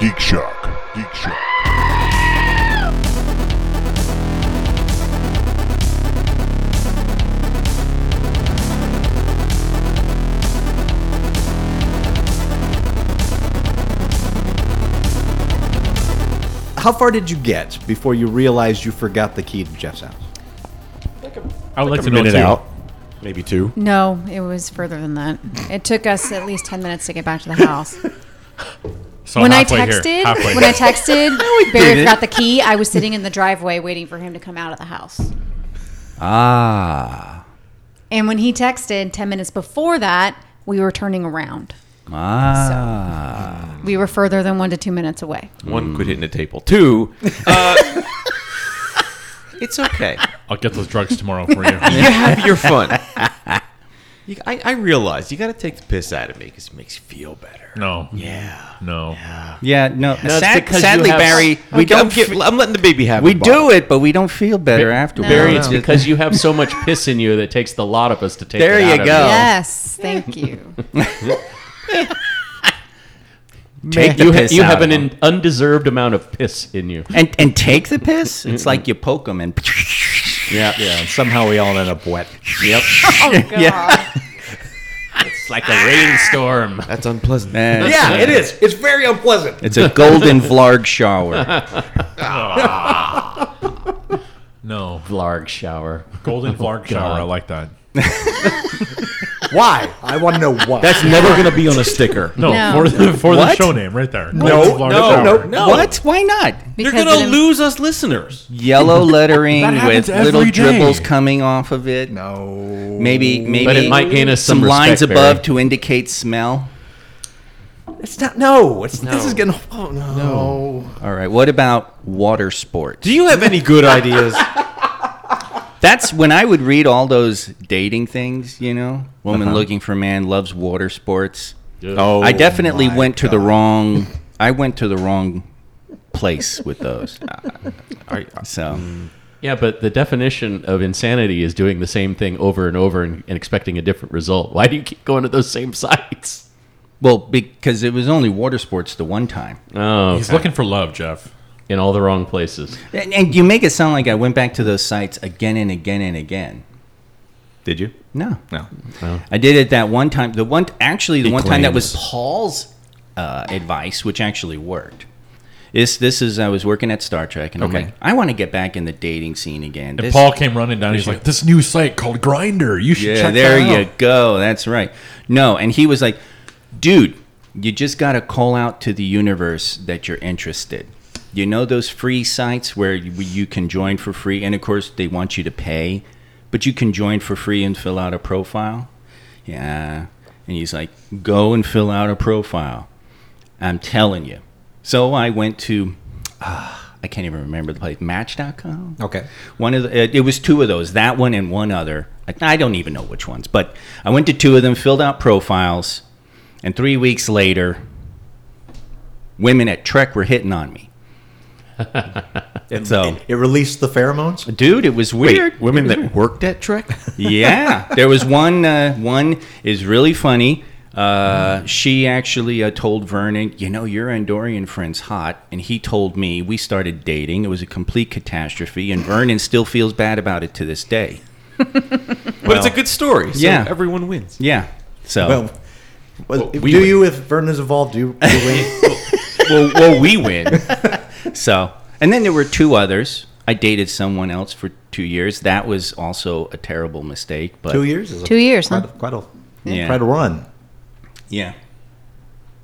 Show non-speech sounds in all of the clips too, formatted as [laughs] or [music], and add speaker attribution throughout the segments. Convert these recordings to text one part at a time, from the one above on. Speaker 1: Geek Shock. Geek Shock.
Speaker 2: How far did you get before you realized you forgot the key to Jeff's house?
Speaker 3: I would like,
Speaker 4: a
Speaker 3: to know
Speaker 4: minute
Speaker 3: too.
Speaker 4: out, maybe two.
Speaker 5: No, it was further than that. It took us at least 10 minutes to get back to the house.
Speaker 3: So
Speaker 5: when I
Speaker 3: halfway here,
Speaker 5: texted,
Speaker 3: halfway
Speaker 5: when I texted, Barry
Speaker 2: didn't.
Speaker 5: forgot the key. I was sitting in the driveway waiting for him to come out of the house.
Speaker 4: Ah,
Speaker 5: And when he texted 10 minutes before that, we were turning around.
Speaker 4: ah.
Speaker 5: We were further than one to two minutes away.
Speaker 4: One, quit hitting the table. Two, uh, it's okay.
Speaker 3: I'll get those drugs tomorrow for you.
Speaker 5: [laughs]
Speaker 3: [laughs]
Speaker 4: You have your fun. You, I, I realize you got to take the piss out of me because it makes you feel better.
Speaker 3: No,
Speaker 4: Yeah.
Speaker 3: no.
Speaker 6: Yeah, no.
Speaker 4: No, it's
Speaker 6: sad,
Speaker 4: because you
Speaker 6: sadly,
Speaker 4: have-
Speaker 6: Barry, we
Speaker 4: I'm- I'm,
Speaker 6: don't.
Speaker 4: get-
Speaker 6: fe-
Speaker 4: I'm letting the baby have.
Speaker 6: we
Speaker 4: the bottle.
Speaker 6: do it, but we don't feel better afterwards.
Speaker 7: Barry, it's
Speaker 6: No.
Speaker 7: because you have so much piss in you that it takes the lot of us to take.
Speaker 6: There
Speaker 7: it
Speaker 6: you
Speaker 7: out of
Speaker 6: go. Oh.
Speaker 5: Yes, thank you.
Speaker 6: take the
Speaker 7: You, ha-
Speaker 6: piss
Speaker 7: you
Speaker 6: out
Speaker 7: have
Speaker 6: of
Speaker 7: an
Speaker 6: them.
Speaker 7: in- undeserved amount of piss in you.
Speaker 6: and and take the piss. It's like you poke them and [laughs]
Speaker 4: Yeah, yeah. Somehow we all end up wet.
Speaker 2: [laughs]
Speaker 7: Yep,
Speaker 4: [laughs]
Speaker 5: Yeah.
Speaker 7: it's like a rainstorm.
Speaker 4: That's unpleasant.
Speaker 6: Eh,
Speaker 2: Yeah, it is. It's very unpleasant.
Speaker 6: [laughs] It's a golden vlog [laughs] shower.
Speaker 3: No.
Speaker 7: Large shower. Oh,
Speaker 3: Golden Vlarg shower. I like that.
Speaker 2: Why? I want to know why.
Speaker 4: That's never gonna be on a sticker.
Speaker 3: No,
Speaker 5: No.
Speaker 3: for the for the
Speaker 6: What?
Speaker 3: show name right there.
Speaker 2: no,
Speaker 3: Golden Vlarg
Speaker 2: Oh, no,
Speaker 3: shower.
Speaker 2: no, no.
Speaker 6: What? Why not?
Speaker 4: You're
Speaker 5: Because it
Speaker 4: gonna
Speaker 5: im-
Speaker 4: lose us listeners.
Speaker 6: Yellow lettering
Speaker 3: That
Speaker 6: with
Speaker 3: happens
Speaker 6: little
Speaker 3: every day.
Speaker 6: dribbles coming off of it.
Speaker 2: No.
Speaker 6: Maybe maybe
Speaker 7: But it might gain us some,
Speaker 6: some lines
Speaker 7: respect,
Speaker 6: above
Speaker 7: Barry.
Speaker 6: to indicate smell.
Speaker 2: It's not. No. It's this is gonna. Oh no.
Speaker 6: All right. What about water sports?
Speaker 4: Do you have any
Speaker 2: [laughs]
Speaker 4: good ideas?
Speaker 6: That's when I would read all those dating things, you know? Woman looking for man loves water sports.
Speaker 4: Oh,
Speaker 6: I definitely went to the wrong I went to the wrong place with those. so
Speaker 7: Yeah, but the definition of insanity is doing the same thing over and over and, and expecting a different result. Why do you keep going to those same sites?
Speaker 6: well because it was only water sports the one time.
Speaker 7: Oh,
Speaker 3: He's looking for love, Jeff.
Speaker 7: in all the wrong places.
Speaker 6: And, and you make it sound like I went back to those sites again and again and again.
Speaker 4: Did you?
Speaker 6: No.
Speaker 4: No.
Speaker 6: I did it that one time. The one actually the
Speaker 4: He
Speaker 6: one time that
Speaker 4: claims.
Speaker 6: was Paul's uh, advice, which actually worked. Is this is I was working at Star Trek and
Speaker 4: Okay.
Speaker 6: I'm like, I want to get back in the dating scene again.
Speaker 3: And
Speaker 6: This-
Speaker 3: Paul came running down. He's like, "This new site called Grinder. You should
Speaker 6: yeah,
Speaker 3: check
Speaker 6: there
Speaker 3: that
Speaker 6: you
Speaker 3: out."
Speaker 6: go. That's right. No, and he was like, dude, you just got to call out to the universe that you're interested. You know those free sites where you, you can join for free, and of course they want you to pay, but you can join for free and fill out a profile. Yeah, and he's like, go and fill out a profile. I'm telling you. So I went to, ah, I can't even remember the place, Match.com.
Speaker 2: Okay.
Speaker 6: One of the, it, it was two of those, that one and one other. I, I don't even know which ones, but I went to two of them, filled out profiles, and three weeks later, women at Trek were hitting on me.
Speaker 2: And
Speaker 6: So-
Speaker 2: it, it released the pheromones.
Speaker 6: Dude, it was weird.
Speaker 4: women that worked at Trek?
Speaker 6: [laughs] yeah, there was one. Uh, one is really funny. Uh, she actually uh, told Vernon, you know, your Andorian friend's hot, and he told me we started dating. It was a complete catastrophe, and Vernon still feels bad about it to this day.
Speaker 4: [laughs] but it's a good story. So
Speaker 6: Yeah.
Speaker 4: everyone wins.
Speaker 6: Yeah. So
Speaker 2: Well, well, do
Speaker 4: we win.
Speaker 2: you if Vernon's involved? Do you, do you win?
Speaker 6: well, well, we
Speaker 4: [laughs]
Speaker 6: win. so, and then there were two others. I dated someone else for two years. That was also a terrible mistake. But
Speaker 2: Two years is a-
Speaker 5: Two years,
Speaker 2: Quite,
Speaker 5: huh?
Speaker 2: a, quite a
Speaker 6: Yeah.
Speaker 2: quite a run.
Speaker 6: yeah.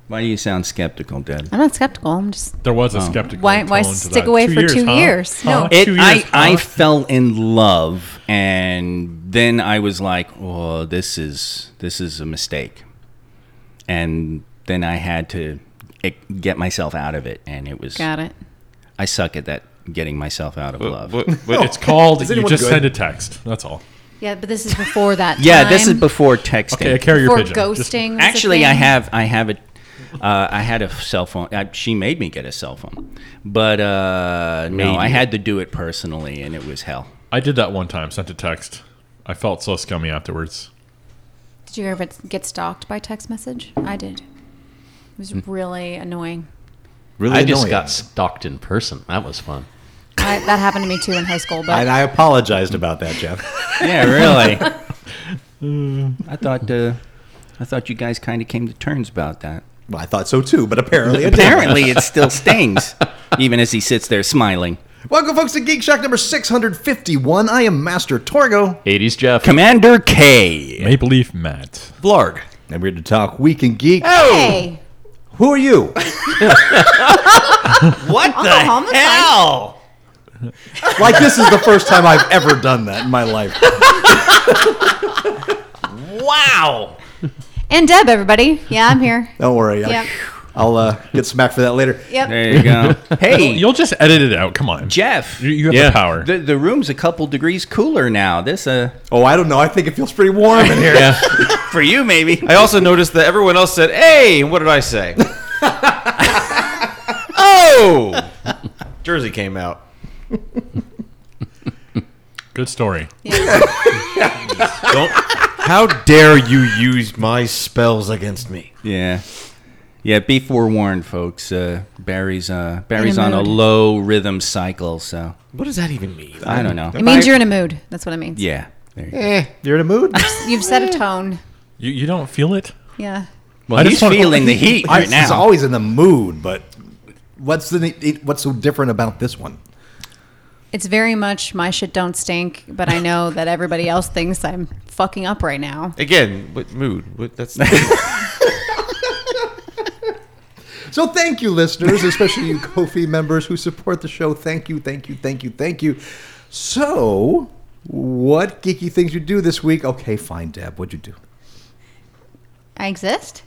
Speaker 6: Why do you sound skeptical, Deb?
Speaker 5: I'm not skeptical. I'm just
Speaker 3: There was a skeptical.
Speaker 5: Why- why
Speaker 3: tone to
Speaker 5: stick
Speaker 3: that.
Speaker 5: away for two
Speaker 3: huh?
Speaker 5: years? No.
Speaker 3: Huh?
Speaker 6: Oh. It,
Speaker 3: Two
Speaker 6: I,
Speaker 3: years,
Speaker 6: I
Speaker 3: huh?
Speaker 6: fell in love, and then I was like, "Oh, this is this is a mistake," and then I had to eh, get myself out of it, and it was
Speaker 5: got it.
Speaker 6: I suck at that getting myself out of love.
Speaker 3: it's called.
Speaker 2: Oh. Is
Speaker 3: You
Speaker 2: anyone
Speaker 3: just
Speaker 2: good?
Speaker 3: send a text. That's all.
Speaker 5: Yeah, but this is before that.
Speaker 6: yeah, this
Speaker 5: time,
Speaker 6: is before texting.
Speaker 3: Okay, a carrier
Speaker 5: before
Speaker 3: pigeon. Just-
Speaker 5: ghosting. was a
Speaker 6: Actually, I
Speaker 5: thing.
Speaker 6: have. I have a. Uh, I had a cell phone. I, she made me get a cell phone, but uh, no, I had to do it personally, and it was hell.
Speaker 3: I did that one time. Sent a text. I felt so scummy afterwards.
Speaker 5: Did you ever get stalked by text message? I did. It was really annoying.
Speaker 2: Really
Speaker 7: I just
Speaker 2: annoying.
Speaker 7: got stalked in person. That was fun.
Speaker 5: I, that happened to me too in high school, but
Speaker 2: And I apologized about that, Jeff. [laughs]
Speaker 6: Yeah, really. I thought uh, I thought you guys kind of came to terms about that.
Speaker 2: Well, I thought so too, but apparently it didn't.
Speaker 6: Apparently, it [laughs] still stings, even as he sits there smiling.
Speaker 2: Welcome, folks, to Geek Shock number 651. I am Master Torgo.
Speaker 7: 80s Jeff.
Speaker 6: Commander K.
Speaker 3: Maple Leaf Matt.
Speaker 2: Vlarg. And we're here to talk Week in Geek.
Speaker 5: hey,
Speaker 2: Who are you?
Speaker 6: What
Speaker 5: I'll go home. That's fine.
Speaker 6: hell?
Speaker 2: like, this is the first time I've ever done that in my life.
Speaker 6: Wow.
Speaker 5: And Deb, everybody. Yeah, I'm here.
Speaker 2: Don't worry. I,
Speaker 5: Yep.
Speaker 2: I'll uh, get smacked for that later.
Speaker 5: Yep.
Speaker 6: There you go. [laughs] Hey,
Speaker 3: You'll just edit it out. Come on.
Speaker 6: Jeff.
Speaker 3: You, you have the power.
Speaker 6: [laughs] The, the room's a couple degrees cooler now. This uh
Speaker 2: Oh, I don't know. I think it feels pretty warm in [laughs] here.
Speaker 6: for you maybe.
Speaker 4: I also noticed that everyone else said, "Hey," and what did I say? oh, Jersey came out.
Speaker 3: Good story.
Speaker 4: Don't. How dare you use my spells against me?
Speaker 6: Yeah. Yeah, be forewarned folks. Uh, Barry's uh Barry's on a
Speaker 5: mood.
Speaker 6: low rhythm cycle, so
Speaker 4: What does that even mean?
Speaker 6: I don't know.
Speaker 5: It means you're in a mood. That's what it means.
Speaker 6: Yeah. There you go.
Speaker 2: Eh. You're in a mood?
Speaker 5: You've set a tone.
Speaker 3: You, you don't feel it?
Speaker 5: Yeah.
Speaker 6: Well,
Speaker 3: I
Speaker 6: he's
Speaker 3: just wanna-
Speaker 6: feeling the [laughs] heat
Speaker 2: I
Speaker 6: right now.
Speaker 2: He's always in the mood, but what's the ne- it- what's so different about this one?
Speaker 5: It's very much my shit don't stink, but I know that everybody else thinks I'm fucking up right now.
Speaker 4: Again, what mood? What, that's
Speaker 2: So thank you, listeners, especially [laughs] you Kofi members who support the show. Thank you, thank you, thank you, thank you. So, what geeky things you do this week? Okay, fine, Deb. What'd you do?
Speaker 5: I exist?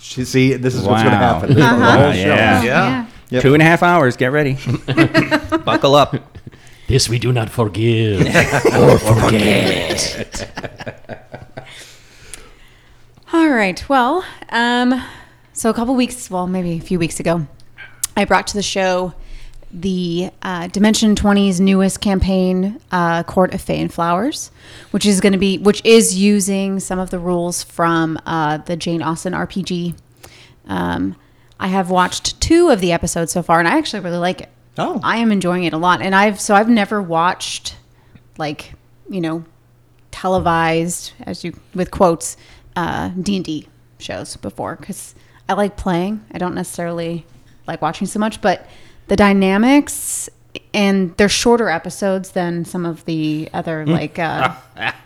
Speaker 2: She- See, this is what's going to
Speaker 6: Wow.
Speaker 2: happen. This is the
Speaker 5: Uh-huh.
Speaker 2: whole
Speaker 6: Oh,
Speaker 2: show.
Speaker 6: yeah.
Speaker 5: Yeah.
Speaker 2: Yep.
Speaker 6: Two and a half hours. Get [laughs] ready. Buckle up.
Speaker 7: This we do not
Speaker 4: [laughs]
Speaker 7: forgive.
Speaker 5: All right. Well, um, so a couple weeks, well, maybe a few weeks ago, I brought to the show the uh, Dimension 20's newest campaign, uh, Court of Fae and Flowers, which is going to be, which is using some of the rules from uh, the Jane Austen RPG. Um, I have watched two of the episodes so far, and I actually really like it.
Speaker 2: Oh.
Speaker 5: I am enjoying it a lot, and I've so I've never watched like you know televised as you with quotes uh, d&d shows before because i like playing i don't necessarily like watching so much but the dynamics and they're shorter episodes than some of the other like uh, the
Speaker 6: Hmm.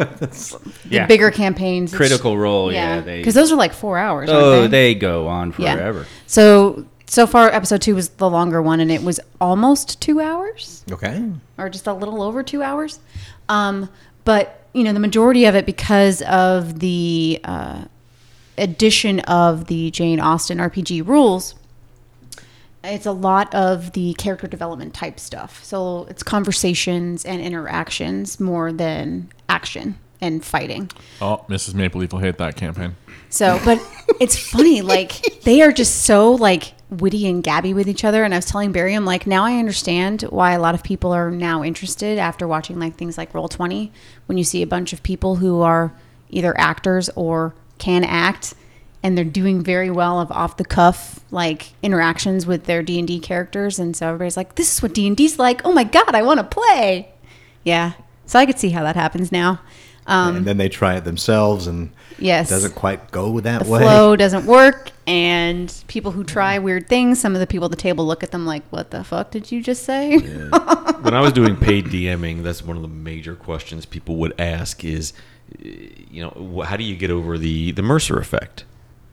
Speaker 6: Ah, [laughs] Yeah.
Speaker 5: bigger campaigns It's-
Speaker 6: Critical Role. Yeah. they,
Speaker 5: because those are like four hours aren't
Speaker 6: oh, they go on
Speaker 5: yeah. [laughs]
Speaker 6: forever.
Speaker 5: so so far episode two was the longer one and it was almost two hours
Speaker 2: Okay.
Speaker 5: or just a little over two hours. Um, but you know, the majority of it because of the uh, addition of the Jane Austen RPG rules. It's a lot of the character development type stuff. So it's conversations and interactions more than action and fighting.
Speaker 3: Oh, Mrs. Maple Leaf will hate that campaign.
Speaker 5: So, but it's funny. Like they are just so like witty and gabby with each other. And I was telling Barry, I'm like, now I understand why a lot of people are now interested after watching like things like Roll Twenty, when you see a bunch of people who are either actors or can act, and they're doing very well of off the cuff like interactions with their D and D characters. And so everybody's like, this is what D and D's like. Oh my god, I want to play. Yeah. So I could see how that happens now. Um,
Speaker 2: and then they try it themselves and
Speaker 5: yes.
Speaker 2: doesn't quite go that
Speaker 5: the
Speaker 2: way.
Speaker 5: flow doesn't work and people who try weird things some of the people at the table look at them like what the fuck did you just say
Speaker 4: [laughs] when I was doing paid DMing, that's one of the major questions people would ask is, uh, you know, wh- how do you get over the the Mercer effect?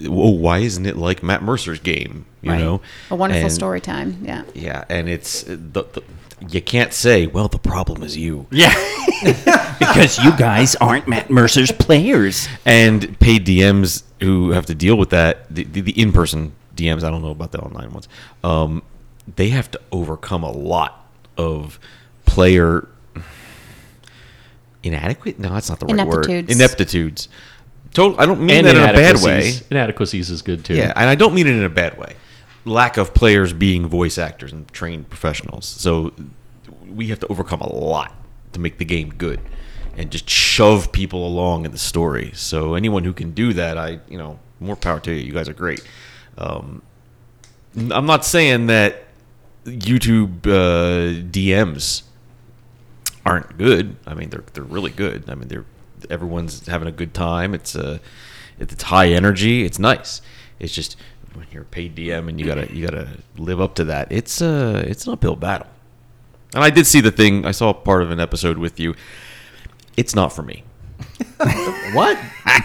Speaker 4: Oh, why isn't it like Matt Mercer's game? You know,
Speaker 5: a wonderful
Speaker 4: And-
Speaker 5: story time yeah
Speaker 4: Yeah, and it's uh, the, the, you can't say, well, the problem is you.
Speaker 6: Yeah. because you guys aren't Matt Mercer's players.
Speaker 4: And paid DMs who have to deal with that, the, the, the in person DMs, I don't know about the online ones, um, they have to overcome a lot of player inadequate. No, that's not the right word.
Speaker 5: Ineptitudes.
Speaker 4: Ineptitudes. Total, I don't mean
Speaker 7: and
Speaker 4: that in a bad way.
Speaker 7: inadequacies. Inadequacies is good too.
Speaker 4: Yeah, and I don't mean it in a bad way. Lack of players being voice actors and trained professionals. So we have to overcome a lot to make the game good and just shove people along in the story. So anyone who can do that, I, you know, more power to you. You guys are great. Um, I'm not saying that YouTube uh, DMs aren't good. I mean, they're they're really good. I mean, they're everyone's having a good time. It's uh, it's high energy. It's nice. It's just when you're a paid DM and you gotta you gotta live up to that. It's uh, it's an uphill battle. And I did see the thing. I saw part of an episode with you. It's not for me.
Speaker 2: What?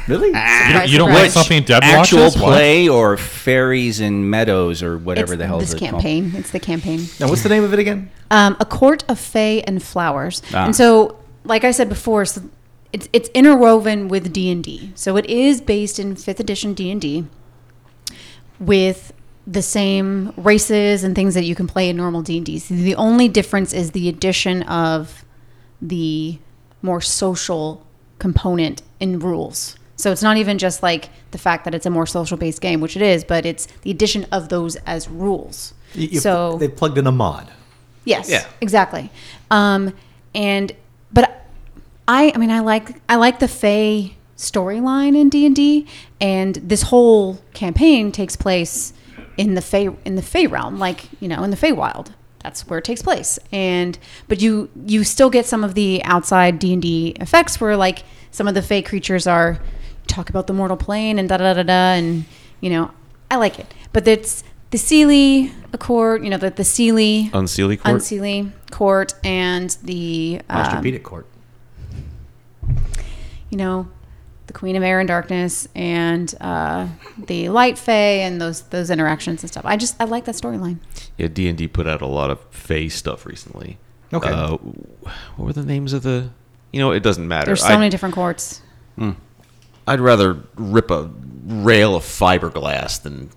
Speaker 2: really?
Speaker 3: You don't, you don't like
Speaker 5: Surprise, surprise.
Speaker 3: something Deb
Speaker 6: [laughs] Actual
Speaker 3: watches? What?
Speaker 6: play or fairies and meadows or whatever
Speaker 5: it's
Speaker 6: the hell
Speaker 5: this
Speaker 6: they're called.
Speaker 5: campaign. It's the campaign.
Speaker 2: Now, what's the name of it again?
Speaker 5: Um, a court of fay and flowers.
Speaker 6: Ah.
Speaker 5: And so, like I said before, so it's it's interwoven with D and D. So it is based in fifth edition D and D, with the same races and things that you can play in normal D and D. The only difference is the addition of the more social component in rules. So it's not even just like the fact that it's a more social based game, which it is, but it's the addition of those as rules.
Speaker 2: You- you-
Speaker 5: so
Speaker 2: they plugged in a mod.
Speaker 5: Yes.
Speaker 4: Yeah.
Speaker 5: Exactly. Um, and but I I mean I like I like the Fae storyline in D and D, and this whole campaign takes place in the Fae in the Fae realm, like you know in the Fae Wild. That's where it takes place. And but you you still get some of the outside D and D effects where like some of the Fae creatures are talk about the mortal plane and da da da da da and you know I like it. But it's the Sealy Accord, you know the the Sealy
Speaker 4: Unseelie E court.
Speaker 5: Unseelie Court and the uh,
Speaker 2: Astropedic court.
Speaker 5: you know the Queen of Air and Darkness and uh, the Light Fae and those those interactions and stuff. I just I like that storyline.
Speaker 4: Yeah, D and D put out a lot of Fae stuff recently.
Speaker 2: Okay.
Speaker 4: Uh, what were the names of the? You know, it doesn't matter.
Speaker 5: There's so
Speaker 4: I,
Speaker 5: many different courts.
Speaker 4: I'd rather rip a rail of fiberglass [laughs] than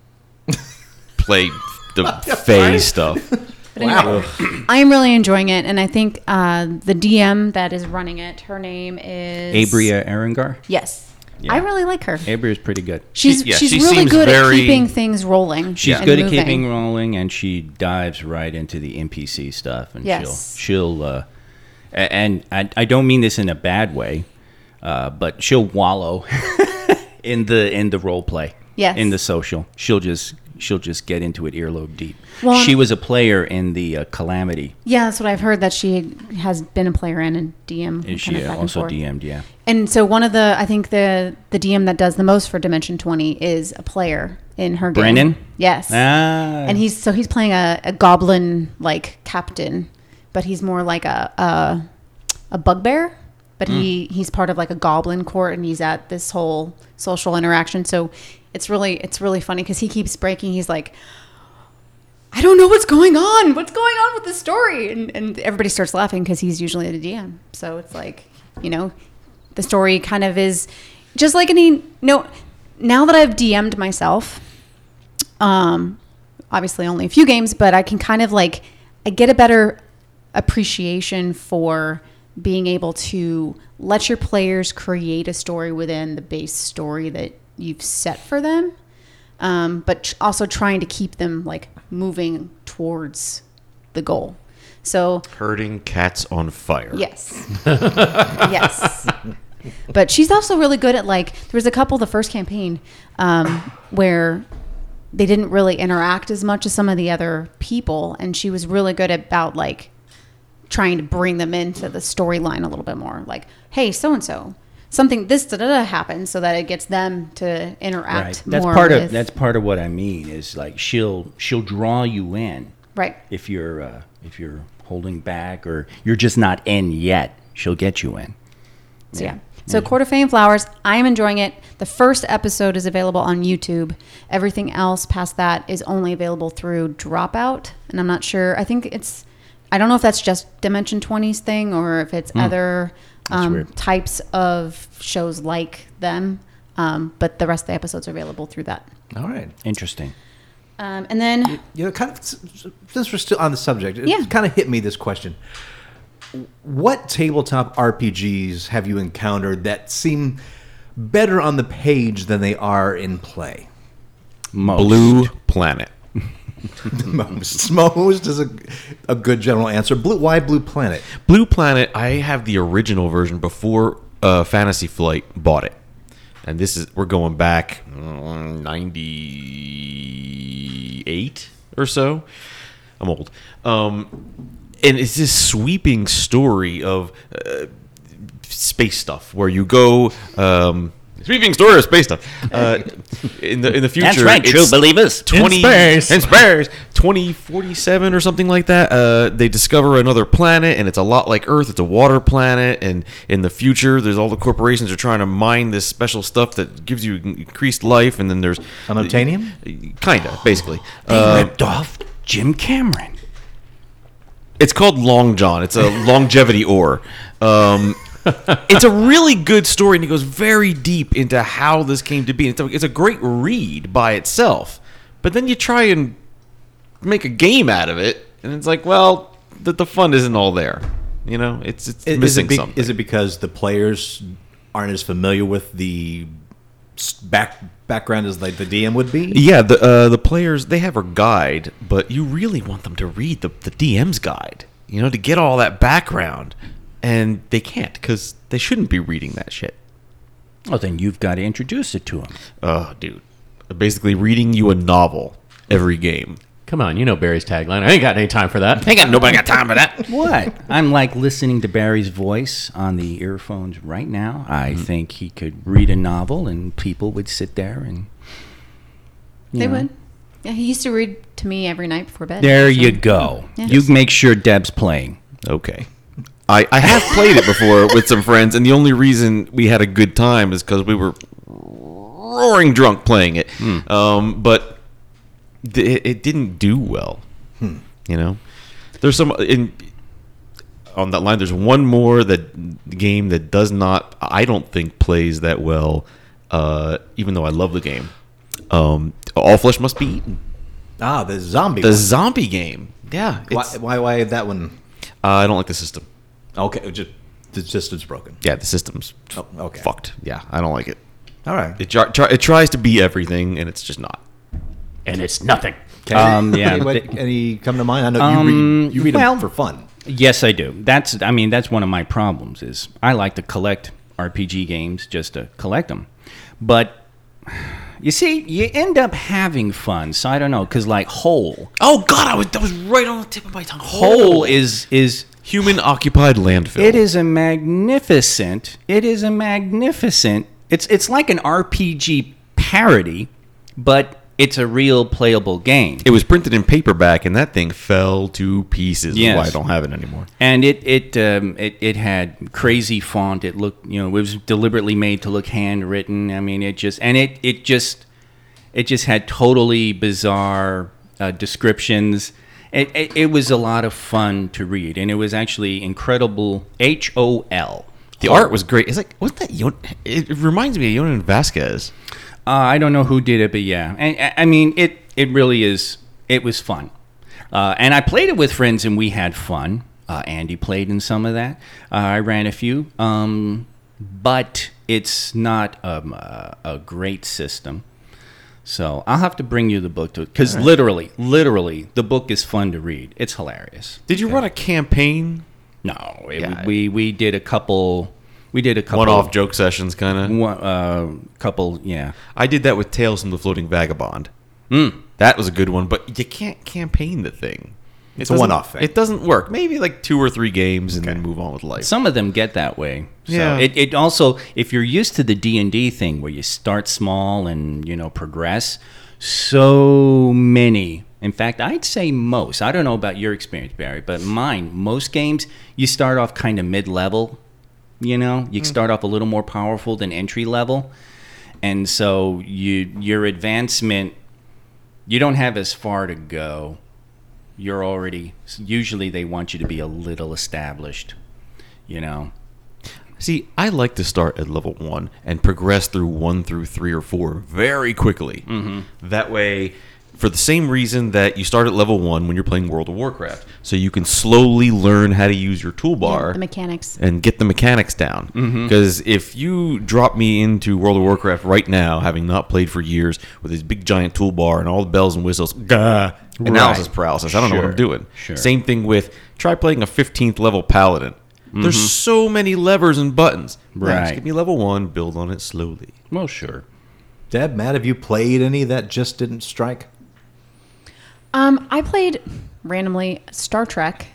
Speaker 4: play the Fae stuff.
Speaker 5: But anyway, I am really enjoying it, and I think uh, the DM that is running it, her name is
Speaker 6: Abria Arangar.
Speaker 5: Yes, I really like her.
Speaker 6: Abria's pretty good.
Speaker 5: She's
Speaker 4: yeah,
Speaker 5: she's
Speaker 4: she
Speaker 5: really
Speaker 4: seems
Speaker 5: good at
Speaker 4: very-
Speaker 5: keeping things rolling.
Speaker 6: She's
Speaker 5: and
Speaker 6: good at
Speaker 5: moving.
Speaker 6: keeping rolling, and she dives right into the NPC stuff, and
Speaker 5: Yes.
Speaker 6: she'll she'll uh, a- and I, I don't mean this in a bad way, uh, but she'll wallow [laughs] in the in the role play,
Speaker 5: Yes.
Speaker 6: in the social. She'll just she'll just get into it earlobe deep.
Speaker 5: Well,
Speaker 6: she
Speaker 5: and-
Speaker 6: was a player in the uh, Calamity.
Speaker 5: Yeah, that's what I've heard that she has been a player in and DM. kind
Speaker 6: Is she
Speaker 5: of back and
Speaker 6: also
Speaker 5: forth.
Speaker 6: DM'd? Yeah,
Speaker 5: And so one of the I think the the DM that does the most for Dimension 20 is a player in her game.
Speaker 6: Brandon?
Speaker 5: Yes.
Speaker 6: ah,
Speaker 5: And he's so he's playing a, a goblin like captain, but he's more like a a, a bugbear. But he he's part of like a goblin court, and he's at this whole social interaction. So it's really it's really funny because he keeps breaking. He's like, I don't know what's going on. What's going on with the story? And and everybody starts laughing because he's usually the DM. So it's like you know, the story kind of is just like any no. Now that I've DM'd myself, um, obviously only a few games, but I can kind of like I get a better appreciation for being able to let your players create a story within the base story that you've set for them, um, but tr- also trying to keep them like moving towards the goal. So
Speaker 4: Herding cats on fire.
Speaker 5: Yes. yes. But she's also really good at like there was a couple the first campaign um, where they didn't really interact as much as some of the other people, and she was really good about like trying to bring them into the storyline a little bit more. Like, hey, so and so, something this da da da happened, so that it gets them to interact
Speaker 6: Ah,
Speaker 5: more.
Speaker 6: right. That's part
Speaker 5: with,
Speaker 6: of that's part of what I mean is like she'll she'll draw you in,
Speaker 5: right.
Speaker 6: if you're uh, if you're holding back or you're just not in yet, she'll get you in.
Speaker 5: So yeah. So Court of Fame Flowers, I am enjoying it. The first episode is available on YouTube. Everything else past that is only available through Dropout, and I'm not sure. I think it's I don't know if that's just Dimension 20's thing or if it's other um,
Speaker 6: Hmm. weird.
Speaker 5: types of shows like them. Um, but the rest of the episodes are available through that.
Speaker 2: All right.
Speaker 6: Interesting.
Speaker 5: Um, and then
Speaker 2: You know, kind of s- s- since we're still on the subject, it
Speaker 5: Yeah.
Speaker 2: kind of hit me this question. What tabletop RPGs have you encountered that seem better on the page than they are in play? [laughs]
Speaker 6: Most.
Speaker 4: Blue Planet.
Speaker 2: Most, most is a, a good general answer. Blue, why Blue Planet?
Speaker 4: Blue Planet, I have the original version before uh, Fantasy Flight bought it, and mm, this is we're going back ninety eight. or so. I'm old. Um, and it's this sweeping story of uh, space stuff where you go. Um, sweeping story of space stuff. Uh, in the in the future,
Speaker 6: That's right, true
Speaker 4: it's-
Speaker 6: believers.
Speaker 4: 20
Speaker 7: space.
Speaker 4: in space, 2047 or something like that uh, they discover another planet and it's a lot like earth it's a water planet and in the future there's all the corporations are trying to mine this special stuff that gives you increased life and then there's
Speaker 2: Unobtainium?
Speaker 4: kinda basically
Speaker 6: They
Speaker 4: Uh,
Speaker 6: ripped off Jim Cameron.
Speaker 4: it's called Long John. It's a [laughs] longevity ore. [laughs] Um, it's a really good story, and it goes very deep into how this came to be. It's a, it's a great read by itself, but then you try and make a game out of it, and it's like, well, the, the fun isn't all there. You know, it's it's
Speaker 8: Is- is
Speaker 4: missing
Speaker 8: it be-
Speaker 4: something.
Speaker 8: Is it because the players aren't as familiar with the s- back background as like the DM would be?
Speaker 4: yeah, the uh, the players they have a guide, but you really want them to read the the DM's guide. You know, to get all that background, and they can't because they shouldn't be reading that shit.
Speaker 6: Well, Oh, then you've got to introduce it to him.
Speaker 4: Oh, dude. Basically reading you a novel every game.
Speaker 7: Come on, you know Barry's tagline. I ain't got any time for that.
Speaker 4: Hang on, nobody got time for
Speaker 6: [laughs]
Speaker 4: that.
Speaker 6: What? I'm like listening to Barry's voice on the earphones right now. I think he could read a novel and people would sit there and. you
Speaker 5: They
Speaker 6: know.
Speaker 5: would. Yeah, he used to read to me every night before bed.
Speaker 6: There you go.
Speaker 5: Yeah.
Speaker 6: You make sure Deb's playing.
Speaker 4: Okay. I, I have played it before with some friends, and the only reason we had a good time is because we were roaring drunk playing it. Um, but th- it, it didn't do well. You know? There's some. In, on that line, there's one more that game that does not, I don't think, plays that well, uh, even though I love the game. Um, All flesh must be eaten.
Speaker 8: Ah, the zombie.
Speaker 4: The
Speaker 8: one.
Speaker 4: zombie game. Yeah. it's-
Speaker 8: why, why? Why that one?
Speaker 4: uh, I don't like the system.
Speaker 8: Okay, it just the system's broken.
Speaker 4: Yeah, the system's
Speaker 8: Oh, okay.
Speaker 4: fucked. Yeah, I don't like it.
Speaker 8: All right.
Speaker 4: It, jar- try, it tries to be everything, and it's just not.
Speaker 7: And it's nothing.
Speaker 6: [laughs] Um, yeah.
Speaker 8: Any, what- any come to mind? I know you
Speaker 6: Um,
Speaker 8: read, you read
Speaker 6: well-
Speaker 8: them for fun.
Speaker 6: Yes, I do. That's I mean that's one of my problems is I like to collect RPG games just to collect them, but you see, you end up having fun. So I don't know because like Hole,
Speaker 4: Oh God, I was that was right on the tip of my tongue.
Speaker 6: Hole is is
Speaker 4: human occupied landfill.
Speaker 6: it is a magnificent. It is a magnificent. It's it's like an RPG parody, but it's a real playable game.
Speaker 4: It was printed in paperback, and that thing fell to pieces.
Speaker 6: Yes.
Speaker 4: Yes. Why I don't have it anymore.
Speaker 6: And it it, um, it it had crazy font. It looked, you know, it was deliberately made to look handwritten. I mean, it just and it it just it just had totally bizarre uh, descriptions. It, it it was a lot of fun to read, and it was actually incredible. H O L.
Speaker 4: The art was great. It's like wasn't that Yon- it, it reminds me of Yonan Vasquez.
Speaker 6: Uh, I don't know who did it, but yeah, and I- I mean, it it really is. It was fun, uh, and I played it with friends, and we had fun. Uh, Andy played in some of that. Uh, I ran a few, um, but it's not um, a, a great system. So I'll have to bring you the book to because literally, literally, the book is fun to read. It's hilarious.
Speaker 4: Did you run a campaign?
Speaker 6: No, it,
Speaker 4: Yeah.
Speaker 6: we we did a couple. We did a couple
Speaker 4: One off joke sessions, kind of.
Speaker 6: One, uh, couple, yeah.
Speaker 4: I did that with Tales from the Floating Vagabond. That was a good one, but you can't campaign the thing. It's
Speaker 8: a one-off thing.
Speaker 4: It doesn't work. Maybe like two or three games and then move on with life.
Speaker 6: some of them get that way so
Speaker 4: Yeah.
Speaker 6: it, it also if you're used to the d&d thing where you start small and you know progress so many in fact i'd say most i don't know about your experience barry but mine most games you start off kind of mid-level you know you start off a little more powerful than entry level and so you your advancement you don't have as far to go you're already usually they want you to be a little established you know
Speaker 4: See, I like to start at level one and progress through one through three or four very quickly. That way, for the same reason that you start at level one when you're playing World of Warcraft, so you can slowly learn how to use your toolbar.
Speaker 5: The mechanics.
Speaker 4: and get the mechanics down.
Speaker 6: Mm-hmm.
Speaker 4: Because if you drop me into World of Warcraft right now, having not played for years, with this big giant toolbar and all the bells and whistles, gah, analysis paralysis. I don't know what I'm doing.
Speaker 6: sure.
Speaker 4: Same thing with try playing a 15th level paladin. There's so many levers and buttons. Nah,
Speaker 6: Mm-hmm. Right.
Speaker 4: just give me level one, build on it slowly.
Speaker 6: Well, sure.
Speaker 8: Deb, Matt, have you played any that just didn't strike?
Speaker 5: Um, I played randomly Star Trek.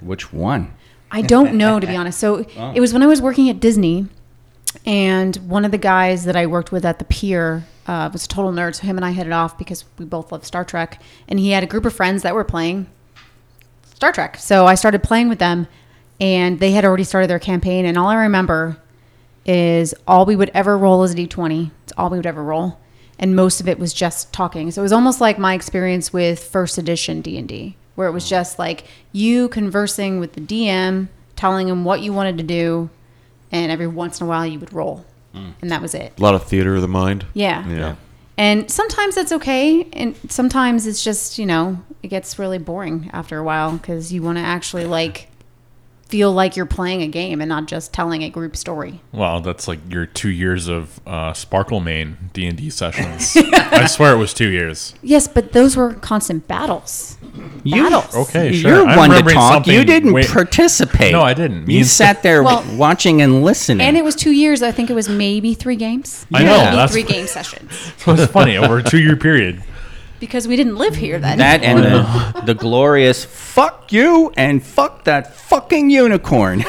Speaker 6: Which one?
Speaker 5: I don't know, to be honest. So it was when I was working at Disney, and one of the guys that I worked with at the pier uh, was a total nerd. So him and I hit it off because we both love Star Trek, and he had a group of friends that were playing Star Trek. So I started playing with them, and they had already started their campaign. And all I remember is all we would ever roll is a d20. It's all we would ever roll, and most of it was just talking. So it was almost like my experience with first edition D and D, where it was just like you conversing with the DM, telling him what you wanted to do, and every once in a while you would roll, and that was it.
Speaker 4: A lot of theater of the mind.
Speaker 5: Yeah.
Speaker 4: Yeah.
Speaker 5: And sometimes that's okay, and sometimes it's just you know it gets really boring after a while because you want to actually like feel like you're playing a game and not just telling a group story.
Speaker 3: Wow, that's like your two years of uh, Sparkle Main D and D
Speaker 6: [laughs]
Speaker 3: sessions. I swear it was two years.
Speaker 5: Yes, but those were constant battles.
Speaker 6: You,
Speaker 5: Battles.
Speaker 3: Okay, sure.
Speaker 6: You're
Speaker 3: I'm
Speaker 6: one to
Speaker 3: remembering
Speaker 6: talk. You
Speaker 3: something
Speaker 6: didn't
Speaker 3: way-
Speaker 6: participate.
Speaker 3: No, I didn't. Me
Speaker 6: You
Speaker 3: and-
Speaker 6: sat there
Speaker 5: Well-
Speaker 6: watching and listening.
Speaker 5: And it was two years. I think it was maybe three games.
Speaker 3: I know,
Speaker 5: Maybe
Speaker 3: that's-
Speaker 5: three game
Speaker 3: [laughs]
Speaker 5: sessions
Speaker 3: [laughs] It was funny over a two-year period.
Speaker 5: because we didn't live here then.
Speaker 6: that and [laughs] the, the glorious "fuck you" and "fuck that fucking unicorn."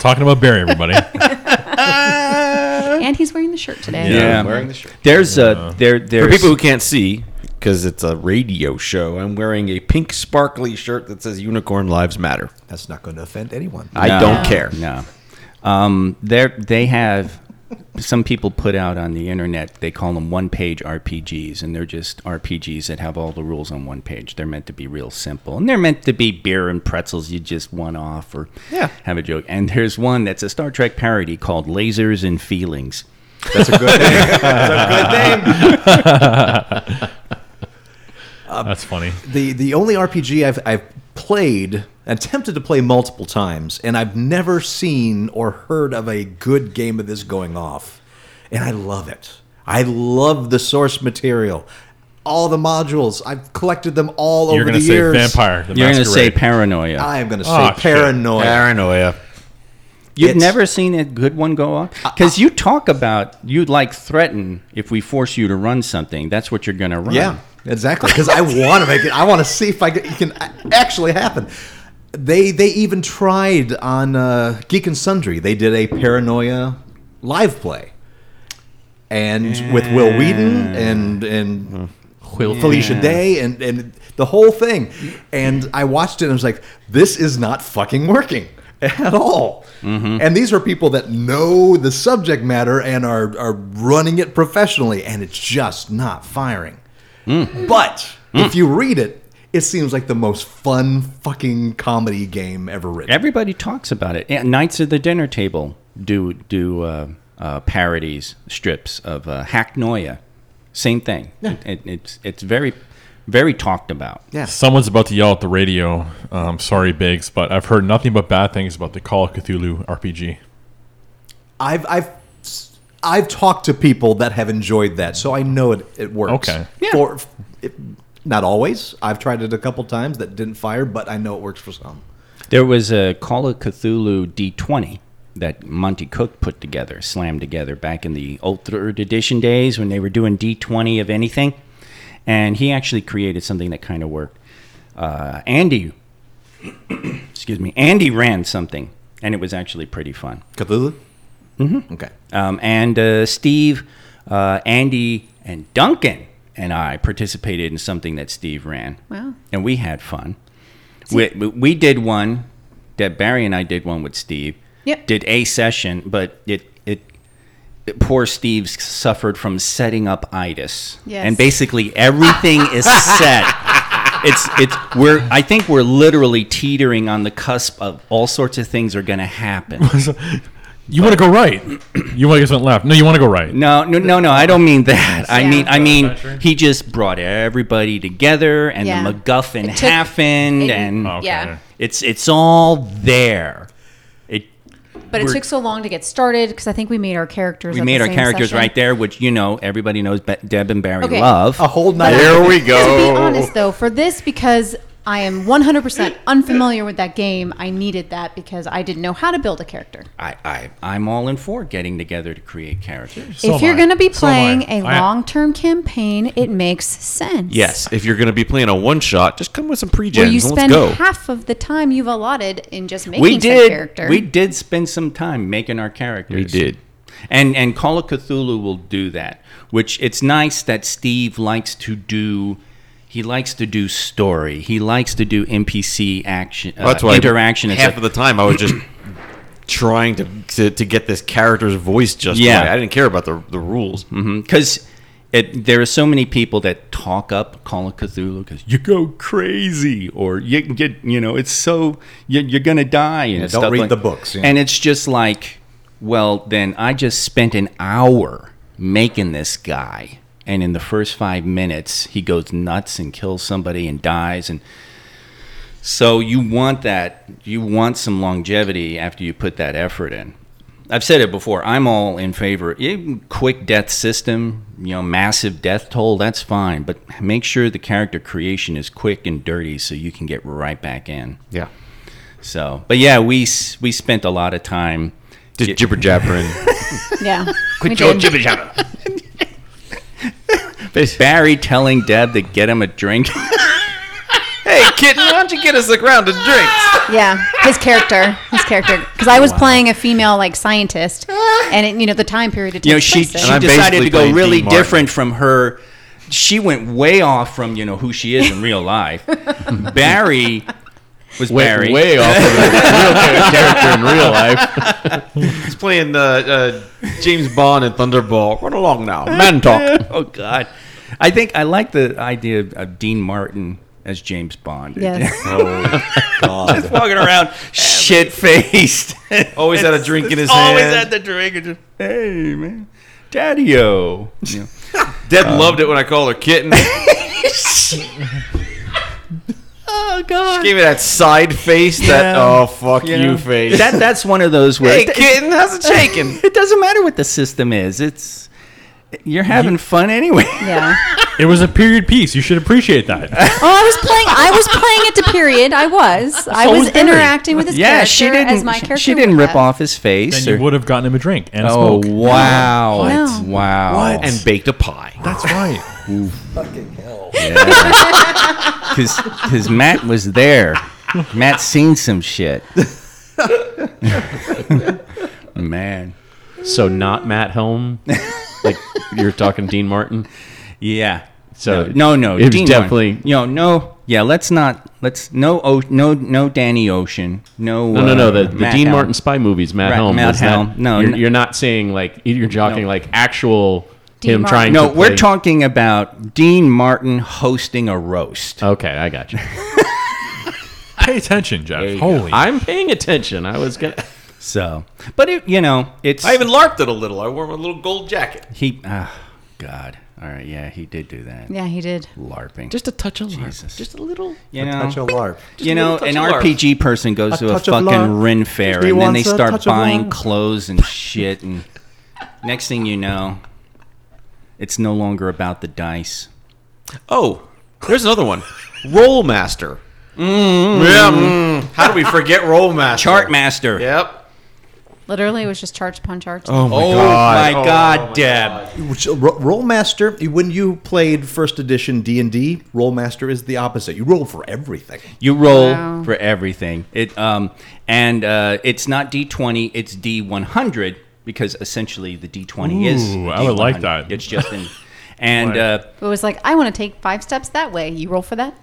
Speaker 3: Talking about Barry, everybody.
Speaker 5: and he's wearing the shirt today.
Speaker 6: [laughs] Yeah.
Speaker 4: Wearing the shirt.
Speaker 6: There's a there there's
Speaker 4: For people who can't see, because it's a radio show, I'm wearing a pink sparkly shirt that says "Unicorn Lives Matter."
Speaker 9: That's not going to offend anyone.
Speaker 4: I
Speaker 6: No.
Speaker 4: don't care.
Speaker 6: No. Um, there they have some people put out on the internet. They call them one-page RPGs, and they're just RPGs that have all the rules on one page. They're meant to be real simple, and they're meant to be beer and pretzels. You just one off or
Speaker 4: Yeah.
Speaker 6: have a joke. And there's one that's a Star Trek parody called "Lasers and Feelings."
Speaker 3: [laughs] That's funny.
Speaker 2: the the only RPG I've I've played attempted to play multiple times, and I've never seen or heard of a good game of this going off, and I love it. I love the source material, all the modules. I've collected them all
Speaker 3: You're
Speaker 2: over
Speaker 3: gonna
Speaker 2: the Uh,
Speaker 3: say
Speaker 2: years.
Speaker 3: vampire. The
Speaker 6: You're going to say
Speaker 3: Masquerade.
Speaker 6: paranoia.
Speaker 2: I am going to say
Speaker 3: Ah, shit.
Speaker 2: paranoia.
Speaker 4: Paranoia.
Speaker 6: You've
Speaker 2: It's-
Speaker 6: never seen a good one go off because you talk about you'd like threaten if we force you to run something. That's what you're going to run.
Speaker 2: Yeah, exactly. Because I want to make it. I want to see if I can, it can a- actually happen. They they even tried on uh, Geek and Sundry. They did a paranoia live play, and with Will Wheaton and and
Speaker 10: Will
Speaker 2: Felicia Day and and the whole thing. And I watched it and I was like, this is not fucking working [laughs] at all. And these are people that know the subject matter and are are running it professionally, and it's just not firing. But if you read it, it seems like the most fun fucking comedy game ever written.
Speaker 6: Everybody talks about it. Yeah, Knights of the Dinner Table do do uh, uh, parodies, strips of uh, Hacknoia. Same thing. It, it, it's it's very very talked about.
Speaker 2: Yeah.
Speaker 3: Someone's about to yell at the radio. Um, sorry, Biggs, but I've heard nothing but bad things about the Call of Cthulhu RPG.
Speaker 2: I've I've I've talked to people that have enjoyed that, so I know it, it works.
Speaker 3: Okay.
Speaker 6: Yeah.
Speaker 2: For it, not always. I've tried it a couple times that didn't fire, but I know it works for some.
Speaker 6: There was a Call of Cthulhu D20 that Monty Cook put together, slammed together back in the old third edition days when they were doing D20 of anything. And he actually created something that kind of worked. Uh, Andy, [coughs] excuse me, Andy ran something, and it was actually pretty fun.
Speaker 2: Cthulhu. Mm-hmm. Okay.
Speaker 6: Um, and uh, Steve, uh, Andy, and Duncan and I participated in something that Steve ran.
Speaker 5: Wow.
Speaker 6: And we had fun. We, we- we did one that Barry and I did one with Steve.
Speaker 5: Yep.
Speaker 6: Did a session, but it, it, it- poor Steve s- suffered from setting up itis.
Speaker 5: Yes.
Speaker 6: And basically everything is
Speaker 5: [laughs]
Speaker 6: set. It's it's we're I think we're literally teetering on the cusp of all sorts of things are going to happen.
Speaker 3: You want to go right? [clears throat] You want to go left? No, you want to go right.
Speaker 6: No, no, no, no. I don't mean that. I
Speaker 5: Yeah.
Speaker 6: mean, I mean,
Speaker 3: Adventure?
Speaker 6: he just brought everybody together, and
Speaker 5: Yeah.
Speaker 6: the MacGuffin
Speaker 5: It took-
Speaker 6: happened,
Speaker 5: it-
Speaker 6: and
Speaker 2: Oh.
Speaker 3: Okay.
Speaker 5: Yeah.
Speaker 6: it's it's all there. It,
Speaker 5: But it
Speaker 6: We're-
Speaker 5: took so long to get started because I think we made our characters.
Speaker 6: we
Speaker 5: at
Speaker 6: made
Speaker 5: the
Speaker 6: our
Speaker 5: same
Speaker 6: characters
Speaker 5: session.
Speaker 6: right there, which you know everybody knows. Be- Deb and Barry
Speaker 5: Okay.
Speaker 6: love.
Speaker 2: A whole night.
Speaker 4: There we
Speaker 5: To be
Speaker 4: go.
Speaker 5: honest, though, for this because I am 100% unfamiliar with that game. I needed that because I didn't know how to build a character.
Speaker 6: I, I, I'm all in for getting together to create characters.
Speaker 3: So
Speaker 5: if
Speaker 3: am
Speaker 5: you're
Speaker 3: I.
Speaker 5: going to be
Speaker 3: So am
Speaker 5: playing
Speaker 3: I.
Speaker 5: a
Speaker 3: I-
Speaker 5: long-term campaign, it makes sense.
Speaker 4: Yes, if you're going to be playing a one shot, just come with some pre
Speaker 5: Where you
Speaker 4: gens and
Speaker 5: spend
Speaker 4: let's go.
Speaker 5: half of the time you've allotted in just making
Speaker 6: we
Speaker 5: some
Speaker 6: did.
Speaker 5: character.
Speaker 6: We did spend some time making our characters.
Speaker 4: We did.
Speaker 6: And and Call of Cthulhu will do that, which it's nice that Steve likes to do. He likes to do story. He likes to do NPC action uh,
Speaker 4: That's why
Speaker 6: interaction. and
Speaker 4: Half
Speaker 6: stuff.
Speaker 4: of the time, I was [coughs] just trying to, to to get this character's voice just
Speaker 6: Yeah.
Speaker 4: right. I didn't care about the the rules.
Speaker 6: because Mm-hmm. it, there are so many people that talk up Call of Cthulhu because you go crazy or you can get you know it's so you, you're gonna die and
Speaker 2: don't
Speaker 6: stuff
Speaker 2: read
Speaker 6: like-
Speaker 2: the books, yeah.
Speaker 6: and it's just like well then I just spent an hour making this guy and in the first five minutes he goes nuts and kills somebody and dies and so you want that you want some longevity after you put that effort in. I've said it before. I'm all in favor. yeah, Quick death system, you know, massive death toll. That's fine, but make sure the character creation is quick and dirty, so you can get right back in.
Speaker 4: Yeah,
Speaker 6: So, but yeah, we s- we spent a lot of time.
Speaker 4: just jibber [laughs] jabbering.
Speaker 5: [laughs]
Speaker 6: [laughs]
Speaker 5: yeah. we did.
Speaker 6: Barry telling Deb to get him a drink. [laughs]
Speaker 4: hey, kitten, why don't you get us a round of drinks?
Speaker 5: Yeah, his character, his character. Because I was playing a female like scientist, and it, you know the time period it takes
Speaker 6: you know, she
Speaker 5: place in.
Speaker 6: she
Speaker 4: I'm
Speaker 6: decided
Speaker 4: basically
Speaker 6: to go
Speaker 4: playing
Speaker 6: really
Speaker 4: Dean Martin.
Speaker 6: different from her. She went way off from you know who she is in real
Speaker 4: [laughs]
Speaker 6: life. Barry was Barry.
Speaker 7: Way, way off of the real char- character in real life.
Speaker 4: He's playing uh, uh, James Bond and Thunderball. Run along now, man talk.
Speaker 6: oh God, I think I like the idea of, of Dean Martin as James Bond. [laughs]
Speaker 4: Oh, [laughs]
Speaker 5: yes.
Speaker 6: just
Speaker 5: [laughs]
Speaker 6: walking around shit faced.
Speaker 4: Always had a drink in his
Speaker 6: Always
Speaker 4: hand.
Speaker 6: had the drink. And just, hey man, Daddy-o.
Speaker 4: [laughs]
Speaker 6: Yeah.
Speaker 4: Deb loved it when I called her [laughs] kitten. She
Speaker 6: Oh God.
Speaker 4: gave me that side face, that
Speaker 6: Yeah.
Speaker 4: oh fuck you,
Speaker 6: know?
Speaker 4: face.
Speaker 6: That that's one of those where
Speaker 4: hey, kitten, how's it shaking?
Speaker 6: [laughs] it doesn't matter what the system is. It's you're having fun
Speaker 5: [laughs]
Speaker 6: anyway.
Speaker 5: Yeah.
Speaker 3: [laughs] It was a period piece. You should appreciate
Speaker 7: [laughs]
Speaker 3: that.
Speaker 5: Oh, I was playing. I was playing it to period. I was. I
Speaker 3: So
Speaker 5: was
Speaker 3: was Barry.
Speaker 5: interacting with his
Speaker 6: [laughs] yeah,
Speaker 5: character
Speaker 6: she didn't.
Speaker 5: as my
Speaker 6: she-
Speaker 5: character.
Speaker 6: she didn't
Speaker 5: would
Speaker 6: rip
Speaker 5: have.
Speaker 6: off his face.
Speaker 3: then you
Speaker 6: or-
Speaker 3: would have gotten him a drink and a
Speaker 6: oh
Speaker 3: smoke.
Speaker 6: wow!
Speaker 5: Wow.
Speaker 6: Wow!
Speaker 4: And baked a pie.
Speaker 3: That's right.
Speaker 6: Because Matt was there. Matt seen some shit. [laughs] Man.
Speaker 7: So not Matt
Speaker 4: [laughs]
Speaker 7: Helm. Like you're talking Dean Martin.
Speaker 6: Yeah.
Speaker 7: So
Speaker 6: No, no.
Speaker 7: Uh, it was
Speaker 6: Dean
Speaker 7: definitely
Speaker 6: Martin. No, no. Yeah, let's not. Let's no. O, no, no. Danny Ocean. No.
Speaker 7: No, no,
Speaker 6: uh,
Speaker 7: no. The, the
Speaker 6: Matt
Speaker 7: Dean
Speaker 6: Allen.
Speaker 7: Martin spy movies, Matt
Speaker 6: Right,
Speaker 7: Helm.
Speaker 6: Matt
Speaker 7: was not-
Speaker 6: Helm. No,
Speaker 7: you're,
Speaker 6: no.
Speaker 7: you're not saying like you're joking
Speaker 6: No.
Speaker 7: like actual him
Speaker 5: Martin.
Speaker 7: trying.
Speaker 6: No,
Speaker 7: to
Speaker 6: we're
Speaker 7: play-
Speaker 6: talking about Dean Martin hosting a roast.
Speaker 7: Okay, I got you.
Speaker 6: [laughs]
Speaker 3: Pay attention, Jeff. Holy.
Speaker 7: I'm paying attention. I was gonna. [laughs]
Speaker 6: So, but it, you know, it's
Speaker 4: I even larped it a little. I wore my little gold jacket.
Speaker 6: he. ah, God. All right. Yeah, he did do that.
Speaker 5: Yeah, he did.
Speaker 6: Larping.
Speaker 7: Just a touch of
Speaker 6: Jesus.
Speaker 7: Just a little.
Speaker 6: you know,
Speaker 2: Touch a LARP.
Speaker 6: you know,
Speaker 4: touch
Speaker 6: an
Speaker 4: of lard.
Speaker 6: RPG person goes to a
Speaker 2: touch of
Speaker 6: fucking
Speaker 2: lard.
Speaker 6: Ren fair
Speaker 2: He
Speaker 6: and then
Speaker 2: wants
Speaker 6: they
Speaker 2: a
Speaker 6: start
Speaker 2: touch of
Speaker 6: buying
Speaker 2: lard.
Speaker 6: clothes and shit, and next thing you know, it's no longer about the dice.
Speaker 4: Oh, there's another one. Rollmaster. Mm-hmm. Yeah. mm. How do we forget Rollmaster?
Speaker 6: Chartmaster.
Speaker 4: Yep.
Speaker 5: Literally, it was just charts upon charts.
Speaker 6: Oh
Speaker 4: God.
Speaker 6: my
Speaker 4: Oh,
Speaker 6: God,
Speaker 4: oh my
Speaker 6: Deb.
Speaker 2: Which- uh, Ro- Rollmaster, when you played first edition D and D, Rollmaster is the opposite. You roll for everything.
Speaker 6: You roll
Speaker 5: Wow.
Speaker 6: for everything. It um and uh, it's not D twenty, it's D one hundred because essentially the D twenty is.
Speaker 3: Ooh, I would like
Speaker 6: D100.
Speaker 3: that.
Speaker 6: It's just in, and uh,
Speaker 3: Right.
Speaker 5: It was like I want to take five steps that way. You roll for that.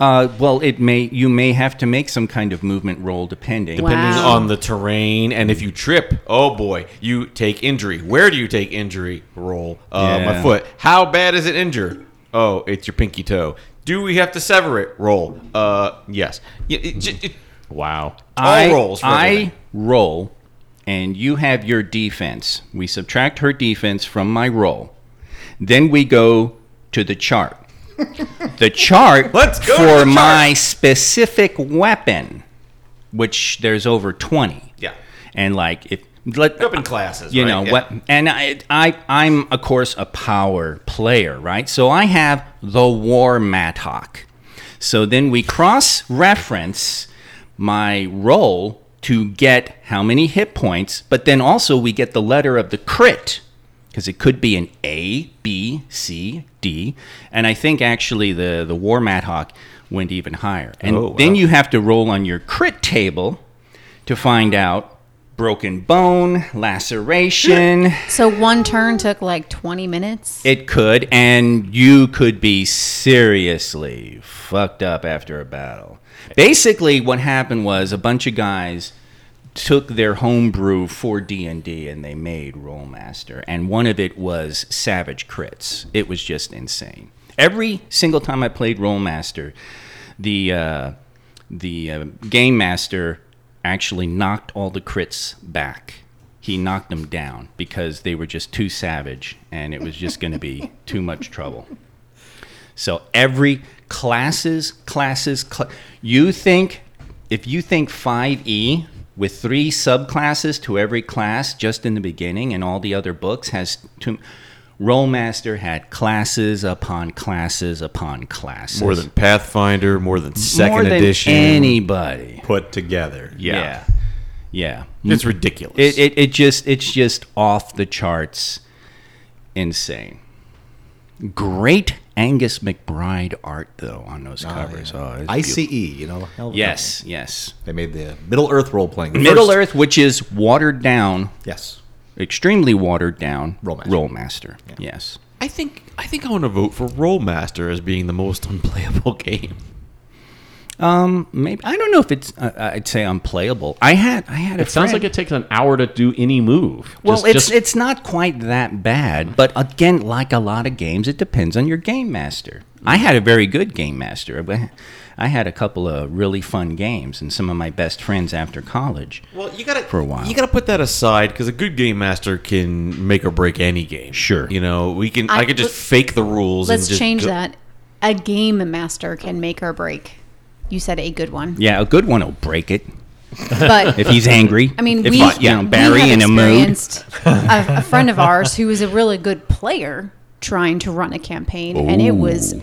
Speaker 6: uh, well, it may you may have to make some kind of movement roll depending.
Speaker 5: Wow.
Speaker 4: Depending on the terrain, and if you trip, oh boy, you take injury. Where do you take injury? Roll. Uh,
Speaker 6: Yeah.
Speaker 4: My foot. How bad is it injured? Oh, it's your pinky toe. Do we have to sever it? Roll. Uh, yes. Yeah, it, j- it-
Speaker 7: Wow.
Speaker 4: all
Speaker 6: I,
Speaker 4: rolls. For everything.
Speaker 6: I roll, and you have your defense. We subtract her defense from my roll. Then we go to the chart.
Speaker 4: [laughs]
Speaker 6: the chart
Speaker 4: Let's go to
Speaker 6: for
Speaker 4: the chart.
Speaker 6: my specific weapon, which there's over 20.
Speaker 4: Yeah.
Speaker 6: And like, if. Let,
Speaker 4: Up in classes,
Speaker 6: you
Speaker 4: right?
Speaker 6: know
Speaker 4: Yeah.
Speaker 6: what? And I, I, I'm of course a power player, right? So I have the War Mattock. So then we cross reference my roll to get how many hit points, but then also we get the letter of the crit because it could be an A, B, C, D, and I think actually the the War Mad Hawk went even higher. And
Speaker 4: Oh,
Speaker 6: then you have to roll on your crit table to find out broken bone, laceration.
Speaker 5: So one turn took like 20 minutes.
Speaker 6: It could, and you could be seriously fucked up after a battle. Basically, what happened was a bunch of guys took their homebrew for D and D, and they made Rollmaster, and one of it was Savage Crits. It was just insane. Every single time I played Rollmaster, the uh, the uh, game master actually knocked all the crits back. He knocked them down because they were just too savage and it was just going to be too much trouble. So every classes, classes, cla you think if you think 5e with three subclasses to every class just in the beginning and all the other books has two Rollmaster had classes upon classes upon classes.
Speaker 4: More than Pathfinder, more than second
Speaker 6: More than
Speaker 4: edition.
Speaker 6: anybody.
Speaker 4: put together.
Speaker 6: Yeah. Yeah.
Speaker 4: It's ridiculous.
Speaker 6: It, it, it just it's just off the charts insane. Great Angus McBride art though on those covers. Oh, it's
Speaker 2: ICE,
Speaker 6: beautiful.
Speaker 2: E, you know. hell of a
Speaker 6: Yes, yes.
Speaker 2: company. They made the Middle Earth role playing.
Speaker 6: Middle Earth, which is watered down,
Speaker 2: Yes.
Speaker 6: extremely watered down.
Speaker 2: Rollmaster.
Speaker 6: Rollmaster. Yes.
Speaker 4: I think I think I want to vote for Rollmaster as being the most [laughs] unplayable game.
Speaker 6: Um, maybe I don't know if it's. Uh, I'd say unplayable. I had. I had. A
Speaker 7: It sounds
Speaker 6: friend-
Speaker 7: like it takes an hour to do any move.
Speaker 6: Well,
Speaker 7: Just-
Speaker 6: it's
Speaker 7: just-
Speaker 6: it's not quite that bad, but again, like a lot of games, it depends on your game master. I had a very good game master. I- I had a couple of really fun games, and some of my best friends after college.
Speaker 4: Well, you gotta
Speaker 6: For a while.
Speaker 4: You gotta put that aside because a good game master can make or break any game.
Speaker 6: Sure.
Speaker 4: you know we can. I,
Speaker 5: I-
Speaker 4: could just
Speaker 5: let-
Speaker 4: fake the rules.
Speaker 5: Let's
Speaker 4: and just
Speaker 5: change
Speaker 4: go-
Speaker 5: that. A game master can make or break. You said a good one.
Speaker 6: Yeah, a good one will break it
Speaker 5: But
Speaker 6: [laughs] if he's angry.
Speaker 5: I mean,
Speaker 6: if
Speaker 5: we,
Speaker 6: you know,
Speaker 5: we
Speaker 6: Barry
Speaker 5: have
Speaker 6: in a mood. [laughs]
Speaker 5: experienced a, a friend of ours who was a really good player trying to run a campaign, and it was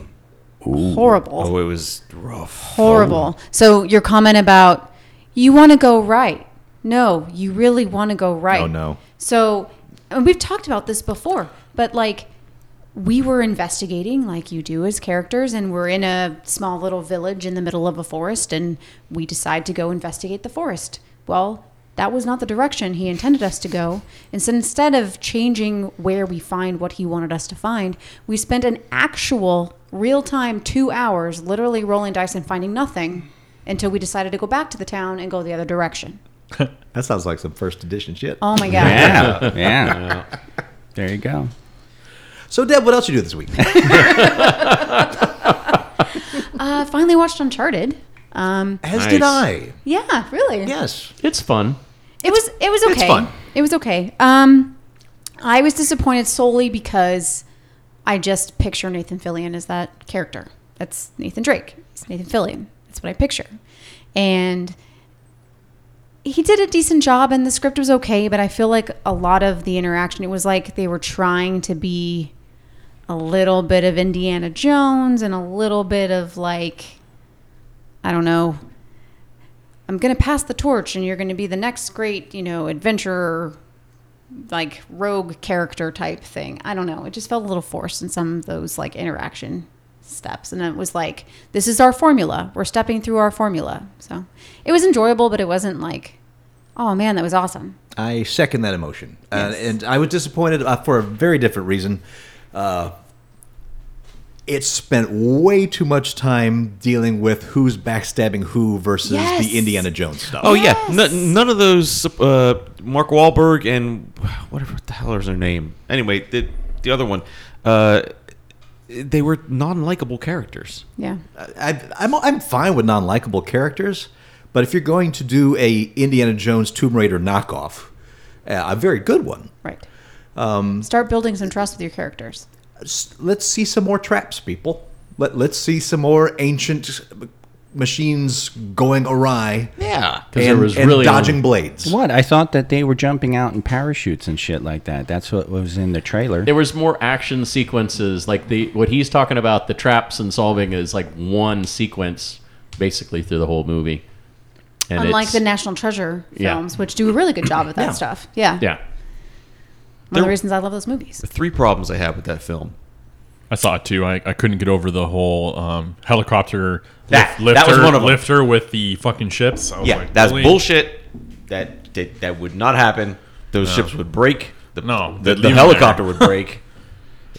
Speaker 5: horrible.
Speaker 4: Oh, it was rough.
Speaker 5: horrible. So your comment about you want to go right. No, you really want to go right.
Speaker 2: Oh, no.
Speaker 5: So and we've talked about this before, but like we were investigating like you do as characters and we're in a small little village in the middle of a forest and we decide to go investigate the forest. Well, that was not the direction he intended us to go. And so instead of changing where we find what he wanted us to find, we spent an actual real time 2 hours literally rolling dice and finding nothing until we decided to go back to the town and go the other direction.
Speaker 2: That sounds like some first edition shit.
Speaker 5: Oh my god.
Speaker 6: Yeah, yeah. There you go.
Speaker 2: So, Deb, what else you do this
Speaker 6: [laughs]
Speaker 2: week?
Speaker 5: Uh, finally watched Uncharted. Um,
Speaker 2: As did
Speaker 4: Nice.
Speaker 2: I.
Speaker 5: yeah, really.
Speaker 2: Yes.
Speaker 7: it's fun.
Speaker 5: It was it was okay.
Speaker 2: fun.
Speaker 5: It was okay. Um, I was disappointed solely because I just picture Nathan Fillion as that character. That's Nathan Drake. It's Nathan Fillion. That's what I picture. And he did a decent job and the script was okay, but I feel like a lot of the interaction it was like they were trying to be a little bit of Indiana Jones and a little bit of like I don't know I'm going to pass the torch and you're going to be the next great, you know, adventurer, like rogue character type thing. I don't know. It just felt a little forced in some of those like interaction steps. And it was like, this is our formula. We're stepping through our formula. So it was enjoyable, but it wasn't like, oh man, that was awesome.
Speaker 2: I second that emotion. Uh, and I was disappointed uh, for a very different reason. Uh, it spent way too much time dealing with who's backstabbing who versus
Speaker 5: Yes.
Speaker 2: the Indiana Jones stuff.
Speaker 4: Oh yeah,
Speaker 5: Yes.
Speaker 4: N- none of those. Uh, Mark Wahlberg and whatever the hell is her name. Anyway, the the other one. Uh, they were non-likable characters.
Speaker 5: Yeah.
Speaker 2: I, I'm, I'm fine with non-likable characters, but if you're going to do a Indiana Jones Tomb Raider knockoff, uh, a very good one,
Speaker 5: Right.
Speaker 7: Um,
Speaker 5: Start building some trust with your characters.
Speaker 2: s- let's see some more traps, people. Let, let's see some more ancient machines going awry
Speaker 4: Yeah.
Speaker 7: because there
Speaker 2: and-
Speaker 7: was
Speaker 2: and
Speaker 7: really
Speaker 2: dodging blades.
Speaker 6: What? I thought that they were jumping out in parachutes and shit like that. That's what was in the trailer.
Speaker 7: there was more action sequences like the what he's talking about the traps and solving is like one sequence basically through the whole movie and
Speaker 5: Unlike
Speaker 7: it's-
Speaker 5: the National Treasure
Speaker 7: Yeah.
Speaker 5: films, which do a really good job of that stuff. Yeah.
Speaker 7: yeah
Speaker 5: One of the
Speaker 4: There-
Speaker 5: reasons I love those movies.
Speaker 4: Three problems I have with that film.
Speaker 3: I saw it too. I, I couldn't get over the whole um, helicopter
Speaker 4: That-
Speaker 3: lifter,
Speaker 4: that was one of 'em.
Speaker 3: lifter with the fucking ships. I was
Speaker 4: Yeah,
Speaker 3: like,
Speaker 4: that's
Speaker 3: really?
Speaker 4: bullshit. That, that that would not happen. Those ships would break. The,
Speaker 3: No,
Speaker 4: the,
Speaker 3: they'd
Speaker 4: the
Speaker 3: leave 'em
Speaker 4: helicopter
Speaker 3: there.
Speaker 4: would
Speaker 3: [laughs]
Speaker 4: break.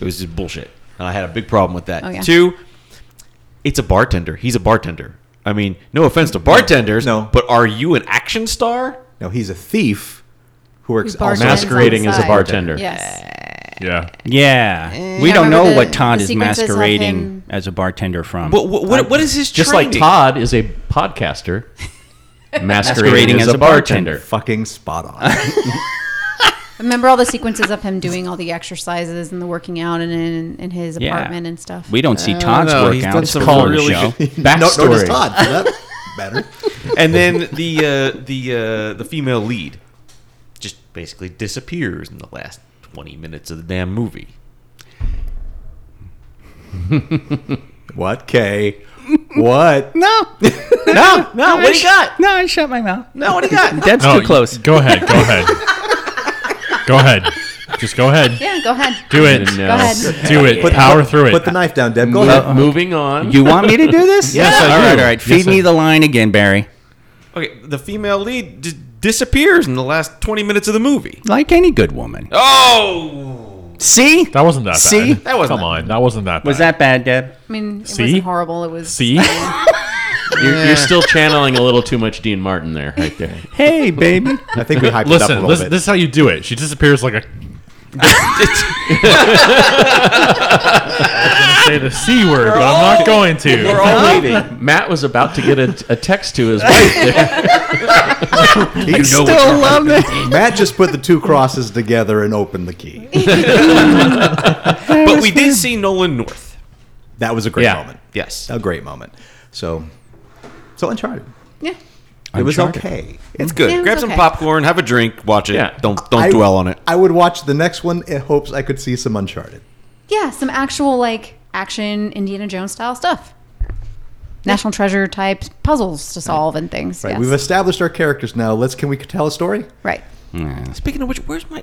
Speaker 4: It was just bullshit, and I had a big problem with that.
Speaker 5: Oh, yeah.
Speaker 4: Two, it's a bartender. He's a bartender. I mean, no offense to bartenders,
Speaker 2: No.
Speaker 4: but are you an action star?
Speaker 2: No, he's a thief who works
Speaker 5: Who bartends
Speaker 2: mask-
Speaker 7: masquerading as a
Speaker 5: outside.
Speaker 7: bartender.
Speaker 5: Yes.
Speaker 3: Yeah,
Speaker 6: Yeah, we
Speaker 5: Eh, I
Speaker 6: don't
Speaker 5: remember
Speaker 6: know
Speaker 5: the-
Speaker 6: what Todd
Speaker 5: the
Speaker 6: is
Speaker 5: sequences of
Speaker 6: masquerading
Speaker 5: him-
Speaker 6: as a bartender from.
Speaker 4: What what, what, what is his
Speaker 7: just
Speaker 4: training?
Speaker 7: like todd is a [laughs] podcaster masquerading,
Speaker 6: Masquerading
Speaker 7: as,
Speaker 6: as
Speaker 7: a
Speaker 6: a
Speaker 7: bartender,
Speaker 2: fucking spot
Speaker 3: [laughs]
Speaker 2: on.
Speaker 5: Remember all the sequences of him doing all the exercises and the working out and in, in his
Speaker 6: Yeah.
Speaker 5: apartment and stuff.
Speaker 6: We don't see
Speaker 4: I
Speaker 6: Todd's
Speaker 4: don't know. He's done
Speaker 6: workouts
Speaker 4: some
Speaker 6: called
Speaker 4: really
Speaker 2: no,
Speaker 6: show.
Speaker 2: nor does
Speaker 7: backstory
Speaker 2: Todd. For that matter.
Speaker 4: and then the uh, the uh, the female lead just basically disappears in the last twenty minutes of the damn movie.
Speaker 2: What, Kay? What?
Speaker 6: [laughs] No, [laughs] no, no. What do you got? No, I shut my mouth.
Speaker 4: No, what do
Speaker 6: [laughs]
Speaker 4: you got?
Speaker 6: Deb's
Speaker 3: No,
Speaker 6: too close.
Speaker 3: y- Go ahead. Go
Speaker 4: [laughs]
Speaker 3: ahead. go ahead. Just go ahead.
Speaker 5: Yeah, go ahead.
Speaker 3: Do it.
Speaker 7: No.
Speaker 5: Go ahead.
Speaker 3: Do it.
Speaker 2: Put-
Speaker 3: Power
Speaker 2: put-
Speaker 3: through it.
Speaker 2: Put the knife down, Deb. Go
Speaker 7: Mo-
Speaker 2: ahead.
Speaker 7: uh, moving on
Speaker 6: You want me to do [laughs] this?
Speaker 4: Yes, I
Speaker 6: All right,
Speaker 4: do.
Speaker 6: all right. Feed me the line again, Barry.
Speaker 4: Okay, the female lead d- disappears in the last 20 minutes of the movie.
Speaker 6: Like any good woman.
Speaker 4: Oh!
Speaker 6: See?
Speaker 3: that wasn't that
Speaker 6: See?
Speaker 3: bad. That wasn't. Come on. That wasn't that bad. E?
Speaker 6: Was that bad, Deb?
Speaker 5: I mean, it
Speaker 3: See?
Speaker 5: wasn't horrible. It was.
Speaker 3: See?
Speaker 7: you're, you're still channeling a little too much dean martin there right there
Speaker 3: [laughs]
Speaker 6: Hey, baby.
Speaker 2: I think we hyped it up a
Speaker 3: Listen,
Speaker 2: little
Speaker 3: this,
Speaker 2: bit.
Speaker 3: this is how you do it. She disappears like a. I was going to say the C word, but I'm not going to.
Speaker 4: We're all waiting.
Speaker 7: matt was about to get a, a text to his wife there.
Speaker 2: He-
Speaker 6: Still love that.
Speaker 2: Matt just put the two crosses together and opened the key.
Speaker 3: [laughs]
Speaker 4: But we did see Nolan North.
Speaker 2: That was a great
Speaker 7: Yeah.
Speaker 2: moment.
Speaker 4: Yes.
Speaker 2: A great moment. So, so Uncharted.
Speaker 5: Yeah.
Speaker 2: It was
Speaker 6: Uncharted.
Speaker 2: okay.
Speaker 4: It's good.
Speaker 5: Yeah, it was
Speaker 4: Grab some
Speaker 5: okay.
Speaker 4: popcorn, have a drink, watch it.
Speaker 7: Yeah.
Speaker 4: Don't don't
Speaker 2: I-
Speaker 4: dwell on it.
Speaker 2: I would watch the next one in hopes I could see some Uncharted.
Speaker 5: Yeah, some actual like action Indiana Jones style stuff. National treasure type puzzles to solve and things.
Speaker 2: Right.
Speaker 5: yes.
Speaker 2: We've established our characters now. Let's can we tell a story?
Speaker 5: right.
Speaker 4: Speaking of which, where's my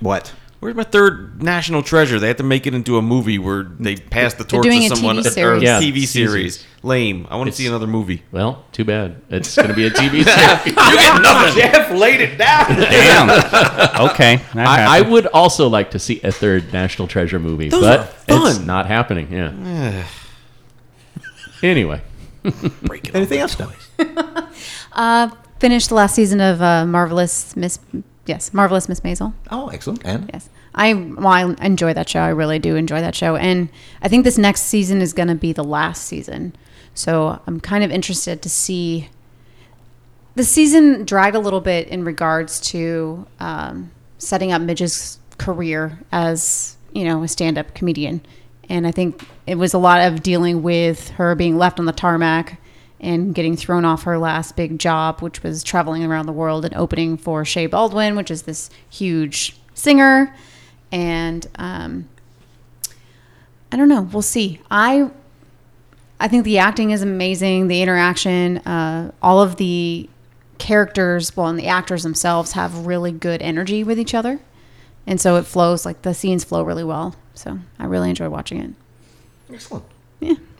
Speaker 2: What?
Speaker 4: where's my third national treasure? They had to make it into a movie where they pass the torch
Speaker 5: doing
Speaker 4: to
Speaker 5: a TV
Speaker 4: someone or
Speaker 5: series.
Speaker 7: Yeah,
Speaker 4: TV
Speaker 7: it's
Speaker 4: series. Lame. I want to see another movie.
Speaker 7: [laughs] well too bad it's going to be a [laughs] tv series
Speaker 4: Jeff laid it down.
Speaker 6: Damn. Okay. That
Speaker 7: I, I
Speaker 6: happened.
Speaker 7: would also like to see a third National Treasure movie,
Speaker 4: Those
Speaker 7: but
Speaker 4: are fun.
Speaker 7: it's not happening. Yeah. [sighs] anyway,
Speaker 2: Anything else? No.
Speaker 5: Finished the last season of uh, Marvelous Miss. Yes, Marvelous Miss Maisel.
Speaker 2: Oh, excellent. And
Speaker 5: Yes, I well, I enjoy that show. I really do enjoy that show, and I think this next season is going to be the last season. So I'm kind of interested to see. The season dragged a little bit in regards to um, setting up Midge's career as you know a stand-up comedian, and I think it was a lot of dealing with her being left on the tarmac and getting thrown off her last big job, which was traveling around the world and opening for Shea Baldwin, which is this huge singer. And um, I don't know. We'll see. I I think the acting is amazing. The interaction, uh, all of the characters, well, and the actors themselves have really good energy with each other, and so it flows like the scenes flow really well. So I really enjoy watching it.
Speaker 2: excellent.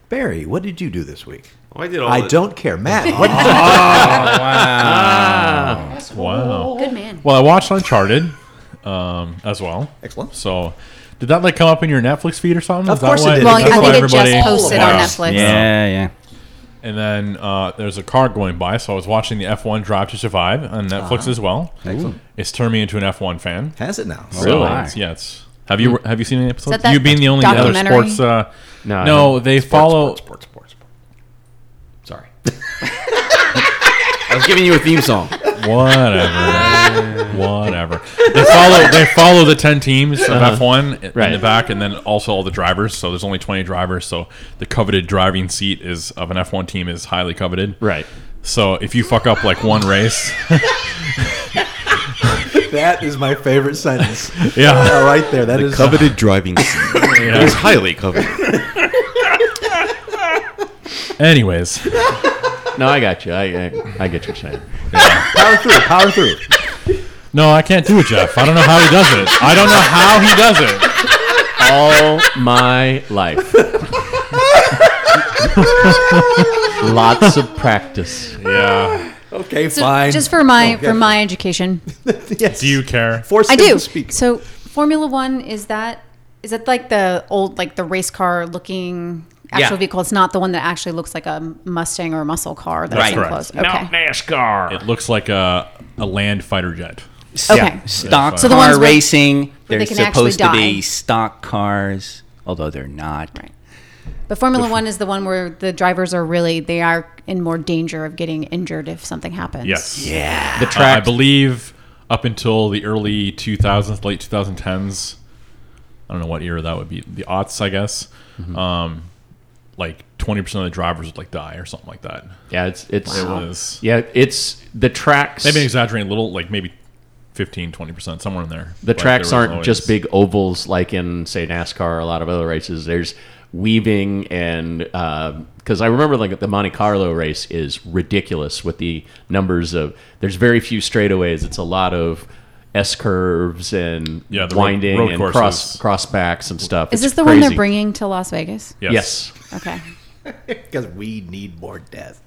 Speaker 2: Barry, what did you do this week?
Speaker 4: Oh, I did all
Speaker 2: I
Speaker 4: the-
Speaker 2: don't care, Matt. What?
Speaker 3: wow.
Speaker 5: Good man.
Speaker 3: Well, I watched Uncharted um, as well.
Speaker 2: Excellent.
Speaker 3: So, did that like come up in your Netflix feed or something?
Speaker 2: Of
Speaker 3: Is that
Speaker 2: course it
Speaker 3: why-
Speaker 2: did.
Speaker 5: Well,
Speaker 3: that's
Speaker 5: I
Speaker 3: why
Speaker 5: think it
Speaker 3: everybody-
Speaker 5: just posted on
Speaker 3: Wow.
Speaker 5: Netflix.
Speaker 6: Yeah, yeah.
Speaker 3: And then uh, there's a car going by, so I was watching the F1 Drive to Survive on Netflix as well.
Speaker 2: Excellent.
Speaker 3: It's turned me into an F1 fan.
Speaker 2: Has it now?
Speaker 3: So
Speaker 7: Really?
Speaker 3: it's- yeah. It's, have you have you seen any episodes?
Speaker 5: that
Speaker 3: You being the only other
Speaker 5: documentary?
Speaker 3: sports? Uh,
Speaker 7: no,
Speaker 3: no, they follow.
Speaker 2: Sports, sports, sports.
Speaker 4: [laughs] Sorry. I was giving you a theme song.
Speaker 3: Whatever. whatever. They follow they follow the ten teams of F one in the
Speaker 7: Right.
Speaker 3: back, and then also all the drivers. So there's only twenty drivers. So the coveted driving seat is of an F one team is highly coveted.
Speaker 7: Right.
Speaker 3: So if you fuck up like one race,
Speaker 2: That is my favorite sentence.
Speaker 3: [laughs] yeah,
Speaker 2: right there. That is
Speaker 4: Coveted driving seat. It was highly coveted.
Speaker 3: [laughs] Anyways,
Speaker 7: No, I got you. I I, I get your saying.
Speaker 2: [laughs] power through. Power through.
Speaker 3: no, I can't do it, Jeff. I don't know how he does it. I don't know how he does it.
Speaker 7: All my life. Lots of practice.
Speaker 3: Yeah.
Speaker 2: Okay,
Speaker 5: So
Speaker 2: fine.
Speaker 5: just for my
Speaker 2: Okay.
Speaker 5: for my education,
Speaker 2: [laughs] yes.
Speaker 3: Do you care?
Speaker 2: force
Speaker 5: I
Speaker 2: him
Speaker 5: do.
Speaker 2: to speak?
Speaker 5: So Formula One is that is that like the old like the race car looking actual
Speaker 6: Yeah.
Speaker 5: vehicle? It's not the one that actually looks like a Mustang or a muscle car. That's
Speaker 6: Right.
Speaker 5: enclosed. Okay.
Speaker 3: It looks like a a land fighter jet.
Speaker 5: Okay.
Speaker 6: Stock
Speaker 5: So the
Speaker 6: car
Speaker 5: ones with-
Speaker 6: racing.
Speaker 5: where
Speaker 6: They're
Speaker 5: they can actually
Speaker 6: supposed to
Speaker 5: die.
Speaker 6: be stock cars, although they're not.
Speaker 5: Right. But Formula One is the one where the drivers are really they are in more danger of getting injured if something happens.
Speaker 3: Yes.
Speaker 6: Yeah.
Speaker 7: The
Speaker 3: Uh, I
Speaker 7: track.
Speaker 3: believe up until the early 2000s, late 2010s. I don't know what era that would be. The aughts, I guess.
Speaker 7: Mm-hmm.
Speaker 3: Um, like 20% of the drivers would like die or something like that.
Speaker 7: yeah, it's it's
Speaker 3: It was.
Speaker 7: yeah, it's the tracks.
Speaker 3: They've been exaggerating a little, like maybe 15, 20%, somewhere in there.
Speaker 7: the
Speaker 3: Like,
Speaker 7: tracks
Speaker 3: there was
Speaker 7: aren't
Speaker 3: always-
Speaker 7: just big ovals like in say NASCAR or a lot of other races. There's weaving and because I remember like the Monte Carlo race is ridiculous with the numbers of there's very few straightaways. It's a lot of S curves and
Speaker 3: Yeah, the road-
Speaker 7: winding
Speaker 3: road
Speaker 7: and
Speaker 3: courses.
Speaker 7: cross crossbacks and stuff.
Speaker 5: Is
Speaker 7: It's
Speaker 5: this the one
Speaker 7: crazy.
Speaker 5: they're bringing to Las Vegas?
Speaker 3: Yes.
Speaker 7: Yes.
Speaker 5: Okay.
Speaker 2: Because we need more death.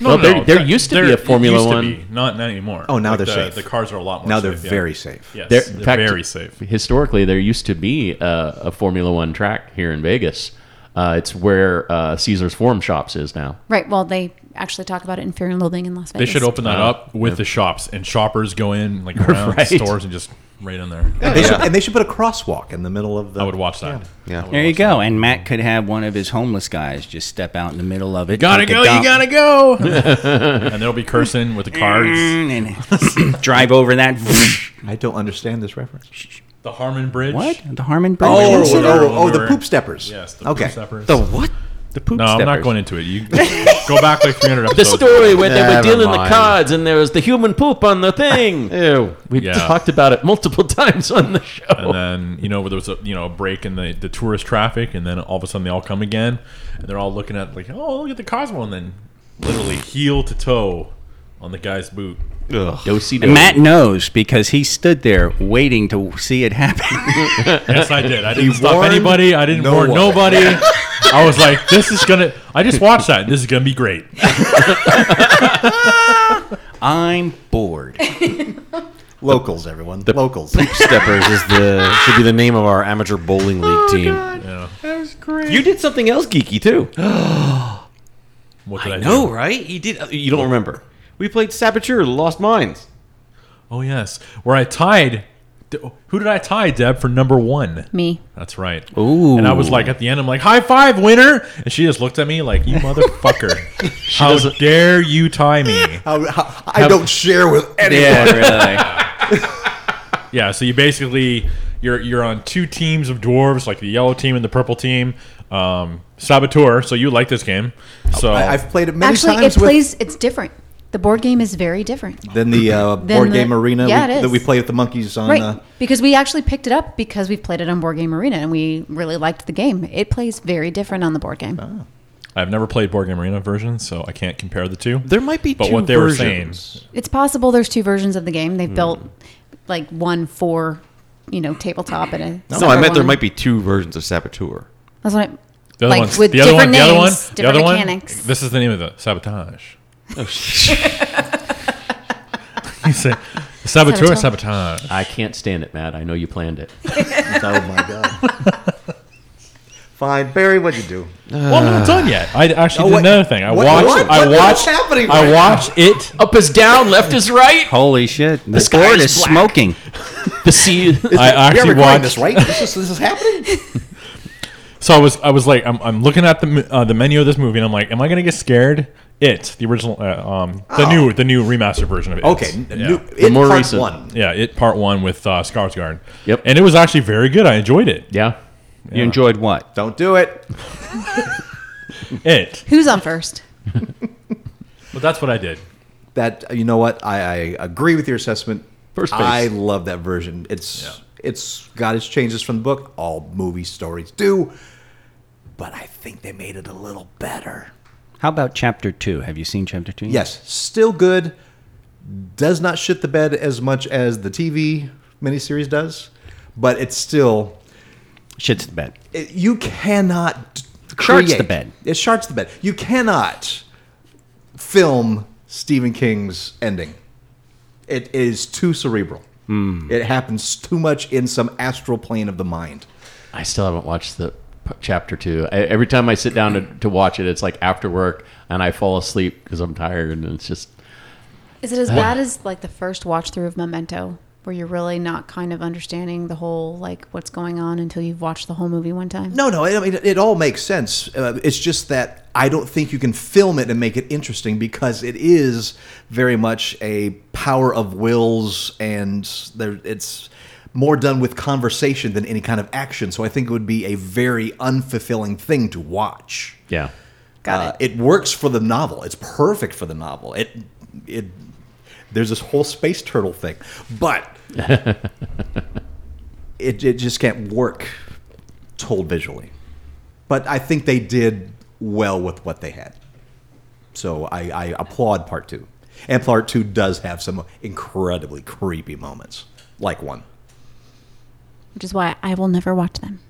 Speaker 7: Well, there- there used to be a
Speaker 3: it
Speaker 7: Formula
Speaker 3: used to
Speaker 7: One.
Speaker 3: be, Not, not anymore.
Speaker 2: Oh, now
Speaker 3: Like,
Speaker 2: they're
Speaker 3: the,
Speaker 2: safe.
Speaker 3: The cars are a lot more
Speaker 2: Now they're
Speaker 3: safe, yeah.
Speaker 2: very safe.
Speaker 3: Yes.
Speaker 7: There-
Speaker 3: They're,
Speaker 7: in fact,
Speaker 3: very safe.
Speaker 7: Historically, there used to be a, a Formula One track here in Vegas. Uh, it's where uh, Caesar's Forum Shops is now.
Speaker 5: Right. Well, they actually talk about it in Fear and Loathing in Las
Speaker 3: They
Speaker 5: Vegas.
Speaker 3: should open that up with the shops, and shoppers go in
Speaker 7: [laughs]
Speaker 3: like around
Speaker 7: Right.
Speaker 3: stores and just right in there.
Speaker 2: They should, and they should put a crosswalk in the middle of the.
Speaker 3: I would watch that.
Speaker 4: Yeah.
Speaker 6: There you go. And Matt could have one of his homeless guys just step out in the middle of it.
Speaker 3: Gotta
Speaker 6: take a
Speaker 3: go, you
Speaker 6: dump,
Speaker 3: gotta go. and they'll be cursing with the
Speaker 6: Mm.
Speaker 3: cars.
Speaker 6: [coughs] and drive over that.
Speaker 2: I don't understand this reference.
Speaker 3: The Harmon Bridge.
Speaker 6: what? The Harmon Bridge?
Speaker 2: Oh,
Speaker 3: Yes,
Speaker 2: oh,
Speaker 3: sir.
Speaker 2: oh, oh, the
Speaker 3: Whatever.
Speaker 2: poop steppers.
Speaker 3: Yes, the
Speaker 2: okay.
Speaker 3: poop steppers.
Speaker 6: The what? The poop
Speaker 3: no, I'm not
Speaker 6: steppers.
Speaker 3: going into it. You [laughs] go back like 300
Speaker 7: the
Speaker 3: episodes.
Speaker 7: story where they
Speaker 2: Never
Speaker 7: were dealing
Speaker 2: mind.
Speaker 7: the cards and there was the human poop on the thing. [laughs] Ew. We
Speaker 3: Yeah.
Speaker 7: talked about it multiple [laughs] times on the show.
Speaker 3: And then you know where there was a you know a break in the, the tourist traffic, and then all of a sudden they all come again, and they're all looking at like, oh look at the Cosmo, and then literally heel to toe on the guy's boot.
Speaker 4: Ugh.
Speaker 7: Do-si-do.
Speaker 6: And Matt knows because he stood there waiting to see it happen.
Speaker 3: Yes, I did. I didn't stop
Speaker 2: warned
Speaker 3: anybody. I didn't
Speaker 2: no
Speaker 3: warn
Speaker 2: one.
Speaker 3: nobody.
Speaker 6: [laughs]
Speaker 3: I was like, this is gonna. I just watched that. and This is gonna be great.
Speaker 6: [laughs] I'm [laughs] bored.
Speaker 2: Locals, everyone. Locals.
Speaker 4: [laughs] Steppers is the should be the name of our amateur bowling league team.
Speaker 3: Yeah.
Speaker 4: You did something else geeky too.
Speaker 3: What did I,
Speaker 4: No,
Speaker 3: do?
Speaker 4: right? You did. uh, You don't remember? We played Saboteur: Lost Mines.
Speaker 3: Oh yes, where I tied. Who did I tie, Deb, for number one?
Speaker 5: Me.
Speaker 3: That's right. Ooh. And I was like, at the end, I'm like, high five, winner. And she just looked at me like, you motherfucker.
Speaker 2: [laughs]
Speaker 3: How dare you tie me?
Speaker 2: How- how- [laughs] I don't share with anyone.
Speaker 6: yeah,
Speaker 3: yeah. So you basically you're you're on two teams of dwarves, like the yellow team and the purple team. Um, Saboteur. So you like this game. So
Speaker 2: I, I've played it many
Speaker 5: Actually, it
Speaker 2: times with,
Speaker 5: plays. It's different. The board game is very different.
Speaker 2: than the uh, board
Speaker 5: the-
Speaker 2: game arena
Speaker 5: yeah,
Speaker 2: we,
Speaker 5: it
Speaker 2: that we
Speaker 5: is.
Speaker 2: played at the monkeys on.
Speaker 5: Right,
Speaker 2: Uh,
Speaker 5: because we actually picked it up because we've played it on Board Game Arena and we really liked the game. It plays very different on the board game.
Speaker 3: I've never played Board Game Arena version, so I can't compare the two.
Speaker 4: There might be
Speaker 3: But
Speaker 4: two
Speaker 3: what they
Speaker 4: versions.
Speaker 3: were saying,
Speaker 5: It's possible there's two versions of the game.
Speaker 4: Hmm.
Speaker 5: They built like one for, you know, tabletop and a.
Speaker 4: No, I meant there might be two versions of Saboteur.
Speaker 5: That's what I.
Speaker 3: the other
Speaker 5: like
Speaker 3: one's-
Speaker 5: with
Speaker 3: the other
Speaker 5: different
Speaker 3: one, the
Speaker 5: names,
Speaker 3: other one, the
Speaker 5: different
Speaker 3: other
Speaker 5: mechanics.
Speaker 3: one. This is the name of the sabotage.
Speaker 2: Oh,
Speaker 3: [laughs] you say saboteur,
Speaker 5: Sabotage.
Speaker 3: sabotage.
Speaker 2: Uh,
Speaker 7: I can't stand it, Matt. I know you planned it.
Speaker 2: [laughs] oh my god.
Speaker 5: [laughs]
Speaker 2: Fine, Barry. What'd you do?
Speaker 3: Well, I'm not done yet. I actually
Speaker 2: Oh,
Speaker 3: did
Speaker 2: what-
Speaker 3: another thing. I
Speaker 2: what-
Speaker 3: watched.
Speaker 2: what-
Speaker 3: I
Speaker 2: what- what's
Speaker 3: watched.
Speaker 2: happening right
Speaker 3: I
Speaker 2: now?
Speaker 3: watched it.
Speaker 7: Up is down, left is
Speaker 6: [laughs]
Speaker 7: right.
Speaker 6: Holy shit. The
Speaker 7: sky
Speaker 6: board
Speaker 7: is
Speaker 6: is
Speaker 7: black.
Speaker 6: smoking.
Speaker 7: The sea.
Speaker 3: I actually watched.
Speaker 2: this right? This is, this is happening.
Speaker 3: So I was. I was like, I'm, I'm looking at the m- uh, the menu of this movie, and I'm like, am I gonna get scared? It the original, uh, um, the new, the new remastered version of it.
Speaker 2: [laughs] Oh. Okay, n-
Speaker 3: yeah.
Speaker 2: new, it
Speaker 7: more
Speaker 2: part
Speaker 7: recent.
Speaker 2: one.
Speaker 3: yeah, it part one with uh, Skarsgård.
Speaker 7: Yep.
Speaker 3: and it was actually very good. I enjoyed it.
Speaker 7: Yeah.
Speaker 6: You enjoyed what?
Speaker 2: Don't do it.
Speaker 3: It,
Speaker 5: Who's on first?
Speaker 3: but that's what I did.
Speaker 2: That you know what? I, I agree with your assessment.
Speaker 7: First base.
Speaker 2: I love that version. It's it's got its changes from the book. All movie stories do, but I think they made it a little better.
Speaker 6: How about chapter two? Have you seen chapter two? yet?
Speaker 2: Yes, still good. Does not shit the bed as much as the TV miniseries does, but it's still
Speaker 6: Shit's the bed.
Speaker 2: it, you cannot
Speaker 6: Sharks
Speaker 2: create-
Speaker 6: the bed.
Speaker 2: It sharks the bed. You cannot film Stephen King's ending. It is too cerebral.
Speaker 6: Hmm.
Speaker 2: It happens too much in some astral plane of the mind.
Speaker 7: I still haven't watched the p- chapter two. I, every time I sit down to, to watch it, it's like after work, and I fall asleep because I'm tired, and it's just
Speaker 5: Is it as bad as like the first watch through of Memento, where you're really not kind of understanding the whole like what's going on until you've watched the whole movie one time?
Speaker 2: No, no, I mean it all makes sense. Uh, it's just that I don't think you can film it and make it interesting because it is very much a power of wills, and there it's more done with conversation than any kind of action. So I think it would be a very unfulfilling thing to watch.
Speaker 7: yeah.
Speaker 2: Got Uh, it. It works for the novel. It's perfect for the novel. It it there's this whole space turtle thing, [laughs] but it it just can't work told visually. But I think they did well with what they had. So I, I applaud part two, and part two does have some incredibly creepy moments, like one.
Speaker 5: Which is why I will never watch them.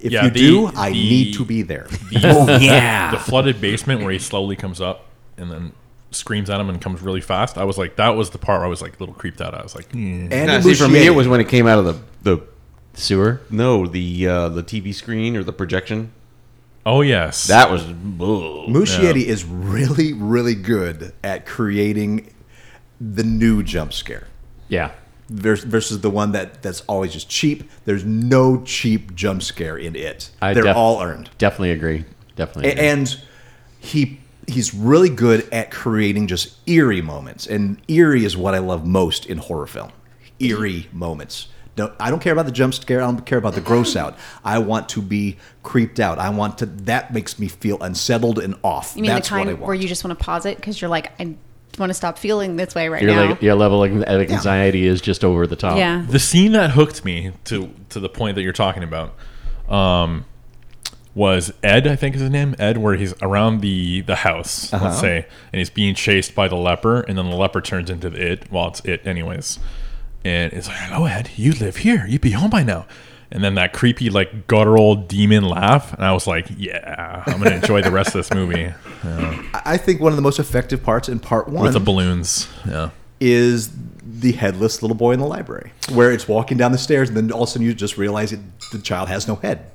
Speaker 2: If
Speaker 3: Yeah,
Speaker 2: you
Speaker 3: the-
Speaker 2: do, I
Speaker 3: the-
Speaker 2: need to be there.
Speaker 6: Oh yeah.
Speaker 3: The flooded basement where he slowly comes up and then screams at him and comes really fast. I was like, that was the part where I was like a little creeped out. I was like, "Mm."
Speaker 2: [laughs] And
Speaker 4: Nah, see, for me,
Speaker 2: Bouchier.
Speaker 4: it was when it came out of the the
Speaker 7: Sewer.
Speaker 4: no the uh, the TV screen or the projection.
Speaker 3: oh yes,
Speaker 4: That was ugh.
Speaker 2: Muschietti is really, really good at creating the new jump scare
Speaker 7: Yeah.
Speaker 2: vers- versus the one that, that's always just cheap. There's no cheap jump scare in it.
Speaker 7: I
Speaker 2: They're
Speaker 7: def-
Speaker 2: all earned.
Speaker 7: Definitely agree.
Speaker 2: A-
Speaker 7: Definitely. Agree.
Speaker 2: And he he's really good at creating just eerie moments. And eerie is what I love most in horror film. Eerie moments. No, I don't care about the jump scare. I don't care about the gross out. I want to be creeped out. I want to. That makes me feel unsettled and off.
Speaker 5: You mean
Speaker 2: That's
Speaker 5: the kind
Speaker 2: what I want.
Speaker 5: where you just want to pause it because you're like, I want to stop feeling this way right
Speaker 7: your,
Speaker 5: now.
Speaker 7: like, your level of like, anxiety is just over the top.
Speaker 5: yeah.
Speaker 3: the scene that hooked me to to the point that you're talking about um, was Ed, I think is his name, Ed, where he's around the the house,
Speaker 2: Uh-huh.
Speaker 3: let's say, and he's being chased by the leper, and then the leper turns into the it. Well, it's it anyways, and it's like, "Hello, Ed, you live here. You'd be home by now." And then that creepy, like guttural demon laugh, and I was like, "Yeah, I'm gonna enjoy the rest of this
Speaker 2: [laughs]
Speaker 3: movie
Speaker 2: I think one of the most effective parts in part one
Speaker 3: with the balloons." Yeah,
Speaker 2: is the headless little boy in the library, where it's walking down the stairs, and then all of a sudden you just realize it, the child has no head,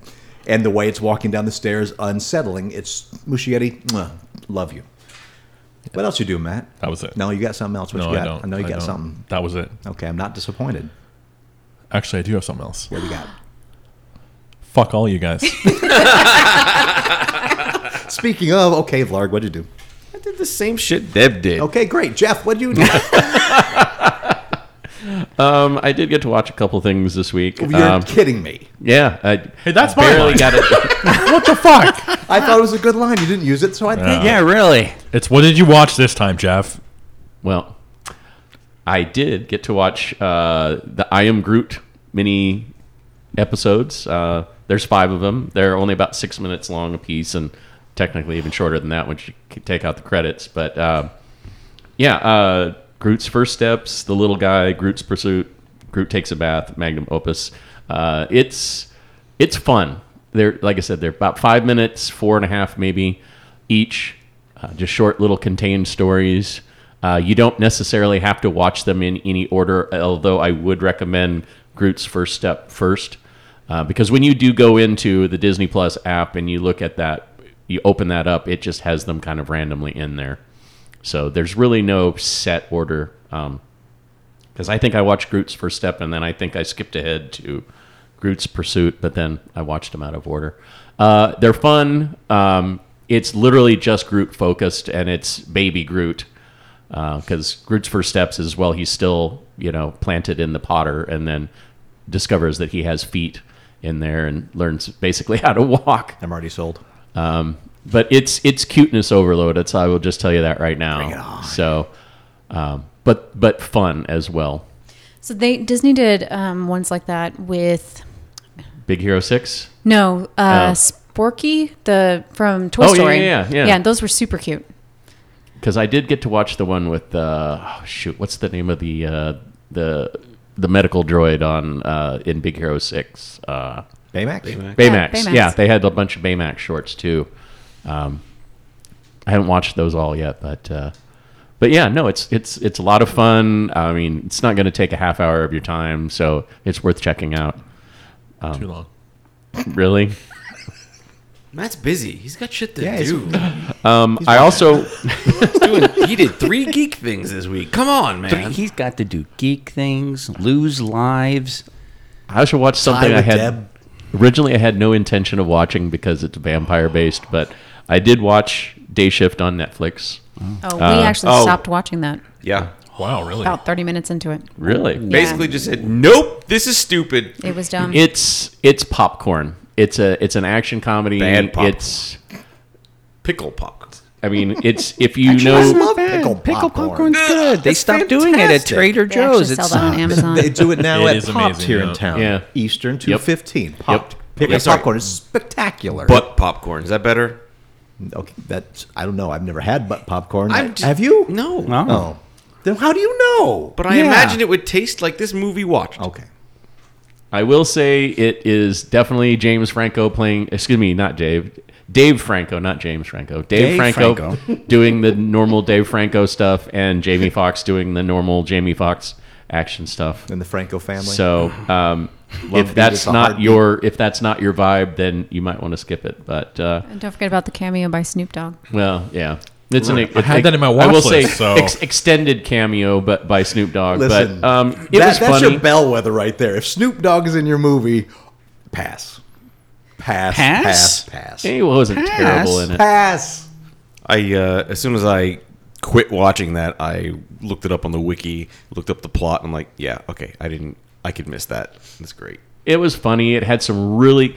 Speaker 2: and the way it's walking down the stairs unsettling. It's Muschietti, mwah, love you. What else you do, Matt?
Speaker 3: that was it.
Speaker 2: No, you got something else. What
Speaker 3: No,
Speaker 2: you
Speaker 3: I
Speaker 2: got?
Speaker 3: don't.
Speaker 2: know you got
Speaker 3: don't.
Speaker 2: something.
Speaker 3: That was it.
Speaker 2: Okay, I'm not disappointed.
Speaker 3: Actually, I do have something else.
Speaker 2: What do you got?
Speaker 3: Fuck all you guys.
Speaker 2: Speaking of, okay, Vlarg, what'd you do?
Speaker 4: I did the same shit Deb did.
Speaker 2: Okay, great, Jeff, what'd
Speaker 3: [laughs]
Speaker 2: you do?
Speaker 7: Um, I did get to watch a couple things this week.
Speaker 2: You're
Speaker 7: Um,
Speaker 2: kidding me.
Speaker 7: yeah. I
Speaker 3: Hey, that's my
Speaker 7: barely
Speaker 3: line.
Speaker 7: got
Speaker 3: [laughs]
Speaker 7: it.
Speaker 2: I thought it was a good line. You didn't use it, so I think
Speaker 6: yeah, really.
Speaker 3: It's what did you watch this time, Jeff?
Speaker 7: Well, I did get to watch uh, the I Am Groot mini episodes. Uh, there's five of them. They're only about six minutes long a piece, and technically even shorter than that once you c- take out the credits. But uh, yeah, uh, Groot's first steps, the little guy, Groot's pursuit, Groot takes a bath, magnum opus. Uh, it's it's fun. They're like I said, they're about five minutes, four and a half maybe each. Uh, just short little contained stories. Uh, you don't necessarily have to watch them in any order, although I would recommend Groot's first step first. Uh, because when you do go into the Disney Plus app and you look at that, you open that up, it just has them kind of randomly in there. So there's really no set order. Because I think I watched Groot's first step, and then I think I skipped ahead to Groot's pursuit, but then I watched them out of order. Uh, they're fun. Um, it's literally just Groot focused, and it's baby Groot because Groot's first steps is well, he's still you know planted in the Potter, and then discovers that he has feet in there and learns basically [laughs] how to walk.
Speaker 11: I'm already sold.
Speaker 7: Um, but it's it's cuteness overload. It's I will just tell you that right now. Bring it on. So, um, but but fun as well.
Speaker 5: So they Disney did um, ones like that with
Speaker 7: Big Hero Six.
Speaker 5: no uh,
Speaker 7: Oh.
Speaker 5: Sporky the from Toy
Speaker 7: Oh, yeah,
Speaker 5: Story.
Speaker 7: yeah, yeah, yeah.
Speaker 5: those were super cute.
Speaker 7: because I did get to watch the one with uh, oh, shoot, what's the name of the uh, the the medical droid on uh, in Big Hero Six? Uh,
Speaker 11: Baymax.
Speaker 7: Baymax.
Speaker 5: Baymax.
Speaker 7: Yeah, they had a bunch of Baymax shorts too. Um, I haven't watched those all yet, but uh, but yeah, no, it's it's it's a lot of fun. I mean, it's not going to take a half hour of your time, so it's worth checking out. Um,
Speaker 3: Too long. [laughs]
Speaker 7: Really.
Speaker 4: Matt's busy. He's got shit to
Speaker 11: Yeah, he's-
Speaker 4: do.
Speaker 7: Um, I also
Speaker 4: He's doing, he did three geek things this week. Come on, man.
Speaker 6: He's got to do geek things, lose lives.
Speaker 7: I also watched something I
Speaker 11: with
Speaker 7: had
Speaker 11: Deb.
Speaker 7: originally I had no intention of watching because it's vampire based, but I did watch Day Shift on Netflix.
Speaker 5: Oh, we
Speaker 7: Uh,
Speaker 5: actually
Speaker 4: oh.
Speaker 5: stopped watching that
Speaker 4: Yeah.
Speaker 3: Wow, really?
Speaker 6: Oh.
Speaker 5: about 30 minutes into it.
Speaker 7: Really?
Speaker 4: Basically just said, nope, this is stupid.
Speaker 5: It was dumb.
Speaker 7: It's it's popcorn. It's a it's an action comedy.
Speaker 4: Bad popcorn.
Speaker 7: It's
Speaker 4: Pickle pop.
Speaker 7: I mean it's if you
Speaker 6: I
Speaker 7: know
Speaker 6: love pickle, pickle popcorn's good. They
Speaker 2: It's
Speaker 6: stopped doing it at
Speaker 2: fantastic.
Speaker 6: Trader
Speaker 5: they actually
Speaker 6: Joe's.
Speaker 5: sell
Speaker 6: It's
Speaker 5: that on Amazon.
Speaker 7: [laughs]
Speaker 2: They do it now
Speaker 3: It
Speaker 2: at
Speaker 3: is
Speaker 2: Pops
Speaker 3: amazing,
Speaker 2: here
Speaker 3: yeah.
Speaker 2: in town.
Speaker 7: Yeah.
Speaker 2: Eastern two
Speaker 7: Yep.
Speaker 2: fifteen. Popped
Speaker 7: Yep.
Speaker 2: pickle
Speaker 4: Yeah, sorry.
Speaker 2: popcorn is spectacular.
Speaker 4: Butt popcorn. Is that better?
Speaker 2: okay, that's I don't know. I've never had butt popcorn.
Speaker 4: I'm just-
Speaker 2: Have you?
Speaker 4: No.
Speaker 6: Oh.
Speaker 2: Oh. Then how do you know?
Speaker 4: But I imagine it would taste like this movie watched.
Speaker 2: Okay.
Speaker 7: I will say it is definitely James Franco playing excuse me, not Dave. Dave Franco, not James Franco. Dave,
Speaker 6: Dave
Speaker 7: Franco,
Speaker 6: Franco.
Speaker 7: [laughs] doing the normal Dave Franco stuff and Jamie Foxx doing the normal Jamie Foxx action stuff.
Speaker 2: In the Franco family.
Speaker 7: So um,
Speaker 2: Love
Speaker 7: if
Speaker 2: beat
Speaker 7: that's
Speaker 2: is a
Speaker 7: not
Speaker 2: hard
Speaker 7: your if that's not your vibe, then you might want to skip it. But uh,
Speaker 5: And don't forget about the cameo by Snoop Dogg.
Speaker 7: well, yeah, it's an.
Speaker 3: I had that in my
Speaker 7: I
Speaker 3: watch
Speaker 7: will
Speaker 3: list,
Speaker 7: say
Speaker 3: so-
Speaker 7: ex- extended cameo, but by Snoop Dogg.
Speaker 2: Listen,
Speaker 7: but um, it
Speaker 2: that- that's
Speaker 7: was funny.
Speaker 2: your bellwether right there. If Snoop Dogg is in your movie, pass. Pass.
Speaker 6: Pass?
Speaker 2: Pass. Pass.
Speaker 7: He wasn't terrible in it.
Speaker 2: pass.
Speaker 4: I uh, as soon as I quit watching that, I looked it up on the wiki, looked up the plot, and I'm like, yeah, okay, I didn't I could miss that. That's great.
Speaker 7: it was funny. It had some really.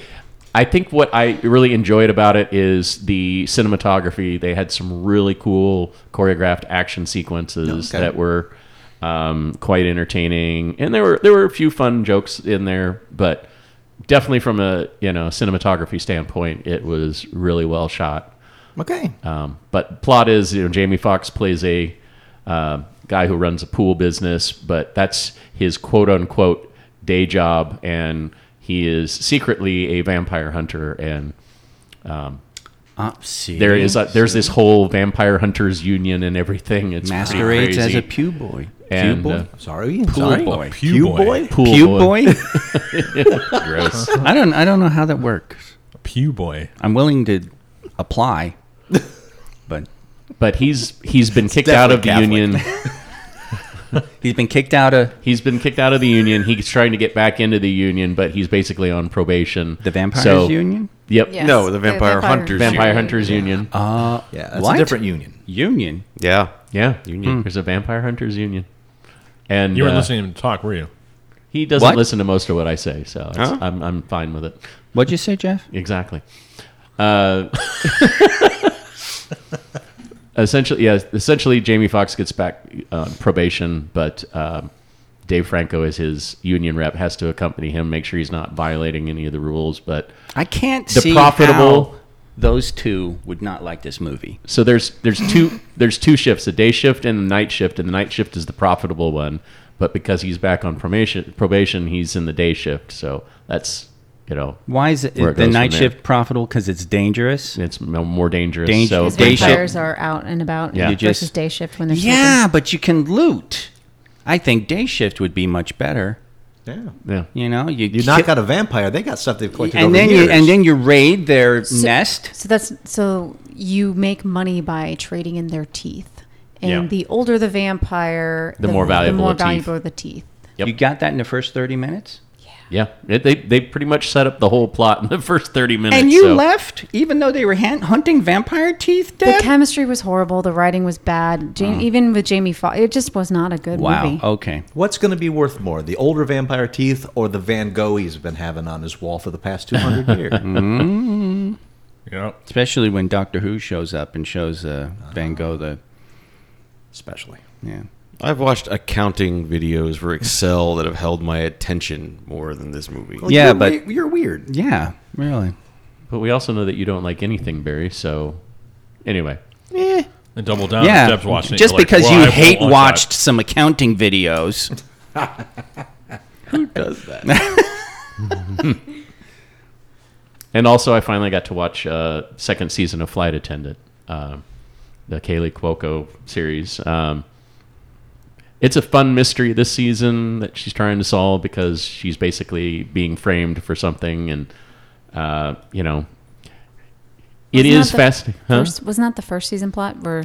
Speaker 7: I think what I really enjoyed about it is the cinematography. They had some really cool choreographed action sequences that were um, quite entertaining, and there were there were a few fun jokes in there, but definitely from a you know cinematography standpoint, it was really well shot.
Speaker 2: Okay.
Speaker 7: Um, but plot is, you know, Jamie Foxx plays a uh, guy who runs a pool business, but that's his quote unquote day job, and he is secretly a vampire hunter. And
Speaker 6: Up, Oh, see.
Speaker 7: there is a, there's this whole vampire hunters union and everything. It's pretty
Speaker 6: masquerades as
Speaker 7: crazy.
Speaker 6: a pew boy.
Speaker 7: and,
Speaker 6: pew boy.
Speaker 7: uh,
Speaker 2: Sorry.
Speaker 6: Pool
Speaker 2: Sorry.
Speaker 6: boy.
Speaker 3: Pew, boy.
Speaker 7: pool
Speaker 6: Pew
Speaker 7: boy.
Speaker 6: boy.
Speaker 7: Gross.
Speaker 6: I don't. I don't know how that works.
Speaker 3: Pew boy.
Speaker 6: I'm willing to apply, but
Speaker 7: But he's he's been kicked out of the
Speaker 2: definitely
Speaker 7: union.
Speaker 6: [laughs] he's been kicked out of
Speaker 7: He's been kicked out of the union. He's trying to get back into the union, but he's basically on probation.
Speaker 6: the vampires
Speaker 7: So-
Speaker 6: union.
Speaker 7: Yep.
Speaker 5: Yes,
Speaker 4: No, the Vampire Hunters
Speaker 7: Vampire Hunters Union.
Speaker 6: Uh,
Speaker 2: Yeah, that's
Speaker 6: What?
Speaker 2: a different union.
Speaker 6: union.
Speaker 4: Yeah.
Speaker 7: Yeah,
Speaker 4: Union.
Speaker 7: There's a vampire hunters union, and
Speaker 3: You weren't
Speaker 7: uh,
Speaker 3: listening to him talk, were you?
Speaker 7: He doesn't
Speaker 6: What?
Speaker 7: listen to most of what I say, so it's,
Speaker 4: Huh?
Speaker 7: I'm I'm fine with it.
Speaker 6: What'd you say, Jeff?
Speaker 7: Exactly. Uh, [laughs] essentially, yeah. Essentially, Jamie Foxx gets back uh, probation, but um, Dave Franco is his union rep. Has to accompany him, make sure he's not violating any of the rules. But
Speaker 6: I can't
Speaker 7: The
Speaker 6: see
Speaker 7: profitable-
Speaker 6: how those two would not like this movie.
Speaker 7: so there's there's two there's two shifts a day shift and a night shift and the night shift is the profitable one but because he's back on probation probation he's in the day shift so that's you know
Speaker 6: Why is it,
Speaker 7: Where it
Speaker 6: the
Speaker 7: goes
Speaker 6: night
Speaker 7: from there.
Speaker 6: shift profitable? Because it's dangerous.
Speaker 7: it's m- more dangerous
Speaker 6: Dangerous. Because
Speaker 7: so they-
Speaker 6: Day
Speaker 5: Day
Speaker 6: shift-
Speaker 5: players are out and about
Speaker 7: Yeah. You
Speaker 6: just-
Speaker 5: versus day shift when they're
Speaker 6: Yeah, but you can loot. I think day shift would be much better.
Speaker 2: Yeah.
Speaker 7: yeah.
Speaker 6: You know, you,
Speaker 2: You knock out a vampire, they got stuff they've collected
Speaker 6: and
Speaker 2: over
Speaker 6: then
Speaker 2: years.
Speaker 6: you and then you raid their
Speaker 5: sleeping. So-
Speaker 6: nest.
Speaker 5: So that's so you make money by trading in their teeth, and
Speaker 7: Yeah.
Speaker 5: the older the vampire,
Speaker 7: The more valuable
Speaker 5: the more
Speaker 7: the teeth.
Speaker 5: valuable the teeth.
Speaker 7: Yep.
Speaker 6: You got that in the first thirty minutes.
Speaker 7: Yeah, it, they they pretty much set up the whole plot in the [laughs] first thirty minutes.
Speaker 6: And you
Speaker 7: so-
Speaker 6: left, even though they were hand- hunting vampire teeth,
Speaker 5: The
Speaker 6: Deb?
Speaker 5: chemistry was horrible. The writing was bad. Ja-
Speaker 7: Mm.
Speaker 5: Even with Jamie Foxx, it just was not a good
Speaker 6: wow.
Speaker 7: Oh,
Speaker 5: movie.
Speaker 6: Okay.
Speaker 2: What's going to be worth more, the older vampire teeth or the Van Gogh he's been having on his wall for the past 200 years?
Speaker 3: Yeah.
Speaker 6: Especially when Doctor Who shows up and shows uh, Van Gogh the.
Speaker 2: Especially.
Speaker 6: Yeah.
Speaker 4: I've watched accounting videos for Excel that have held my attention more than this movie.
Speaker 6: Yeah,
Speaker 2: you're
Speaker 6: but-
Speaker 2: we- you're weird.
Speaker 6: Yeah, really.
Speaker 7: But we also know that you don't like anything, Barry. So anyway,
Speaker 3: And double down.
Speaker 6: yeah.
Speaker 3: Deb's Uh, watching it,
Speaker 6: Just
Speaker 3: you're like,
Speaker 6: because
Speaker 3: "Well, I
Speaker 6: you
Speaker 3: won't
Speaker 6: hate
Speaker 3: watch
Speaker 6: watched
Speaker 3: that."
Speaker 6: some accounting videos. [laughs]
Speaker 7: and also I finally got to watch uh, second season of Flight Attendant, um, the Kaylee Cuoco series. Um, it's a fun mystery this season that she's trying to solve because she's basically being framed for something, and uh, you know, it
Speaker 5: Wasn't
Speaker 7: is
Speaker 5: that the
Speaker 7: fascinating. Huh?
Speaker 5: First, wasn't that the first season plot where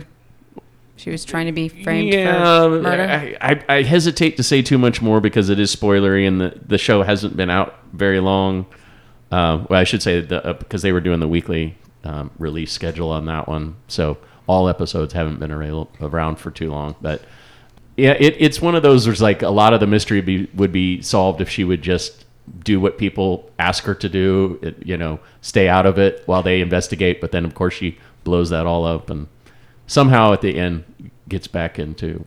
Speaker 5: she was trying to be framed
Speaker 7: yeah,
Speaker 5: for murder?
Speaker 7: I, I, I hesitate to say too much more because it is spoilery and the, the show hasn't been out very long. Uh, well, I should say the, uh, because they were doing the weekly um, release schedule on that one, so all episodes haven't been avail- around for too long. But yeah, it, it's one of those. There's like a lot of the mystery be, would be solved if she would just do what people ask her to do. It, you know, stay out of it while they investigate. But then, of course, she blows that all up and somehow at the end gets back into.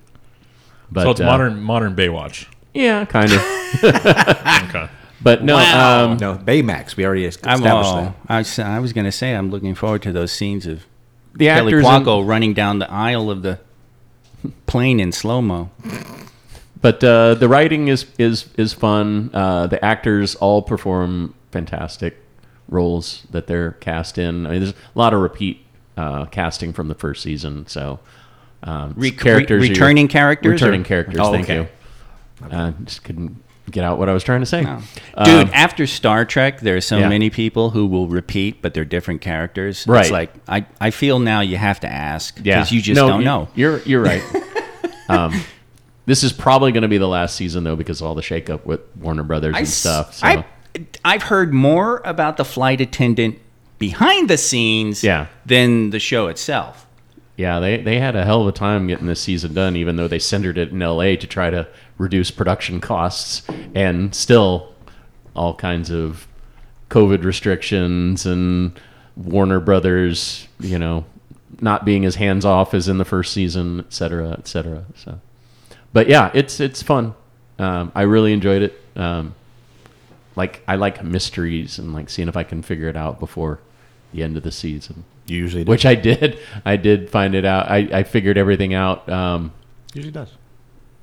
Speaker 7: But
Speaker 3: So it's
Speaker 7: uh,
Speaker 3: modern modern Baywatch.
Speaker 7: yeah, kind of.
Speaker 6: [laughs]
Speaker 3: Okay.
Speaker 7: [laughs] But no, um,
Speaker 2: No, Baymax. We already established
Speaker 6: I'm all,
Speaker 2: that.
Speaker 6: I, s- I was going to say I'm looking forward to those scenes of
Speaker 7: the
Speaker 6: Kelly
Speaker 7: actors. in-
Speaker 6: Cuoco running down the aisle of the plane in slow mo.
Speaker 7: but uh, the writing is is is fun. Uh, the actors all perform fantastic roles that they're cast in. I mean, there's a lot of repeat uh, casting from the first season, so um,
Speaker 6: Re-
Speaker 7: characters
Speaker 6: re-
Speaker 7: are-
Speaker 6: returning characters or-
Speaker 7: returning characters.
Speaker 6: Oh,
Speaker 7: thank
Speaker 6: okay.
Speaker 7: you. Uh, just couldn't get out what I was trying to say.
Speaker 6: No.
Speaker 7: Um,
Speaker 6: Dude, after Star Trek, there are so
Speaker 7: Yeah.
Speaker 6: many people who will repeat, but they're different characters.
Speaker 7: Right.
Speaker 6: It's like, I, I feel now you have to ask
Speaker 7: Yeah,
Speaker 6: because you just don't
Speaker 7: you-
Speaker 6: know.
Speaker 7: You're you're
Speaker 6: [laughs]
Speaker 7: right. um, this is probably going to be the last season though, because of all the shakeup with Warner Brothers and stuff. So.
Speaker 6: I, have heard more about the flight attendant behind the scenes
Speaker 7: Yeah.
Speaker 6: than the show itself.
Speaker 7: yeah, they they had a hell of a time getting this season done, even though they centered it in L.A. to try to reduce production costs, and still all kinds of COVID restrictions and Warner Brothers, you know, not being as hands off as in the first season, et cetera, et cetera. So, but yeah, it's it's fun. Um, I really enjoyed it. Um, like I like mysteries and like seeing if I can figure it out before the end of the season.
Speaker 2: You usually do.
Speaker 7: Which I did. [laughs] I did find it out. I, I figured everything out um,
Speaker 2: usually does.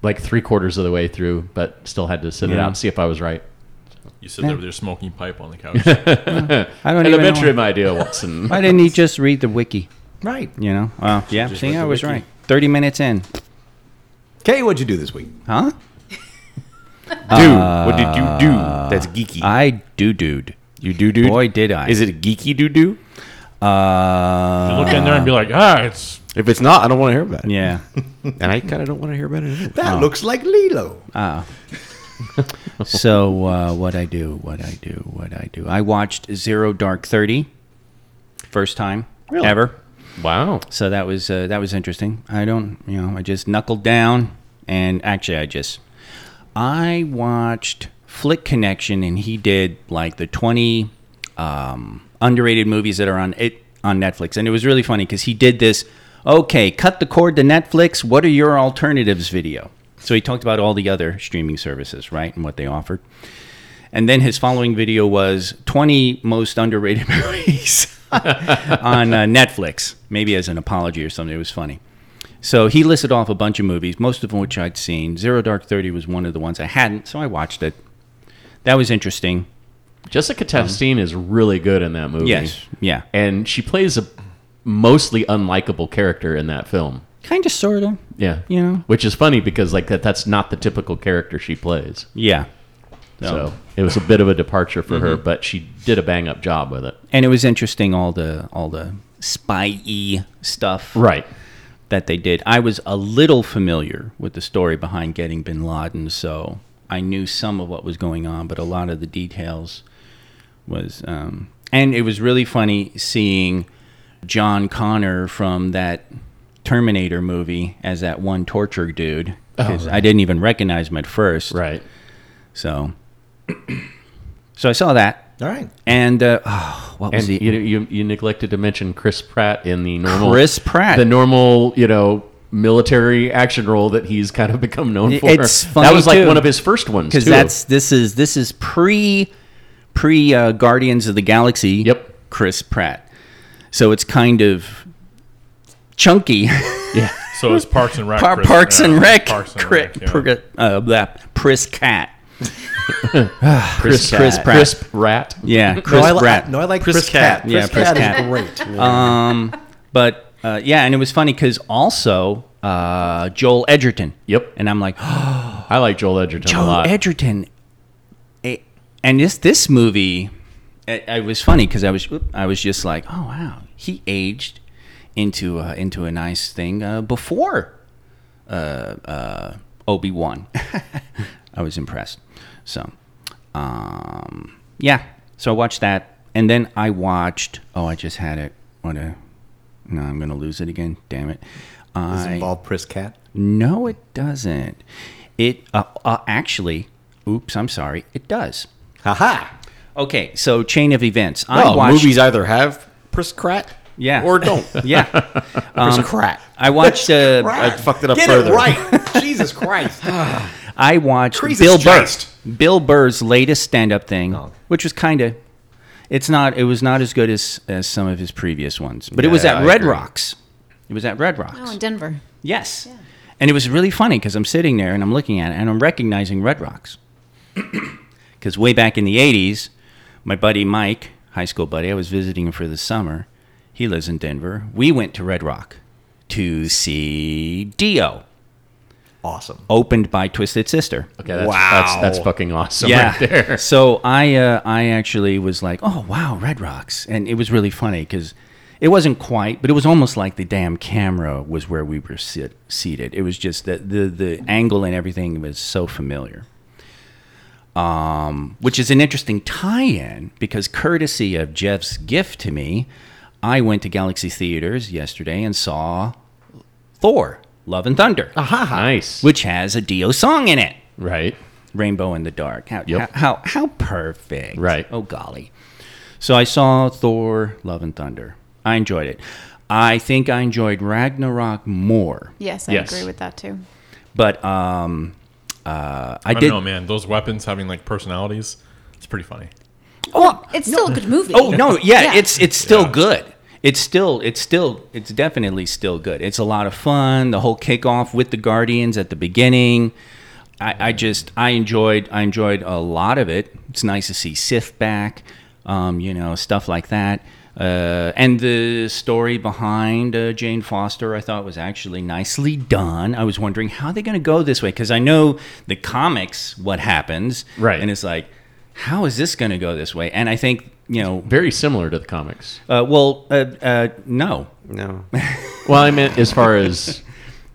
Speaker 7: like three quarters of the way through, but still had to sit it
Speaker 6: Yeah.
Speaker 7: out and see if I was right.
Speaker 3: You sit there with your smoking pipe on the couch.
Speaker 6: [laughs] I don't
Speaker 7: An
Speaker 6: even
Speaker 7: adventure in
Speaker 6: know.
Speaker 7: my
Speaker 6: [laughs]
Speaker 7: idea, Watson.
Speaker 6: Why didn't he just read the wiki?
Speaker 2: Right.
Speaker 6: You know? Well, yeah. See,
Speaker 4: read
Speaker 6: I
Speaker 4: the
Speaker 6: was
Speaker 4: wiki.
Speaker 6: right. 30 minutes in.
Speaker 2: Kay, what'd you do this week?
Speaker 6: Huh?
Speaker 4: Dude, what did you do? Uh, That's geeky.
Speaker 6: I do dude.
Speaker 4: you do, dude.
Speaker 6: Boy, did I.
Speaker 4: Is it geeky do do?
Speaker 6: Uh,
Speaker 3: You look in there and be like, ah, it's
Speaker 4: If it's not, I don't want to hear about
Speaker 6: [laughs]
Speaker 4: it.
Speaker 6: yeah.
Speaker 4: And I kind of don't want to hear about it. Anyway.
Speaker 2: That looks like Lilo.
Speaker 6: so uh, what I do, what I do, what I do. I watched Zero Dark Thirty, first time ever.
Speaker 7: wow.
Speaker 6: So that was uh, that was interesting. I don't, you know, I just knuckled down and actually I just I watched Flick Connection and he did like the 20 um, underrated movies that are on it on Netflix and it was really funny cuz he did this okay, cut the cord to Netflix, what are your alternatives video. So he talked about all the other streaming services, right, and what they offered. And then his following video was 20 most underrated [laughs] movies on uh, Netflix, maybe as an apology or something. It was funny. So he listed off a bunch of movies, most of which I'd seen. Zero Dark Thirty was one of the ones I hadn't, so I watched it. That was interesting.
Speaker 7: Jessica Chastain is really good in that movie.
Speaker 6: Yes. Yeah.
Speaker 7: And she plays a mostly unlikable character in that film.
Speaker 6: Kind of, sort of.
Speaker 7: Yeah.
Speaker 6: You know.
Speaker 7: Which is funny because like that that's not the typical character she plays.
Speaker 6: Yeah.
Speaker 7: So it was a bit of a departure for
Speaker 6: Mm-hmm.
Speaker 7: her, but she did a bang up job with it.
Speaker 6: And it was interesting all the all the spy-y stuff
Speaker 7: Right.
Speaker 6: that they did. I was a little familiar with the story behind getting Bin Laden, so I knew some of what was going on, but a lot of the details was. Um, and it was really funny seeing John Connor from that Terminator movie as that one torture dude. 'cause I didn't even recognize him at first.
Speaker 7: Oh, Right.
Speaker 6: So, so I saw that.
Speaker 2: All right.
Speaker 6: And uh, oh, what
Speaker 7: And
Speaker 6: was
Speaker 7: you,
Speaker 6: the
Speaker 7: you you neglected to mention Chris Pratt in the normal
Speaker 6: Chris Pratt.
Speaker 7: the normal you know military action role that he's kind of become known for.
Speaker 6: It's
Speaker 7: that
Speaker 6: funny,
Speaker 7: was like
Speaker 6: too.
Speaker 7: one of his first ones
Speaker 6: because
Speaker 7: too.
Speaker 6: that's this is this is pre pre uh, Guardians of the Galaxy.
Speaker 7: Yep.
Speaker 6: Chris Pratt. So it's kind of chunky. [laughs]
Speaker 7: yeah.
Speaker 3: So it's Parks and Rec.
Speaker 6: Par-
Speaker 3: Chris-
Speaker 6: Parks
Speaker 3: yeah,
Speaker 6: and Rec.
Speaker 3: Uh, Parks and
Speaker 6: Cri-
Speaker 3: Rec, yeah.
Speaker 6: Pri- uh, blah, Pris Cat.
Speaker 7: Chris
Speaker 6: Chris Pratt.
Speaker 7: Chris Pratt.
Speaker 6: Yeah, Chris
Speaker 2: no, I, li-
Speaker 6: Pratt.
Speaker 2: no, I like
Speaker 4: Chris
Speaker 2: Chris,
Speaker 4: Cat.
Speaker 2: Cat.
Speaker 6: Yeah, Chris
Speaker 2: Cat,
Speaker 6: Cat.
Speaker 2: is great.
Speaker 6: But uh, yeah, and it was funny because also uh, Joel Edgerton.
Speaker 7: Yep.
Speaker 6: And I'm like,
Speaker 7: I like Joel Edgerton a
Speaker 6: Joel
Speaker 7: lot.
Speaker 6: Edgerton. Eh, And this this movie, it, it was funny because I was oop, I was just like, oh wow, he aged into uh, into a nice thing uh, before uh, uh, Obi
Speaker 7: [laughs]
Speaker 6: Wan. I was impressed. So, um, yeah. So I watched that, and then I watched. Oh, I just had it. What a. No, I'm gonna lose it again. Damn it.
Speaker 2: Does it
Speaker 6: I,
Speaker 2: involve Chris Cat?
Speaker 6: no, it doesn't. It uh, uh, actually, oops, I'm sorry, it does.
Speaker 2: Haha.
Speaker 6: Okay, so chain of events. I
Speaker 4: Well,
Speaker 6: watched,
Speaker 4: Oh, movies either have Chris Pratt
Speaker 6: yeah,
Speaker 4: or don't.
Speaker 6: [laughs] yeah.
Speaker 4: Chris Pratt.
Speaker 6: I watched.
Speaker 4: [laughs]
Speaker 6: Uh,
Speaker 4: I fucked it up
Speaker 2: Get
Speaker 4: further.
Speaker 2: it right. Jesus Christ.
Speaker 6: I watched
Speaker 2: Jesus
Speaker 6: Bill Burr.
Speaker 2: Christ.
Speaker 6: Bill Burr's latest stand-up thing,
Speaker 4: Oh.
Speaker 6: which was kind of. It's not. It was not as good as as some of his previous ones, but it was
Speaker 4: Yeah,
Speaker 6: at
Speaker 4: I
Speaker 6: Red
Speaker 4: agree.
Speaker 6: Rocks. It was at Red Rocks.
Speaker 5: Oh, in Denver.
Speaker 6: Yes. And it was really funny because I'm sitting there and I'm looking at it and I'm recognizing Red Rocks. [clears throat] Because way back in the 80s, my buddy Mike, high school buddy, I was visiting him for the summer. He lives in Denver. We went to Red Rock to see Dio,
Speaker 2: Awesome.
Speaker 6: opened by Twisted Sister.
Speaker 7: Okay, that's, that's that's fucking awesome right
Speaker 6: [laughs]
Speaker 7: there.
Speaker 6: So I uh, I actually was like, oh wow, Red Rocks, and it was really funny because it wasn't quite, but it was almost like the damn camera was where we were sit- seated. It was just that the the angle and everything was so familiar. Um, which is an interesting tie-in because courtesy of Jeff's gift to me, I went to Galaxy Theaters yesterday and saw Thor: Love and Thunder,
Speaker 7: Ah. Nice.
Speaker 6: Ah, which has a Dio song in it.
Speaker 7: right.
Speaker 6: Rainbow in the Dark. How,
Speaker 7: Yep.
Speaker 6: how, how, how perfect.
Speaker 7: Right.
Speaker 6: Oh, golly. So I saw Thor, Love and Thunder. I enjoyed it. I think I enjoyed Ragnarok more,
Speaker 5: Yes, I
Speaker 7: Yes.
Speaker 5: agree with that too.
Speaker 6: but um, uh, I,
Speaker 3: I
Speaker 6: did.
Speaker 3: don't know, man. Those weapons having like personalities. It's pretty funny.
Speaker 5: Oh, it's still a good movie.
Speaker 6: Oh no, yeah,
Speaker 5: Yeah.
Speaker 6: it's it's still good. It's still it's still it's definitely still good. It's a lot of fun. The whole kickoff with the Guardians at the beginning. I, I just I enjoyed I enjoyed a lot of it. It's nice to see Sith back, um, you know, stuff like that. Uh, and the story behind uh, Jane Foster, I thought was actually nicely done. I was wondering how they're going to go this way because I know the comics what happens,
Speaker 7: Right.
Speaker 6: And it's like, how is this going to go this way? And I think you know,
Speaker 7: Very similar to the comics.
Speaker 6: uh, well, uh, uh, no.
Speaker 4: No.
Speaker 7: Well, I meant as
Speaker 6: [laughs]
Speaker 7: far as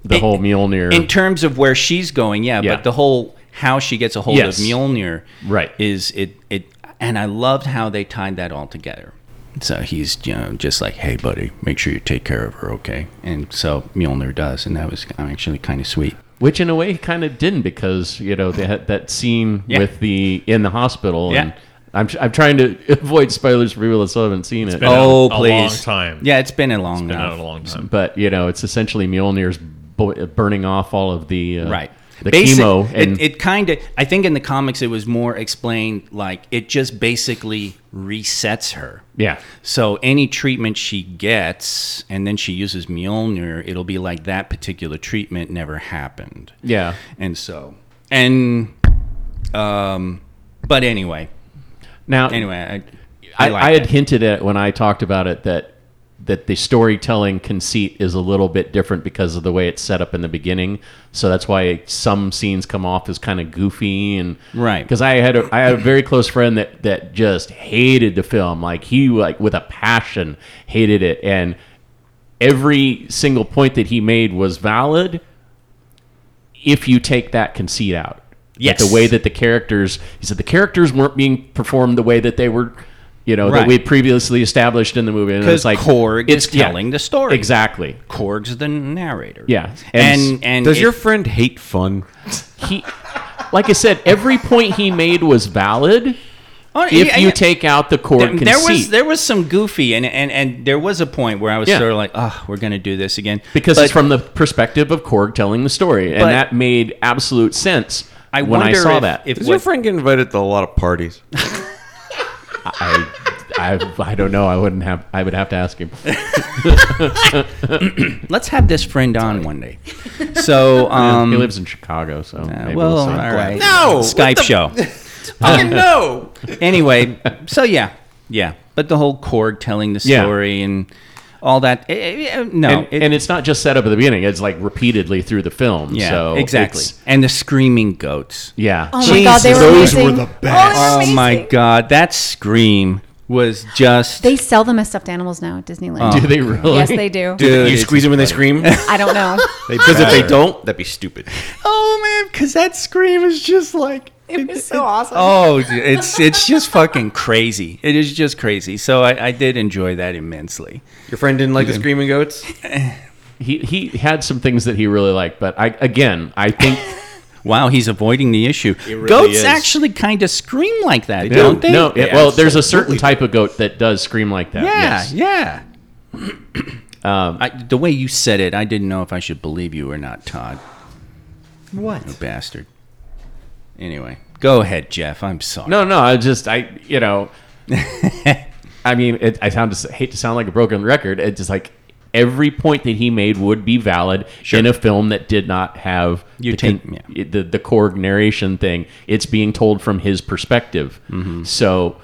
Speaker 7: the whole Mjolnir.
Speaker 6: In terms of where she's going, yeah,
Speaker 7: Yeah.
Speaker 6: but the whole how she gets a hold
Speaker 7: Yes.
Speaker 6: of Mjolnir,
Speaker 7: Right.
Speaker 6: is it it? And I loved how they tied that all together. So he's you know just like, hey, buddy, make sure you take care of her, okay? And so Mjolnir does, and that was actually kind of sweet.
Speaker 7: which in a way kind of didn't because you know they had that scene
Speaker 6: Yeah.
Speaker 7: with the in the hospital
Speaker 6: Yeah.
Speaker 7: and I'm, I'm trying to [laughs] avoid spoilers for people that still haven't seen it
Speaker 3: been out
Speaker 6: oh,
Speaker 3: a
Speaker 6: please,
Speaker 3: long time.
Speaker 6: Yeah, it's been a long
Speaker 3: Been
Speaker 6: enough.
Speaker 3: out a long time.
Speaker 7: Oh, but you know it's essentially Mjolnir's bo- burning off all of the uh,
Speaker 6: right
Speaker 7: the
Speaker 6: Basic-
Speaker 7: chemo and
Speaker 6: it, it kind of i think in the comics it was more explained like it just basically resets her
Speaker 7: yeah
Speaker 6: so any treatment she gets and then she uses mjolnir it'll be like that particular treatment never happened
Speaker 7: yeah
Speaker 6: and so and um but anyway
Speaker 7: now
Speaker 6: anyway i i,
Speaker 7: I, I,
Speaker 6: like
Speaker 7: had
Speaker 6: that.
Speaker 7: hinted at when I talked about it that that the storytelling conceit is a little bit different because of the way it's set up in the beginning. So that's why some scenes come off as kind of goofy and
Speaker 6: Right.
Speaker 7: Because I had a, I had a very close friend that that just hated the film like he like with a passion hated it and every single point that he made was valid if you take that conceit out. Yes. the way that the characters, he said the characters weren't being performed the way that they were, you know, that
Speaker 6: Right.
Speaker 7: we had previously established in the movie. And it's
Speaker 6: Because
Speaker 7: like
Speaker 6: Korg is
Speaker 7: yeah,
Speaker 6: telling the story.
Speaker 7: exactly.
Speaker 6: Korg's the narrator.
Speaker 7: Yeah.
Speaker 6: and
Speaker 7: And
Speaker 6: and,
Speaker 4: Does
Speaker 6: it-
Speaker 4: your friend hate fun?
Speaker 7: He, like I said, every point he made was valid.
Speaker 6: Oh,
Speaker 7: If
Speaker 6: yeah,
Speaker 7: you
Speaker 6: yeah.
Speaker 7: take out the Korg
Speaker 6: there,
Speaker 7: conceit,
Speaker 6: there was there was some goofy and and and there was a point where I was
Speaker 7: Yeah.
Speaker 6: sort of like, oh, we're gonna do this again
Speaker 7: because
Speaker 6: But
Speaker 7: it's from the perspective of Korg telling the story, and
Speaker 6: But-
Speaker 7: that made absolute sense
Speaker 6: I
Speaker 7: when I
Speaker 6: wonder
Speaker 7: saw
Speaker 6: if-
Speaker 7: that.
Speaker 6: if
Speaker 4: Does
Speaker 6: what-
Speaker 4: your friend get invited to a lot of parties?
Speaker 7: I, I, I don't know. I wouldn't have. I would have to ask him.
Speaker 6: let's have this friend on one day.
Speaker 7: [laughs]
Speaker 6: So um,
Speaker 7: he lives in Chicago, so
Speaker 6: uh,
Speaker 7: maybe
Speaker 6: well,
Speaker 7: we'll see.
Speaker 6: all right,
Speaker 4: No, what
Speaker 6: Skype show.
Speaker 5: [laughs]
Speaker 4: no.
Speaker 6: anyway, so yeah, yeah, but the whole Korg telling the
Speaker 7: Yeah.
Speaker 6: story and all that. eh, eh, eh, no,
Speaker 7: and,
Speaker 6: it-
Speaker 7: and it's not just set up at the beginning; it's like repeatedly through the film.
Speaker 6: yeah,
Speaker 7: so
Speaker 6: exactly.
Speaker 7: it's-
Speaker 6: And the screaming goats.
Speaker 7: Yeah.
Speaker 5: Oh my god, they were
Speaker 1: Those were
Speaker 5: amazing.
Speaker 1: the
Speaker 5: they
Speaker 1: best.
Speaker 5: were
Speaker 6: Oh my
Speaker 5: amazing.
Speaker 6: god, that scream was just.
Speaker 5: They sell them as stuffed animals now at Disneyland.
Speaker 7: [laughs] Do they really?
Speaker 5: [laughs] yes, they do.
Speaker 6: Oh.
Speaker 4: Do
Speaker 6: Dude,
Speaker 4: you
Speaker 6: it's
Speaker 4: squeeze them when they scream?
Speaker 5: I don't know.
Speaker 4: Because if [laughs] they don't, that'd be stupid.
Speaker 6: oh man, because that scream is just like
Speaker 5: [laughs] It was so awesome.
Speaker 6: Oh, dude, it's it's just fucking crazy. It is just crazy. So I, I did enjoy that immensely.
Speaker 4: Your friend didn't like the screaming goats.
Speaker 7: He he had some things that he really liked, but I again I think
Speaker 6: Wow, he's avoiding the issue. Goats actually kind of scream like that, don't they?
Speaker 7: no. it- well, there's a certain type of goat that does scream like that.
Speaker 6: yeah,
Speaker 7: yes. [clears throat] Um,
Speaker 6: yeah. I, the way you said it, I didn't know if I should believe you or not, Todd. What you bastard? Anyway, go ahead, Jeff. I'm sorry.
Speaker 7: No, no. I just I
Speaker 6: [laughs]
Speaker 7: you know, I mean, it, I sound just hate to sound like a broken record. It's just like every point that he made would be valid in a film that did not have
Speaker 6: You
Speaker 7: the,
Speaker 6: take- yeah.
Speaker 7: the the Korg narration thing. It's being told from his perspective.
Speaker 6: Mm-hmm.
Speaker 7: So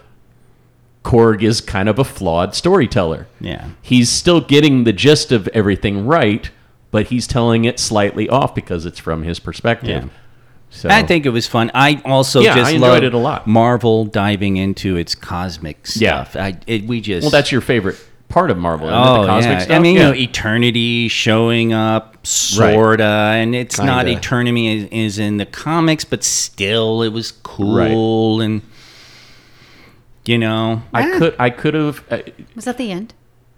Speaker 7: Korg is kind of a flawed storyteller.
Speaker 6: Yeah.
Speaker 7: He's still getting the gist of everything right, but he's telling it slightly off because it's from his perspective.
Speaker 6: Yeah.
Speaker 7: So
Speaker 6: I think it was fun. I also
Speaker 7: Yeah,
Speaker 6: just
Speaker 7: I enjoyed
Speaker 6: loved
Speaker 7: it a lot.
Speaker 6: Marvel diving into its cosmic
Speaker 7: Yeah.
Speaker 6: stuff. I it, we just
Speaker 7: well, that's your favorite part of Marvel. isn't it?
Speaker 6: oh
Speaker 7: the cosmic
Speaker 6: yeah. I
Speaker 7: stuff?
Speaker 6: mean,
Speaker 7: Yeah.
Speaker 6: you know, eternity showing up, sorta, and it's not
Speaker 4: Kinda.
Speaker 6: eternity is, is in the comics, but still, it was cool and you know,
Speaker 7: I could I could have uh,
Speaker 5: Was that the end?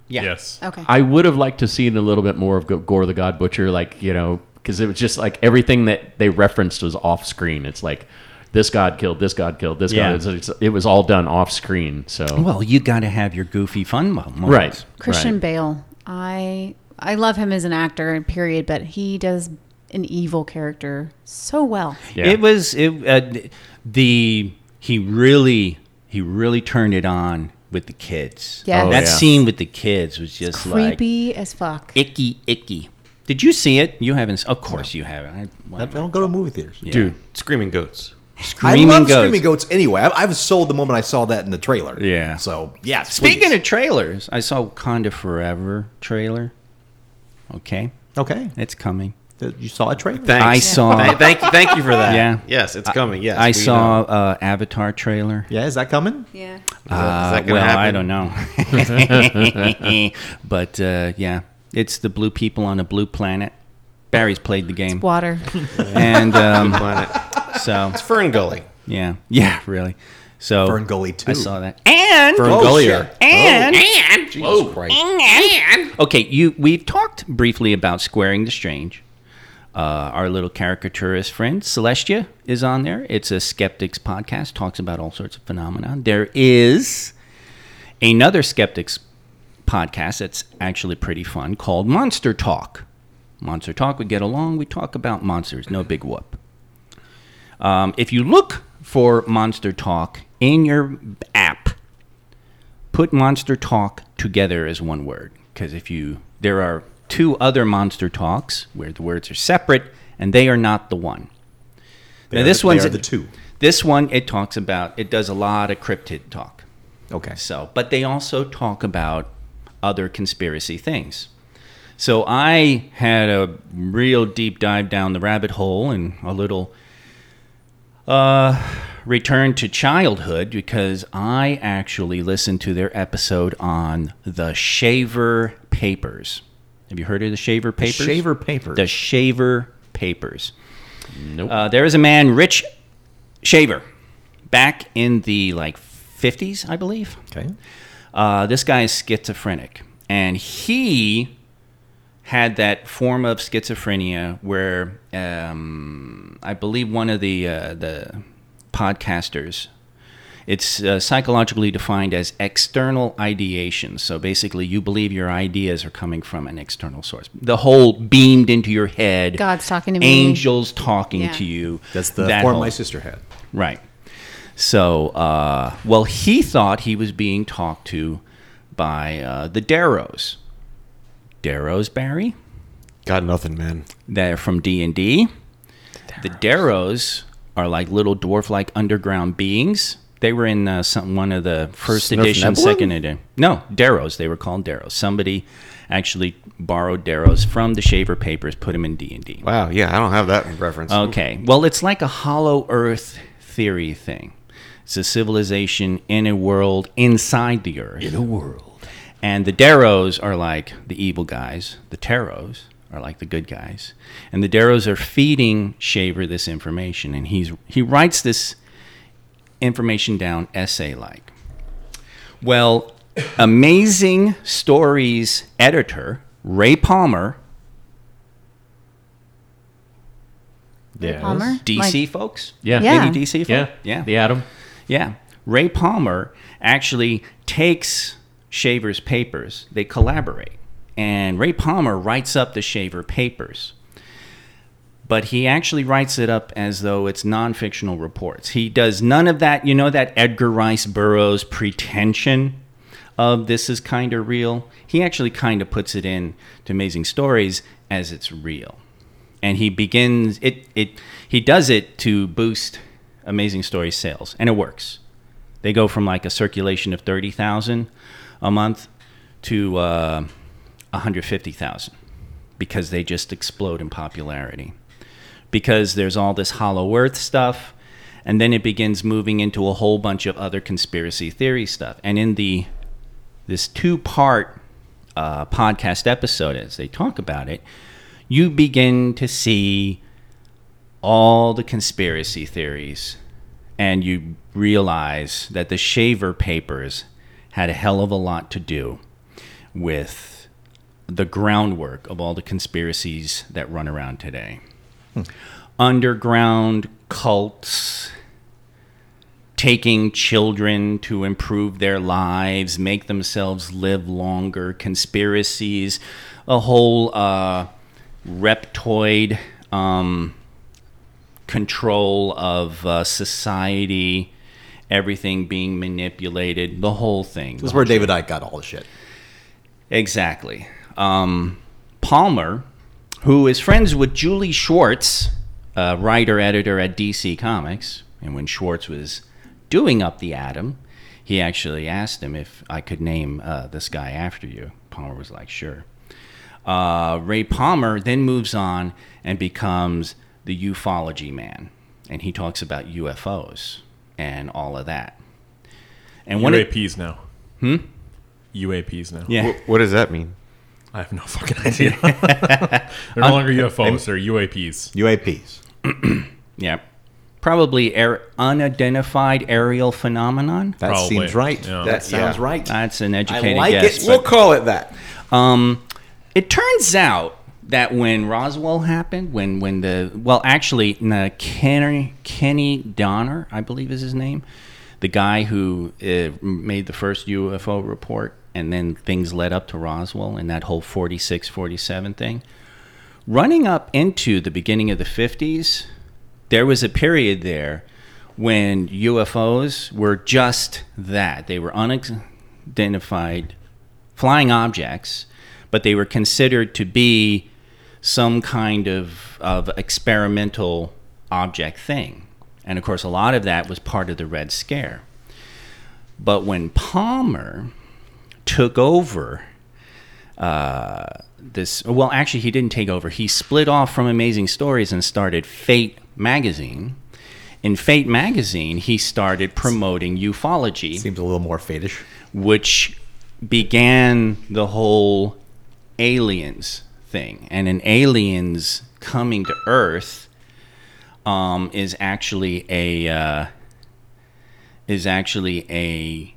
Speaker 6: yeah.
Speaker 3: Yes.
Speaker 5: Okay.
Speaker 7: I would have liked to seen a little bit more of Go- Gore the God Butcher like you know because it was just like everything that they referenced was off screen it's like this god killed this god killed this
Speaker 6: Yeah.
Speaker 7: god it's, it's- it was all done off screen so
Speaker 6: Well, you got to have your goofy fun mo- moments.
Speaker 7: right
Speaker 5: Christian
Speaker 7: right.
Speaker 5: Bale. I I love him as an actor, period, but he does an evil character so well.
Speaker 7: Yeah.
Speaker 6: It was it uh, the he really he really turned it on with the kids.
Speaker 5: Yes. Oh,
Speaker 6: that
Speaker 7: yeah.
Speaker 6: scene with the kids was just like
Speaker 5: Creepy as fuck.
Speaker 6: icky icky. Did you see it? You haven't. s- Of course you haven't. I, why
Speaker 2: I
Speaker 6: am I-
Speaker 2: don't go to movie theaters.
Speaker 4: Dude, screaming goats.
Speaker 2: I
Speaker 6: Screaming
Speaker 2: love
Speaker 6: goats.
Speaker 2: screaming goats anyway. I, I was sold the moment I saw that in the trailer.
Speaker 6: Yeah.
Speaker 2: So yeah.
Speaker 6: Speaking of trailers, I saw Wakanda Forever trailer. Okay,
Speaker 2: of okay,
Speaker 6: it's coming.
Speaker 2: you saw a trailer.
Speaker 4: Thanks.
Speaker 6: I saw-
Speaker 4: Th- Thank, thank, you for that.
Speaker 6: Yeah.
Speaker 4: Yes, it's coming. Yes,
Speaker 6: I
Speaker 4: we
Speaker 6: saw
Speaker 4: know.
Speaker 6: uh, Avatar trailer.
Speaker 2: yeah, is that coming?
Speaker 5: Yeah.
Speaker 4: Is that
Speaker 6: Uh,
Speaker 4: gonna
Speaker 6: well, I
Speaker 4: happen?
Speaker 6: don't know.
Speaker 4: [laughs]
Speaker 6: [laughs] but uh, yeah, it's the blue people on a blue planet. Barry's played the game, [laughs]
Speaker 5: Water.
Speaker 6: and
Speaker 4: [laughs]
Speaker 6: um,
Speaker 4: Planet.
Speaker 6: so
Speaker 4: It's
Speaker 6: [laughs]
Speaker 4: Fern Gully.
Speaker 6: yeah, yeah, really. So
Speaker 2: Fern Gully
Speaker 6: I
Speaker 2: too.
Speaker 6: saw that, and
Speaker 4: Fern Gullier.
Speaker 6: and
Speaker 4: Jesus Christ.
Speaker 6: okay, you we've talked briefly about squaring the strange. Uh, our little caricaturist friend Celestia is on there. It's a skeptics podcast, talks about all sorts of phenomena. There is another skeptics podcast that's actually pretty fun called Monster Talk. Monster Talk, we get along, we talk about monsters, no big whoop. Um, if you look for Monster Talk in your app, put monster talk together as one word because if you there are two other monster talks where the words are separate and they are not the one now this
Speaker 2: the- they
Speaker 6: one's
Speaker 2: are the two.
Speaker 6: this one it talks about it does a lot of cryptid talk
Speaker 2: Okay.
Speaker 6: so but they also talk about other conspiracy things so i had a real deep dive down the rabbit hole and a little uh, return to childhood because I actually listened to their episode on the Shaver Papers. Have you heard of the Shaver Papers?
Speaker 2: Shaver Papers.
Speaker 6: The Shaver Papers.
Speaker 7: nope
Speaker 6: Uh, there is a man, Rich shaver back in the like 50s, I believe.
Speaker 4: Okay.
Speaker 6: Uh, this guy is schizophrenic, and he had that form of schizophrenia where um, I believe one of the uh, the podcasters. It's uh, psychologically defined as external ideation. So basically, you believe your ideas are coming from an external source. The whole beamed into your head.
Speaker 5: God's talking to me.
Speaker 6: angels talking
Speaker 5: Yeah.
Speaker 6: to you.
Speaker 8: That's the
Speaker 6: that
Speaker 8: form
Speaker 6: whole-
Speaker 8: my sister had.
Speaker 6: Right. So, uh, well, he thought he was being talked to by uh, the Darrows. Darrows, Barry?
Speaker 4: Got nothing, man.
Speaker 6: They're from D&D. The Darrows are like little dwarf-like underground beings. They were in uh, some, one of the first edition,
Speaker 4: Snufnepelum?
Speaker 6: second edition. No, Darrows. They were called Darrows. Somebody actually borrowed Darrows from the Shaver Papers, put them in D&D.
Speaker 4: Wow. Yeah, I don't have that in reference.
Speaker 6: Okay. Well, it's like a hollow earth theory thing. It's a civilization in a world inside the earth. In a world. And the Darrows are like the evil guys, the Taros are like the good guys. And the Darrows are feeding Shaver this information and he's he writes this information down essay like. Well, amazing stories editor Ray Palmer,
Speaker 7: Yeah.
Speaker 5: Palmer?
Speaker 6: DC
Speaker 5: Like-
Speaker 6: folks?
Speaker 7: Yeah.
Speaker 5: Yeah.
Speaker 6: Maybe DC folk?
Speaker 7: Yeah.
Speaker 6: Yeah.
Speaker 7: The Atom.
Speaker 6: Yeah. Ray Palmer actually takes Shaver's papers. They collaborate. And Ray Palmer writes up the Shaver papers. But he actually writes it up as though it's non fictional reports. He does none of that, you know, that Edgar Rice Burroughs pretension of this is kind of real. He actually kind of puts it in to Amazing Stories as it's real and he begins it it he does it to boost amazing stories sales and it works they go from like a circulation of 30,000 a month to uh, 150,000 because they just explode in popularity because there's all this hollow earth stuff and then it begins moving into a whole bunch of other conspiracy theory stuff and in the this two part uh, podcast episode as they talk about it you begin to see all the conspiracy theories and you realize that the shaver papers had a hell of a lot to do with the groundwork of all the conspiracies that run around today underground cults taking children to improve their lives, make themselves live longer, conspiracies, a whole uh, reptoid um, control of uh, society, everything being manipulated, the whole thing.
Speaker 8: This is where David Icke got all the shit.
Speaker 6: Exactly. Um, Palmer, who is friends with Julie Schwartz, a writer editor at DC Comics, and when Schwartz was doing Up the Atom, he actually asked him if I could name uh, this guy after you. Palmer was like, sure. Uh, Ray Palmer then moves on and becomes the ufology man, and he talks about UFOs and all of that. And when it,
Speaker 3: UAPs now. Hmm. UAPs now.
Speaker 6: yeah,
Speaker 4: Wh- what does that mean?
Speaker 3: I have no fucking [laughs] idea.
Speaker 6: [laughs]
Speaker 3: they're no longer UFOs. They're UAPs.
Speaker 8: UAPs.
Speaker 6: Yeah. Probably air, unidentified aerial phenomenon.
Speaker 8: That
Speaker 3: Probably.
Speaker 8: seems right.
Speaker 3: Yeah.
Speaker 8: That sounds
Speaker 4: yeah.
Speaker 8: right.
Speaker 6: That's an
Speaker 8: I
Speaker 6: educated
Speaker 8: like
Speaker 6: guess.
Speaker 8: it. We'll
Speaker 6: but-
Speaker 8: call it that.
Speaker 6: um, it turns out that when Roswell happened, when when the well, actually, no, Kenny Kenny Donner, I believe is his name, the guy who uh, made the first UFO report, and then things led up to Roswell and that whole 46, 47 thing. Running up into the beginning of the fifties, there was a period there when UFOs were just that. They were unidentified flying objects, but they were considered to be some kind of, of experimental object thing. And of course, a lot of that was part of the Red Scare. But when Palmer took over uh, this, well, actually, he didn't take over. He split off from Amazing Stories and started Fate Magazine. In Fate Magazine, he started promoting ufology
Speaker 8: Seems a little more fetish.
Speaker 6: which began the whole aliens thing and an aliens coming to earth um, is actually a uh, is actually a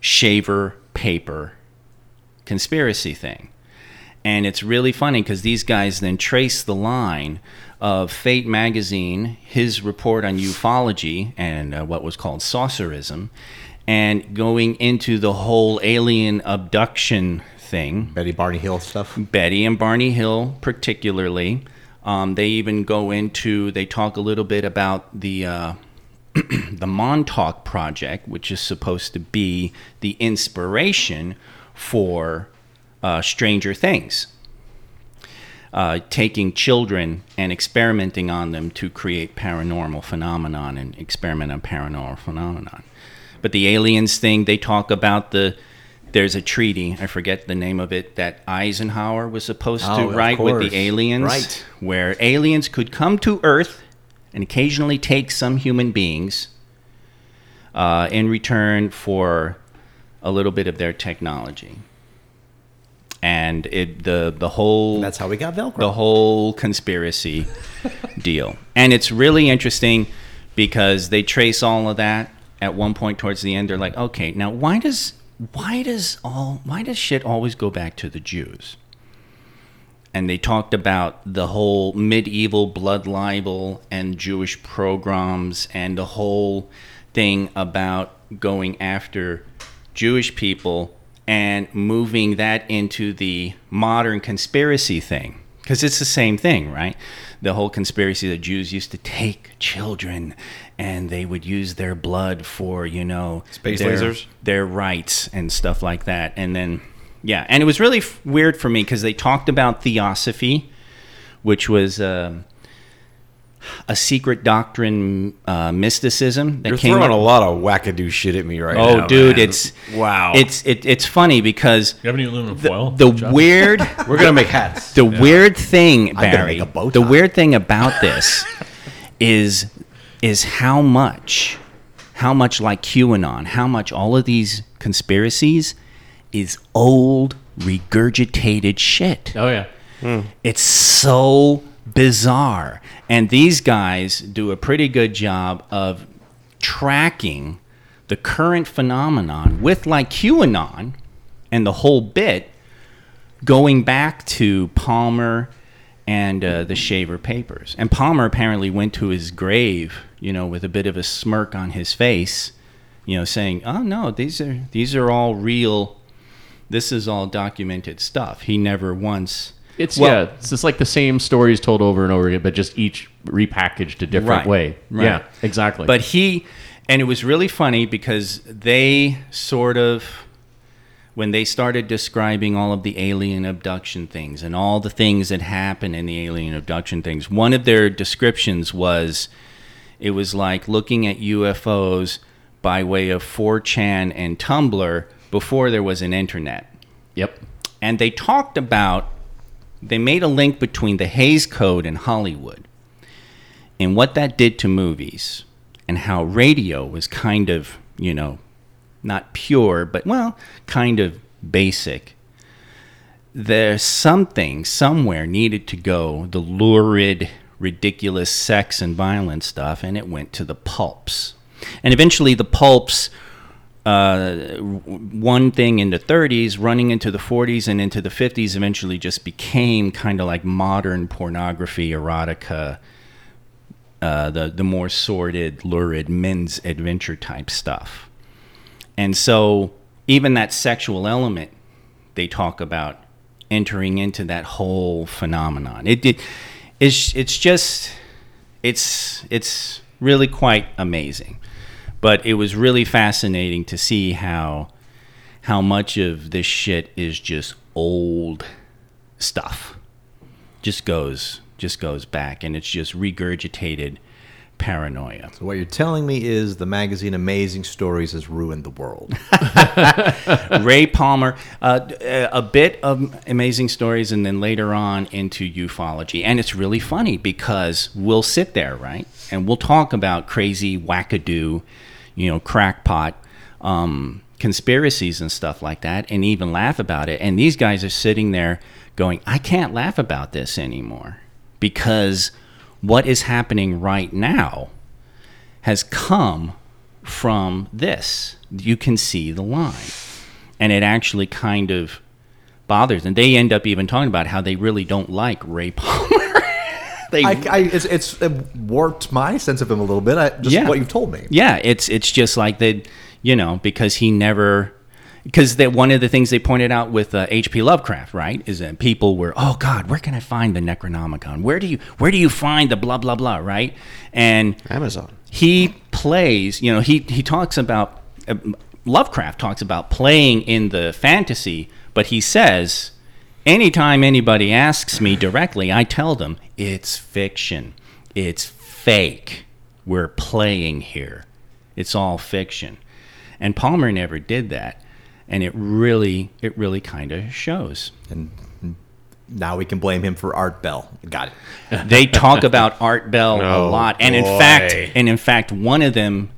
Speaker 6: shaver paper conspiracy thing. And it's really funny because these guys then trace the line of Fate magazine, his report on ufology and uh, what was called saucerism, and going into the whole alien abduction thing.
Speaker 2: Betty Barney Hill stuff.
Speaker 6: Betty and Barney Hill, particularly. Um, they even go into, they talk a little bit about the. Uh, the Montauk Project, which is supposed to be the inspiration for uh, Stranger Things, uh, taking children and experimenting on them to create paranormal phenomenon and experiment on paranormal phenomenon. But the aliens thing, they talk about the there's a treaty I forget the name of it that Eisenhower was supposed
Speaker 2: Oh,
Speaker 6: to
Speaker 2: of
Speaker 6: write with
Speaker 2: course.
Speaker 6: the aliens,
Speaker 2: Right.
Speaker 6: where aliens could come to Earth and occasionally take some human beings uh, in return for a little bit of their technology. And it, the the whole
Speaker 2: That's how we got Velcro.
Speaker 6: the whole
Speaker 2: [laughs]
Speaker 6: conspiracy deal. And it's really interesting because they trace all of that at one point towards the end. They're like, okay, now why does why does all why does shit always go back to the Jews? And they talked about the whole medieval blood libel and Jewish pogroms and the whole thing about going after Jewish people and moving that into the modern conspiracy thing. Because it's the same thing, right? The whole conspiracy that Jews used to take children and they would use their blood for, you know,
Speaker 4: Space
Speaker 6: their,
Speaker 4: lasers?
Speaker 6: their rights and stuff like that. And then, yeah. And it was really f- weird for me because they talked about theosophy, which was. Um, a secret doctrine uh, mysticism that
Speaker 4: You're
Speaker 6: came
Speaker 4: throwing
Speaker 6: up-
Speaker 4: a lot of wackadoo shit at me right
Speaker 6: Oh,
Speaker 4: now.
Speaker 6: dude,
Speaker 4: man.
Speaker 6: it's
Speaker 4: wow.
Speaker 6: It's it, it's funny because
Speaker 3: You have any aluminum foil?
Speaker 6: the weird
Speaker 4: [laughs] we're gonna make hats.
Speaker 6: the weird thing,
Speaker 2: gonna
Speaker 6: Barry.
Speaker 2: make a bow
Speaker 6: The
Speaker 2: tie.
Speaker 6: weird thing about this is is how much how much like QAnon, how much all of these conspiracies is old regurgitated shit.
Speaker 7: Oh yeah.
Speaker 6: It's so bizarre. And these guys do a pretty good job of tracking the current phenomenon with like QAnon and the whole bit going back to Palmer and uh, the Shaver papers. And Palmer apparently went to his grave, you know, with a bit of a smirk on his face, you know, saying, "Oh no, these are these are all real. This is all documented stuff." He never once
Speaker 7: It's
Speaker 6: Well-
Speaker 7: yeah. It's just like the same stories told over and over again, but just each repackaged a different
Speaker 6: Right,
Speaker 7: way.
Speaker 6: right.
Speaker 7: Yeah, exactly.
Speaker 6: But he, and it was really funny because they sort of, when they started describing all of the alien abduction things and all the things that happen in the alien abduction things, one of their descriptions was it was like looking at UFOs by way of 4chan and Tumblr before there was an internet
Speaker 7: yep.
Speaker 6: and they talked about they made a link between the Hayes Code and Hollywood and what that did to movies and how radio was kind of, you know, not pure, but well, kind of basic. There's something somewhere needed to go, the lurid, ridiculous sex and violence stuff, and it went to the pulps. And eventually the pulps uh, one thing in the 30s, running into the 40s and into the 50s, eventually just became kind of like modern pornography, erotica, uh, the the more sordid, lurid men's adventure type stuff. And so, even that sexual element they talk about entering into that whole phenomenon. It, it it's it's just it's it's really quite amazing but it was really fascinating to see how how much of this shit is just old stuff just goes just goes back and it's just regurgitated paranoia
Speaker 2: what you're telling me is the magazine Amazing Stories has ruined the world.
Speaker 6: ray palmer uh, d- uh, a bit of amazing stories and then later on into ufology and it's really funny because we'll sit there right and we'll talk about crazy wackadoo you know crackpot um, conspiracies and stuff like that and even laugh about it and these guys are sitting there going i can't laugh about this anymore because what is happening right now has come from this. You can see the line. And it actually kind of bothers. And they end up even talking about how they really don't like Ray Palmer. [laughs] they,
Speaker 2: [laughs] I, I, it's, it's it warped my sense of him a little bit. I, just
Speaker 6: Yeah.
Speaker 2: what you've told me.
Speaker 6: yeah, it's it's just like they, you know, because he never, because that one of the things they pointed out with uh, H.P. Lovecraft, right, is that people were, oh God, where can I find the Necronomicon? Where do you where do you find the blah blah blah, right? And
Speaker 4: Amazon.
Speaker 6: he plays you know he he talks about uh, lovecraft talks about playing in the fantasy but he says anytime anybody asks me directly i tell them it's fiction it's fake we're playing here it's all fiction and palmer never did that and it really it really kind of shows
Speaker 2: Now we can blame him for Art Bell. Got it.
Speaker 6: [laughs] they talk about Art Bell a
Speaker 4: Oh,
Speaker 6: lot, and in
Speaker 4: boy.
Speaker 6: fact, and in fact, one of them,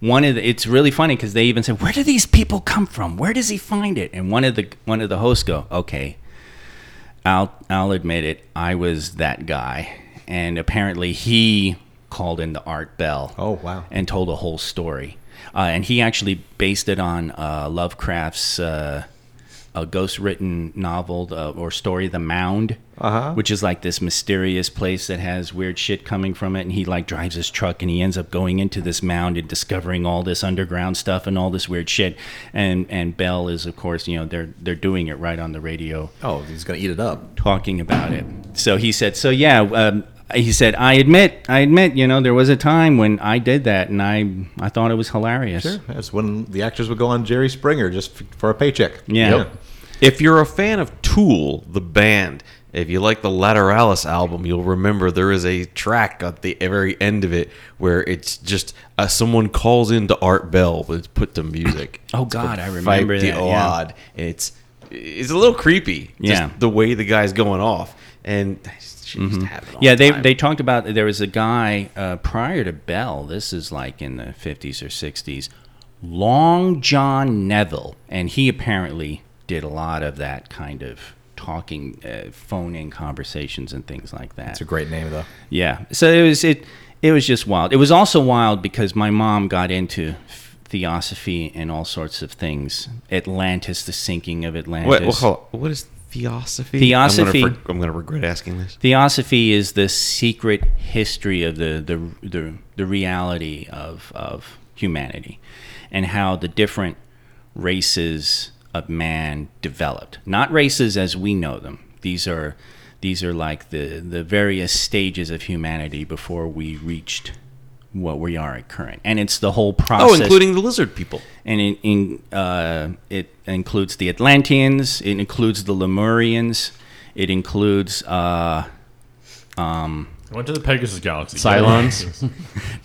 Speaker 6: one of the, it's really funny because they even said, "Where do these people come from? Where does he find it?" And one of the one of the hosts go, "Okay, I'll I'll admit it, I was that guy, and apparently he called in the Art Bell.
Speaker 2: Oh, wow.
Speaker 6: And told a whole story, uh, and he actually based it on uh, Lovecraft's. Uh, a ghost-written novel uh, or story, The Mound,
Speaker 2: Uh-huh.
Speaker 6: which is like this mysterious place that has weird shit coming from it. And he like drives his truck and he ends up going into this mound and discovering all this underground stuff and all this weird shit. And and Bell is of course you know they're they're doing it right on the radio
Speaker 2: Oh, he's gonna eat it up.
Speaker 6: talking about it. So he said, so yeah, um, he said, I admit, I admit, you know, there was a time when I did that and I, I thought it was hilarious.
Speaker 2: That's when the actors would go on Jerry Springer just f- for a paycheck.
Speaker 6: Yeah.
Speaker 4: If you're a fan of Tool, the band, if you like the Lateralis album, you'll remember there is a track at the very end of it where it's just uh, someone calls into Art Bell, but it's put to music.
Speaker 6: Oh,
Speaker 4: It's
Speaker 6: God,
Speaker 4: called
Speaker 6: I remember
Speaker 4: Fight the
Speaker 6: that, yeah.
Speaker 4: Odd, and it's it's a little creepy.
Speaker 6: Yeah. Mm-hmm.
Speaker 4: just the way the guy's going off, and she used to have it. All
Speaker 6: Yeah,
Speaker 4: the
Speaker 6: they,
Speaker 4: time.
Speaker 6: they talked about there was a guy uh, prior to Bell. This is like in the fifties or sixties. Long John Neville, and he apparently did a lot of that kind of talking, uh, phone-in conversations and things like that.
Speaker 2: It's a great name though.
Speaker 6: Yeah. So it was it it was just wild. It was also wild because my mom got into theosophy and all sorts of things. Atlantis, the sinking of Atlantis.
Speaker 4: Wait, well, hold on. what is theosophy?
Speaker 6: Theosophy-
Speaker 4: I'm gonna, for- I'm gonna regret asking this.
Speaker 6: Theosophy is the secret history of the the the, the reality of of humanity, and how the different races of man developed. Not races as we know them. These are these are like the the various stages of humanity before we reached what we are at current, and it's the whole process
Speaker 4: Oh, including the lizard people.
Speaker 6: and in, in, uh, it includes the Atlanteans, it includes the Lemurians, it includes uh,
Speaker 3: I went to the Pegasus Galaxy.
Speaker 7: Cylons.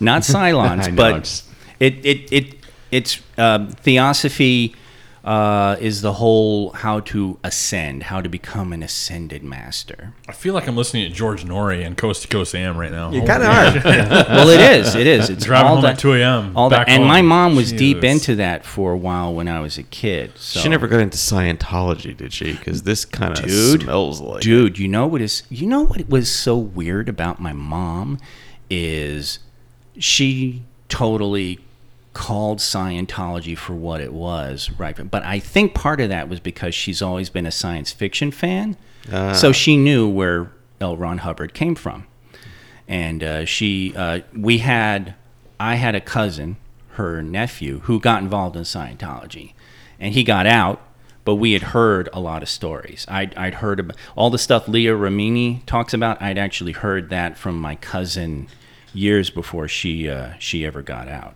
Speaker 7: [laughs]
Speaker 6: not
Speaker 7: I
Speaker 6: Cylons,
Speaker 7: know,
Speaker 6: but
Speaker 7: it's-
Speaker 6: it it it it's um, theosophy uh, is the whole how to ascend, how to become an ascended master.
Speaker 3: [laughs] I feel like I'm listening to George Nori and Coast to Coast AM right now.
Speaker 2: You kind of are.
Speaker 6: well, it is. It is. It's
Speaker 3: Driving
Speaker 6: all
Speaker 3: home
Speaker 6: that,
Speaker 3: at 2 a.m.,
Speaker 6: All that,
Speaker 3: back
Speaker 6: and my
Speaker 3: home.
Speaker 6: mom was deep
Speaker 3: Jesus.
Speaker 6: into that for a while when I was a kid. So.
Speaker 4: She never got into Scientology, did she? Because this kind of
Speaker 6: Dude.
Speaker 4: smells like.
Speaker 6: dude you know what is you know what was so weird about my mom is she totally called scientology for what it was right but i think part of that was because she's always been a science fiction fan so she knew where l ron hubbard came from and uh, she uh, we had i had a cousin her nephew who got involved in scientology and he got out but we had heard a lot of stories i'd, I'd heard about all the stuff leah ramini talks about i'd actually heard that from my cousin years before she uh, she ever got out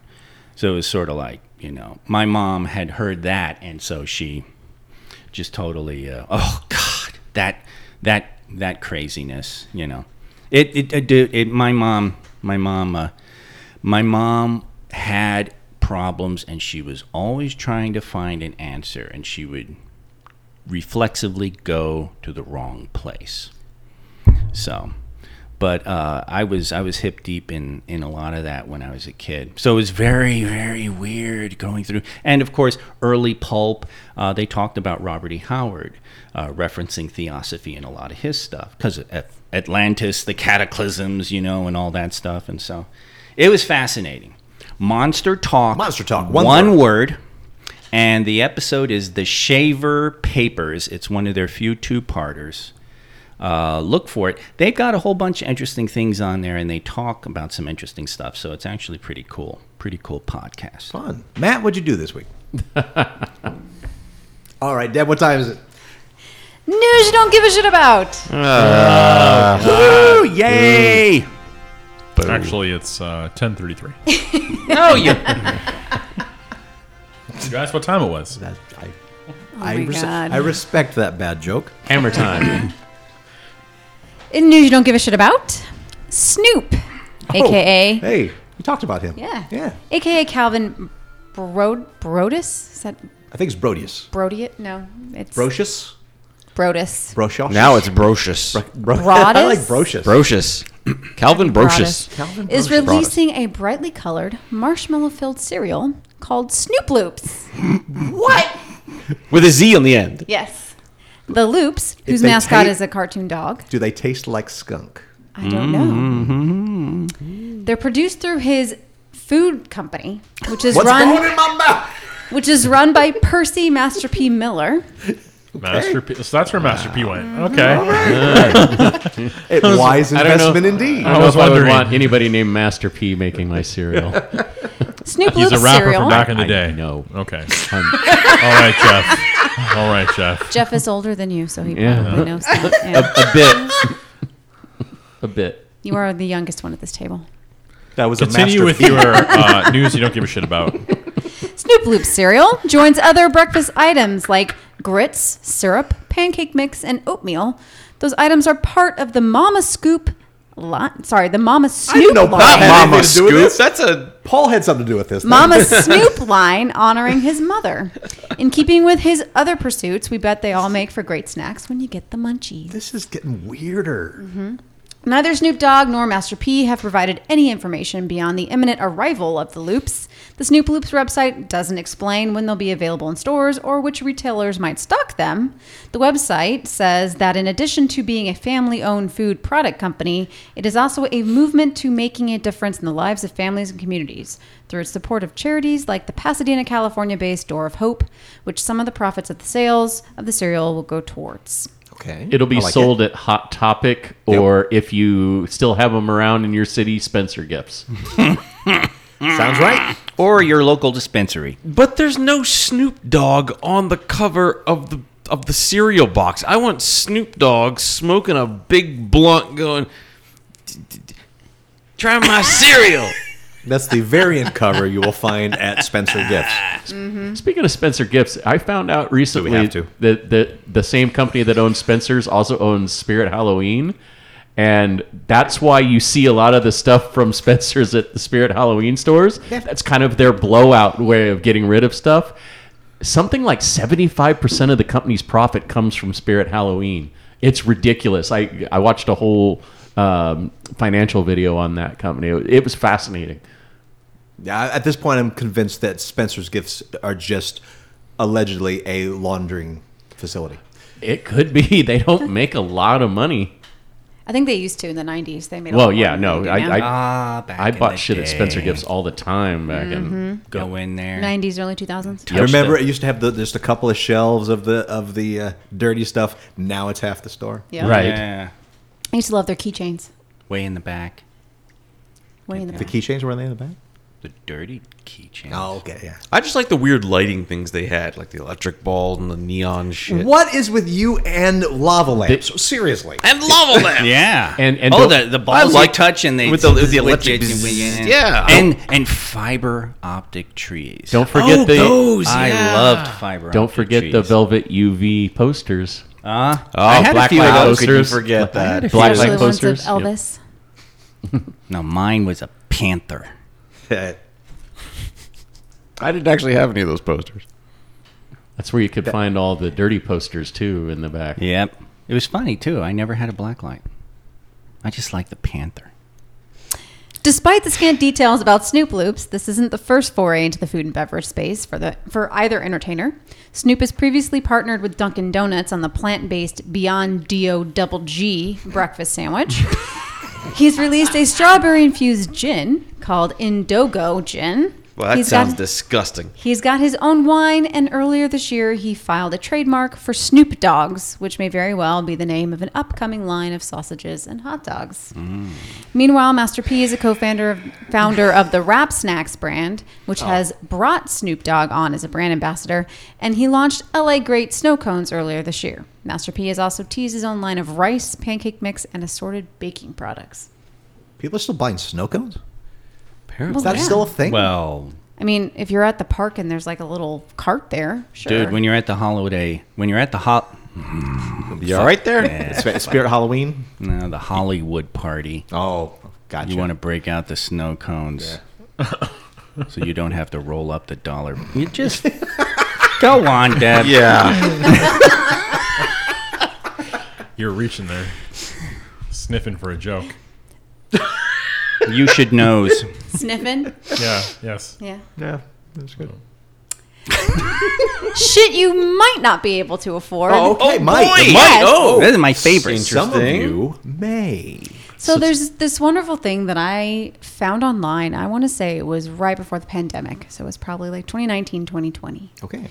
Speaker 6: so it was sort of like you know my mom had heard that and so she just totally uh, oh god that that that craziness you know it it, it, dude, it my mom my mom uh, my mom had problems and she was always trying to find an answer and she would reflexively go to the wrong place so But uh, I was I was hip deep in in a lot of that when I was a kid. So it was very very weird going through. And of course, early pulp. Uh, they talked about Robert E. Howard uh, referencing theosophy in a lot of his stuff because Atlantis, the cataclysms, you know, and all that stuff. And so it was fascinating. Monster Talk.
Speaker 2: Monster Talk, one
Speaker 6: one word. And the episode is The Shaver Papers. It's one of their few two parters. Uh, look for it. They've got a whole bunch of interesting things on there and they talk about some interesting stuff. So it's actually pretty cool. Pretty cool podcast.
Speaker 2: Fun. Matt, what'd you do this week? All right, Deb, what time is it?
Speaker 5: News you don't give a shit about.
Speaker 6: Woo! Yay!
Speaker 3: Actually, it's uh, 10.33.
Speaker 6: No,
Speaker 5: [laughs]
Speaker 6: you.
Speaker 3: That's what time it was.
Speaker 2: That, I, I,
Speaker 5: Oh my
Speaker 2: res-
Speaker 5: God.
Speaker 2: I respect that bad
Speaker 5: [laughs]
Speaker 2: joke.
Speaker 7: Hammer time.
Speaker 5: In news you don't give a shit about, Snoop, aka
Speaker 2: Oh. Hey, we talked about him.
Speaker 5: yeah,
Speaker 2: Yeah.
Speaker 5: aka Calvin Brod Brodus. Is that
Speaker 2: I think it's Brodius.
Speaker 5: Brodiot? No, it's
Speaker 2: Brocious?
Speaker 5: Brodus.
Speaker 2: Brocious?
Speaker 4: Now it's brocious.
Speaker 2: Bro- [laughs] I
Speaker 5: Brodus?
Speaker 2: like Brocious.
Speaker 4: brocious. Calvin Brocious.
Speaker 5: Brodus is
Speaker 4: Brodus.
Speaker 5: releasing a brightly colored marshmallow-filled cereal called
Speaker 2: [laughs]
Speaker 5: Snoop Loops. what?
Speaker 4: With a Z on the end.
Speaker 5: Yes, the Loops, whose
Speaker 2: they
Speaker 5: mascot
Speaker 2: take-
Speaker 5: is a cartoon dog.
Speaker 2: Do they taste like skunk?
Speaker 5: I don't
Speaker 2: Mm-hmm.
Speaker 5: know. They're produced through his food company, which is
Speaker 2: What's
Speaker 5: run
Speaker 2: going in my mouth?
Speaker 5: which is run by Percy Master P. Miller.
Speaker 3: Master P. So that's where Master P went. Okay.
Speaker 2: It wise
Speaker 7: I don't know.
Speaker 2: investment indeed.
Speaker 7: I,
Speaker 3: I was
Speaker 7: was I would
Speaker 3: wondering.
Speaker 7: want anybody named Master P making my [laughs] cereal.
Speaker 5: Snoop
Speaker 3: He's a
Speaker 5: Loops
Speaker 3: rapper
Speaker 5: cereal.
Speaker 3: from back in the
Speaker 7: I
Speaker 3: day.
Speaker 7: know.
Speaker 3: Okay. [laughs] All right, Jeff. All right, Jeff.
Speaker 5: Jeff is older than you, so he
Speaker 7: Yeah.
Speaker 5: probably knows. That. Yeah.
Speaker 7: A bit. [laughs] a bit.
Speaker 5: You are the youngest one at this table.
Speaker 2: That was
Speaker 3: Continue
Speaker 2: a
Speaker 3: with
Speaker 2: masterpiece.
Speaker 3: your uh, news you don't give a shit about.
Speaker 5: Snoop Loops cereal joins other breakfast items like grits, syrup, pancake mix, and oatmeal. Those items are part of the Mama Scoop. Line, sorry, the Mama Snoop
Speaker 2: know
Speaker 5: line.
Speaker 2: Bob had anything to do with
Speaker 4: Scoop.
Speaker 2: this.
Speaker 4: That's a
Speaker 2: Paul had something to do with this.
Speaker 5: Mama Snoop line honoring his mother. In keeping with his other pursuits, we bet they all make for great snacks when you get the munchies.
Speaker 2: This is getting weirder.
Speaker 5: Neither Snoop Dogg nor Master P have provided any information beyond the imminent arrival of the loops. The Snoop Loops website doesn't explain when they'll be available in stores or which retailers might stock them. The website says that in addition to being a family owned food product company, it is also a movement to making a difference in the lives of families and communities through its support of charities like the Pasadena, California based Door of Hope, which some of the profits of the sales of the cereal will go towards.
Speaker 2: Okay.
Speaker 7: It'll be
Speaker 2: I like
Speaker 7: sold at Hot Topic, or if you still have them around in your city, Spencer Gifts.
Speaker 2: it. Sounds right.
Speaker 6: or your local dispensary.
Speaker 4: But there's no Snoop Dogg on the cover of the of the cereal box. I want Snoop Dogg smoking a big blunt, going, "D- d- d- "Try my cereal."
Speaker 2: That's the variant cover you will find at Spencer Gifts.
Speaker 7: Speaking of Spencer Gifts, I found out recently
Speaker 2: have to?
Speaker 7: that the the same company that owns Spencer's also owns Spirit Halloween, and that's why you see a lot of the stuff from [laughs] Spencer's at the Spirit Halloween stores. That's kind of their blowout way of getting rid of stuff. Something like seventy five percent of the company's profit comes from Spirit Halloween. It's ridiculous. I I watched a whole um, financial video on that company. It was fascinating.
Speaker 2: Yeah, at this point, I'm convinced that Spencer's Gifts are just allegedly a laundering facility.
Speaker 7: It could be [laughs] they don't make a lot of money.
Speaker 5: I think they used to in the 90s. They made a
Speaker 7: Well,
Speaker 5: lot
Speaker 7: yeah,
Speaker 5: more
Speaker 7: no,
Speaker 5: than they
Speaker 7: I,
Speaker 5: do Oh, now.
Speaker 7: I,
Speaker 6: Ah, back
Speaker 7: I
Speaker 6: in the
Speaker 7: bought shit at Spencer
Speaker 6: day.
Speaker 7: Gifts all the time back
Speaker 5: Mm-hmm.
Speaker 7: in.
Speaker 6: Go in there.
Speaker 5: 90s, early 2000s.
Speaker 2: I
Speaker 7: Yep.
Speaker 2: remember it used to have the, just a couple of shelves of the of the uh, dirty stuff. Now it's half the store.
Speaker 5: Yeah.
Speaker 6: Yeah.
Speaker 5: I used to love their keychains.
Speaker 6: Way in the back.
Speaker 5: Way in the
Speaker 2: The
Speaker 5: back.
Speaker 2: keychains were in the back.
Speaker 6: The dirty keychain.
Speaker 2: Oh, okay, yeah.
Speaker 4: I just like the weird lighting things they had, like the electric ball and the neon shit.
Speaker 2: What is with you and lava lamps? seriously,
Speaker 4: And lava lamp.
Speaker 6: Yeah,
Speaker 7: And- and
Speaker 6: oh,
Speaker 7: the-
Speaker 6: the the balls
Speaker 4: like-
Speaker 6: like touch and they
Speaker 4: with the- with the
Speaker 6: switch
Speaker 4: electric
Speaker 6: it
Speaker 4: bzzz.
Speaker 6: and-
Speaker 4: Yeah.
Speaker 6: and and fiber optic trees.
Speaker 7: Don't forget the
Speaker 6: I loved fiber.
Speaker 7: don't
Speaker 6: optic
Speaker 7: forget
Speaker 6: trees.
Speaker 7: the velvet UV posters.
Speaker 6: Uh,
Speaker 4: Oh,
Speaker 6: I had
Speaker 4: black
Speaker 6: a few of
Speaker 4: light
Speaker 6: those.
Speaker 4: could you
Speaker 7: posters.
Speaker 4: forget
Speaker 6: I had
Speaker 4: that?
Speaker 6: a
Speaker 7: Black
Speaker 5: Especially
Speaker 7: light
Speaker 5: the ones of
Speaker 7: posters. Yep.
Speaker 5: Elvis.
Speaker 6: No, mine was a panther.
Speaker 4: I didn't actually have any of those posters.
Speaker 7: That's where you could find all the dirty posters too in the back.
Speaker 6: Yep, it was funny too. I never had a black light. I just like the Panther.
Speaker 5: Despite the scant details about Snoop Loops, this isn't the first foray into the food and beverage space for the for either entertainer. Snoop has previously partnered with Dunkin' Donuts on the plant-based Beyond Do Double G breakfast sandwich. He's released a strawberry-infused gin called Indogo Gin.
Speaker 4: Well, that
Speaker 5: He's got-
Speaker 4: sounds disgusting.
Speaker 5: He's got his own wine, and earlier this year he filed a trademark for Snoop Dogs, which may very well be the name of an upcoming line of sausages and hot dogs. Meanwhile, Master P is a co-founder of, founder of the Rap Snacks brand, which has brought Snoop Dogg on as a brand ambassador, and he launched LA Great Snow Cones earlier this year. Master P has also teased his own line of rice, pancake mix, and assorted baking products.
Speaker 2: People are still buying snow cones?
Speaker 5: Well,
Speaker 2: Is that
Speaker 5: yeah.
Speaker 2: still a thing?
Speaker 6: Well,
Speaker 5: I mean, if you're at the park and there's like a little cart there, sure.
Speaker 6: dude, when you're at the holiday, when you're at the hot,
Speaker 2: you all right there? Sp- Spirit Halloween?
Speaker 6: no, the Hollywood party,
Speaker 2: Oh, gotcha.
Speaker 6: you want to break out the snow cones, [laughs] so you don't have to roll up the dollar. You just go on, Deb.
Speaker 4: Yeah.
Speaker 3: You're reaching there, sniffing for a joke.
Speaker 6: You should knows.
Speaker 5: [laughs] sniffing.
Speaker 3: Yeah. Yes.
Speaker 5: Yeah.
Speaker 2: Yeah, that's good.
Speaker 5: [laughs] shit you might not be able to afford.
Speaker 2: Oh, okay, Mike.
Speaker 4: boy!
Speaker 2: Mike,
Speaker 5: Yes.
Speaker 4: Oh,
Speaker 6: This is my favorite.
Speaker 2: Some of
Speaker 4: Interesting.
Speaker 2: you may.
Speaker 5: So there's this wonderful thing that I found online. I want to say it was right before the pandemic. So it was probably like 2019, 2020.
Speaker 2: Okay.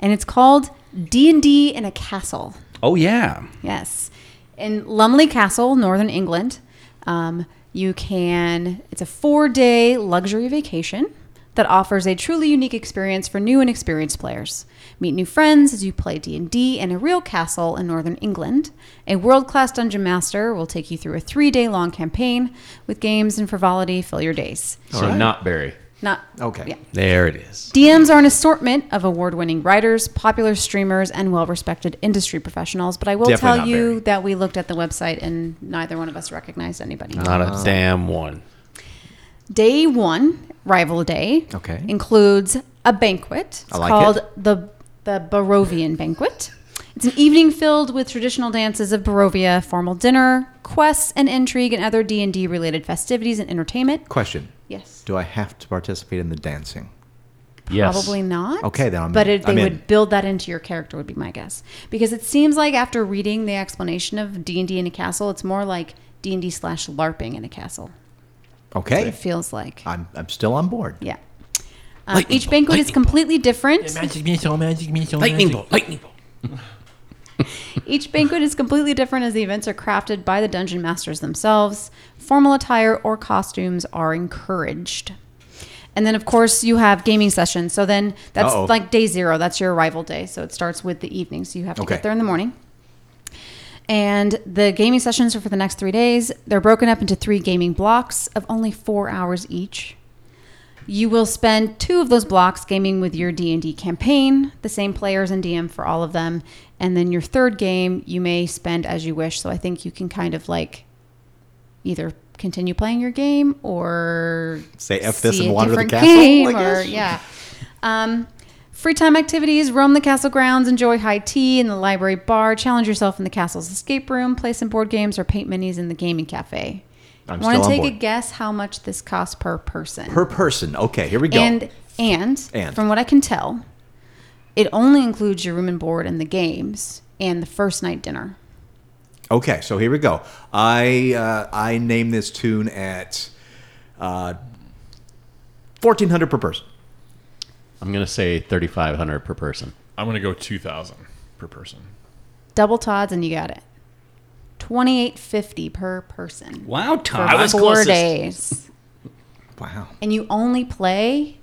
Speaker 5: And it's called D&D in a Castle.
Speaker 6: Oh yeah,
Speaker 5: Yes. In Lumley Castle, Northern England, um, you can, it's a four day luxury vacation that offers a truly unique experience for new and experienced players. Meet new friends as you play D&D in a real castle in Northern England. A world-class dungeon master will take you through a 3-day long campaign with games and frivolity fill your days.
Speaker 7: So not Barry.
Speaker 5: Not
Speaker 2: Okay.
Speaker 5: yeah.
Speaker 4: there it is.
Speaker 5: DMs are an assortment of award winning writers, popular streamers, and well respected industry professionals. But I will
Speaker 7: Definitely
Speaker 5: tell
Speaker 7: not
Speaker 5: you
Speaker 7: Barry.
Speaker 5: that we looked at the website and neither one of us recognized anybody.
Speaker 4: Not
Speaker 6: Uh,
Speaker 4: a damn one.
Speaker 5: Day one, rival day,
Speaker 2: Okay.
Speaker 5: includes a banquet. It's
Speaker 2: I like
Speaker 5: called
Speaker 2: it.
Speaker 5: the the Barovian banquet. It's an evening filled with traditional dances of Barovia, formal dinner, quests and intrigue, and other D and D related festivities and entertainment.
Speaker 2: Question.
Speaker 5: Yes.
Speaker 2: Do I have to participate in the dancing?
Speaker 7: Yes.
Speaker 5: Probably not.
Speaker 2: Okay, then I'm
Speaker 5: but
Speaker 2: in.
Speaker 5: it, they
Speaker 2: I'm in.
Speaker 5: would build that into your character would be my guess because it seems like after reading the explanation of D and D in a castle, it's more like D and D slash LARPing in a castle.
Speaker 2: Okay.
Speaker 5: It feels like
Speaker 2: I'm, I'm still on board.
Speaker 5: yeah. Um, each banquet is completely different.
Speaker 6: lightning bolt, lightning bolt.
Speaker 5: [laughs] Each banquet is completely different as the events are crafted by the dungeon masters themselves. Formal attire or costumes are encouraged. And then, of course, you have gaming sessions. So then that's
Speaker 2: Uh-oh.
Speaker 5: like day zero. That's your arrival day. So it starts with the evening. So you have to
Speaker 2: Okay.
Speaker 5: get there in the morning. And the gaming sessions are for the next three days. They're broken up into three gaming blocks of only four hours each. You will spend two of those blocks gaming with your D&D campaign, the same players and DM for all of them, and then your third game you may spend as you wish. So I think you can kind of like either continue playing your game or
Speaker 2: Say F this
Speaker 5: see
Speaker 2: and
Speaker 5: a
Speaker 2: wander the
Speaker 5: different
Speaker 2: castle, I
Speaker 5: game or
Speaker 2: guess.
Speaker 5: yeah. Um, free time activities, roam the castle grounds, enjoy high tea in the library bar, challenge yourself in the castle's escape room, play some board games or paint minis in the gaming cafe.
Speaker 2: I'm
Speaker 5: Want
Speaker 2: still
Speaker 5: to
Speaker 2: on
Speaker 5: take a
Speaker 2: board.
Speaker 5: guess how much this costs per person?
Speaker 2: Per person. Okay, here we go.
Speaker 5: And, and
Speaker 2: And.
Speaker 5: from what I can tell, it only includes your room and board and the games and the first night dinner.
Speaker 2: okay, so here we go. I uh, I name this tune at uh, 1400 per person.
Speaker 7: I'm gonna say 3,500 per person.
Speaker 3: I'm gonna go two thousand per person.
Speaker 5: Double Tods and you got it. Twenty eight fifty per person.
Speaker 6: Wow, Todd.
Speaker 5: For four days.
Speaker 2: Wow.
Speaker 5: And you only play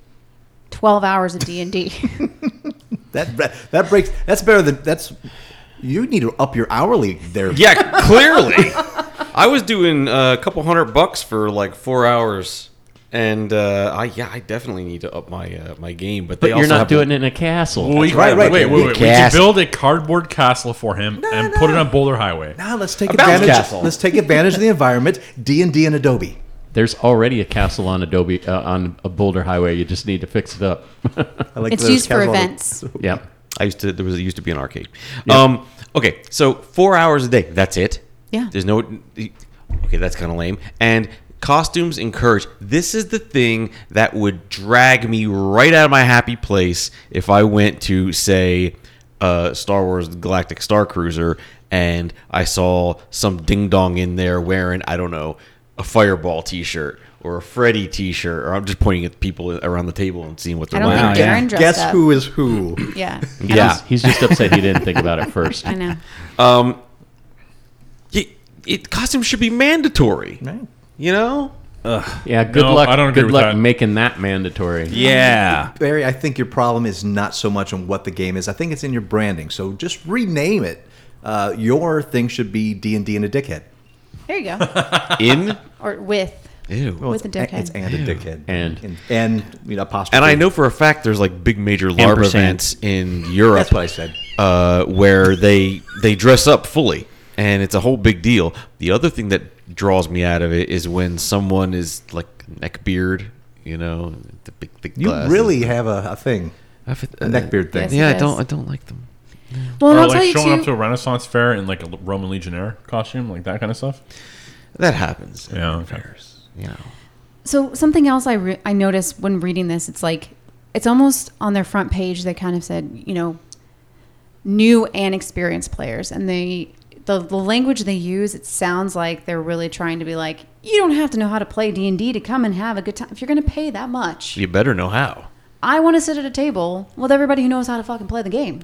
Speaker 5: twelve hours of D and
Speaker 2: [laughs]
Speaker 5: D.
Speaker 2: That that breaks that's better than that's you need to up your hourly there.
Speaker 4: Yeah, clearly. [laughs] I was doing uh, a couple hundred bucks for like four hours, and uh, I yeah, I definitely need to up my uh, my game. But, they
Speaker 7: But
Speaker 4: also
Speaker 7: you're not
Speaker 4: have
Speaker 7: doing it in a castle.
Speaker 2: right, right.
Speaker 3: Wait, wait, wait. We should
Speaker 4: Castle.
Speaker 3: build a cardboard castle for him and put it on Boulder Highway.
Speaker 2: Now Ah, let's take
Speaker 4: A bounce
Speaker 2: advantage
Speaker 4: castle.
Speaker 2: let's take advantage of the environment, D&D and Adobe.
Speaker 7: There's already a castle on Adobe uh, on a Boulder Highway. You just need to fix it up. [laughs]
Speaker 2: I like
Speaker 5: it's
Speaker 2: those
Speaker 5: used for
Speaker 2: casual-
Speaker 5: events.
Speaker 7: yep.
Speaker 4: I used to there was it used to be an arcade. Um, okay, so four hours a day. That's it.
Speaker 5: Yeah.
Speaker 4: There's no. Okay, okay, that's kind of lame. And costumes encourage. This is the thing that would drag me right out of my happy place if I went to say uh, Star Wars Galactic Star Cruiser and I saw some ding dong in there wearing I don't know a Fireball T-shirt or a Freddy T-shirt, or I'm just pointing at people around the table and seeing what
Speaker 5: I
Speaker 4: they're
Speaker 5: don't
Speaker 4: wearing.
Speaker 5: think
Speaker 6: Wow, yeah.
Speaker 5: Darren dressed
Speaker 2: Guess
Speaker 5: up.
Speaker 2: who is who? [laughs]
Speaker 5: Yeah,
Speaker 4: Yeah.
Speaker 7: He's just upset he didn't think about it first.
Speaker 5: I know.
Speaker 4: it, it costume should be mandatory. You know?
Speaker 7: Yeah, good
Speaker 3: No,
Speaker 7: luck.
Speaker 3: I don't agree
Speaker 7: good
Speaker 3: with
Speaker 7: luck
Speaker 3: that.
Speaker 7: making that mandatory.
Speaker 6: Yeah.
Speaker 2: Barry, I think your problem is not so much on what the game is. I think it's in your branding. So just rename it. Uh, your thing should be D and D and a dickhead.
Speaker 5: There you go.
Speaker 4: In
Speaker 5: Or with.
Speaker 4: ew.
Speaker 2: Well,
Speaker 5: With
Speaker 2: it's
Speaker 5: a dickhead.
Speaker 2: It's and a dickhead.
Speaker 7: And.
Speaker 2: and, and, you know [laughs] apostrophe.
Speaker 4: and I know for a fact there's like big major LARP
Speaker 6: Ampersand.
Speaker 4: events in Europe.
Speaker 2: That's what I said.
Speaker 4: Uh, where they they dress up fully, and it's a whole big deal. The other thing that draws me out of it is when someone is like neck beard, you know, the big big.
Speaker 2: You
Speaker 4: glasses.
Speaker 2: really have a, a thing,
Speaker 4: I fit-
Speaker 2: a neck beard thing.
Speaker 5: Yes.
Speaker 4: Yeah, I
Speaker 5: Yes.
Speaker 4: don't I don't like them.
Speaker 5: Well, and
Speaker 3: Or
Speaker 5: I'll
Speaker 3: Oh, like
Speaker 5: tell
Speaker 3: showing
Speaker 5: you
Speaker 3: up to
Speaker 5: too.
Speaker 3: a Renaissance fair in like a Roman legionnaire costume, like that kind of stuff.
Speaker 4: That happens. at
Speaker 3: Yeah, okay.
Speaker 4: fairs, You know.
Speaker 5: So something else I re- I noticed when reading this, it's like it's almost on their front page. They kind of said, you know, new and experienced players, and they the the language they use. It sounds like they're really trying to be like, you don't have to know how to play D and D to come and have a good time. If you're going to pay that much,
Speaker 4: You better know how.
Speaker 5: I want to sit at a table with everybody who knows how to fucking play the game.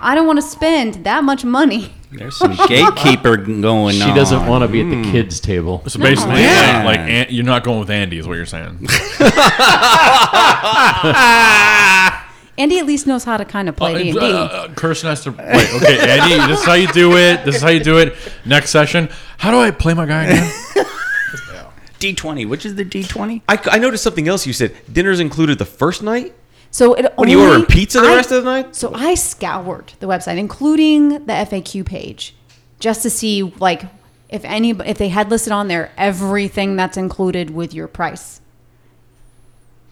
Speaker 5: I don't want to spend that much money.
Speaker 6: There's some gatekeeper going on.
Speaker 7: She doesn't want to be at the
Speaker 3: Mm.
Speaker 7: kids' table.
Speaker 3: So basically,
Speaker 6: Yeah.
Speaker 3: like, like An- you're not going with Andy, is what you're saying.
Speaker 5: Andy at least knows how to kind of play D
Speaker 3: [laughs]
Speaker 5: and
Speaker 3: Uh,
Speaker 5: D.
Speaker 3: uh, Kirsten has to. Wait, okay, [laughs] Andy, this is how you do it. This is how you do it. Next session, how do I play my guy [laughs] again?
Speaker 6: D20. Which is the D20?
Speaker 4: I, I noticed something else you said. Dinner's included the first night?
Speaker 5: So it
Speaker 4: What,
Speaker 5: only,
Speaker 4: you ordering pizza the
Speaker 5: I-
Speaker 4: rest of the night?
Speaker 5: So I scoured the website, including the FAQ page, just to see like if any if they had listed on there everything that's included with your price.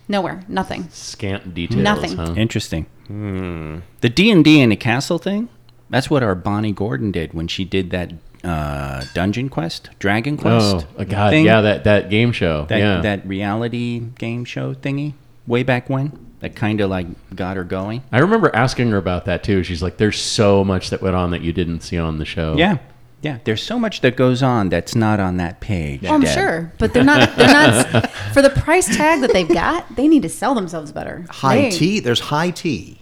Speaker 5: Nowhere, nothing.
Speaker 7: Scant details.
Speaker 5: Nothing.
Speaker 7: Huh?
Speaker 6: Interesting.
Speaker 7: Hmm.
Speaker 6: The D and D in the castle thing. That's what our Bonnie Gordon did when she did that uh, dungeon quest, Dragon Quest.
Speaker 7: Oh, uh, God.
Speaker 6: thing.
Speaker 7: Yeah, that, that game show.
Speaker 6: that
Speaker 7: yeah.
Speaker 6: that reality game show thingy way back when. That kind of like got her going.
Speaker 7: I remember asking her about that too. She's like, there's so much that went on that you didn't see on the show.
Speaker 6: Yeah, yeah. There's so much that goes on that's not on that page.
Speaker 5: Oh, I'm
Speaker 6: Deb.
Speaker 5: sure, but they're not. They're not [laughs] for the price tag that they've got. They need to sell themselves better.
Speaker 2: High
Speaker 5: They-
Speaker 2: tea. There's high tea.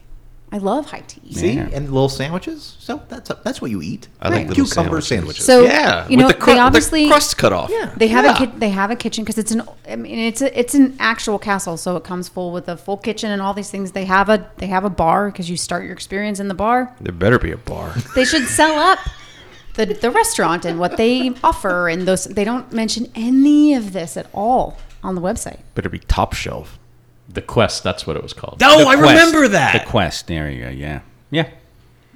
Speaker 5: I love high tea.
Speaker 2: See,
Speaker 6: Yeah.
Speaker 2: and little sandwiches. So that's that's what you eat.
Speaker 4: I like
Speaker 5: Right.
Speaker 4: little
Speaker 2: Cucumber sandwiches.
Speaker 4: sandwiches.
Speaker 5: So
Speaker 4: yeah,
Speaker 5: you know
Speaker 4: with the, cru-
Speaker 5: they obviously
Speaker 4: the crust cut off. Yeah,
Speaker 5: They have a ki- they have a kitchen because it's an I mean it's a, it's an actual castle, so it comes full with a full kitchen and all these things. They have a they have a bar because you start your experience in the bar.
Speaker 4: there better be a bar.
Speaker 5: They should sell up the the restaurant and what they offer and those. They don't mention any of this at all on the website.
Speaker 4: better be top shelf.
Speaker 7: The Quest, that's what it was called.
Speaker 4: Oh,
Speaker 6: The quest. The quest area, yeah, yeah.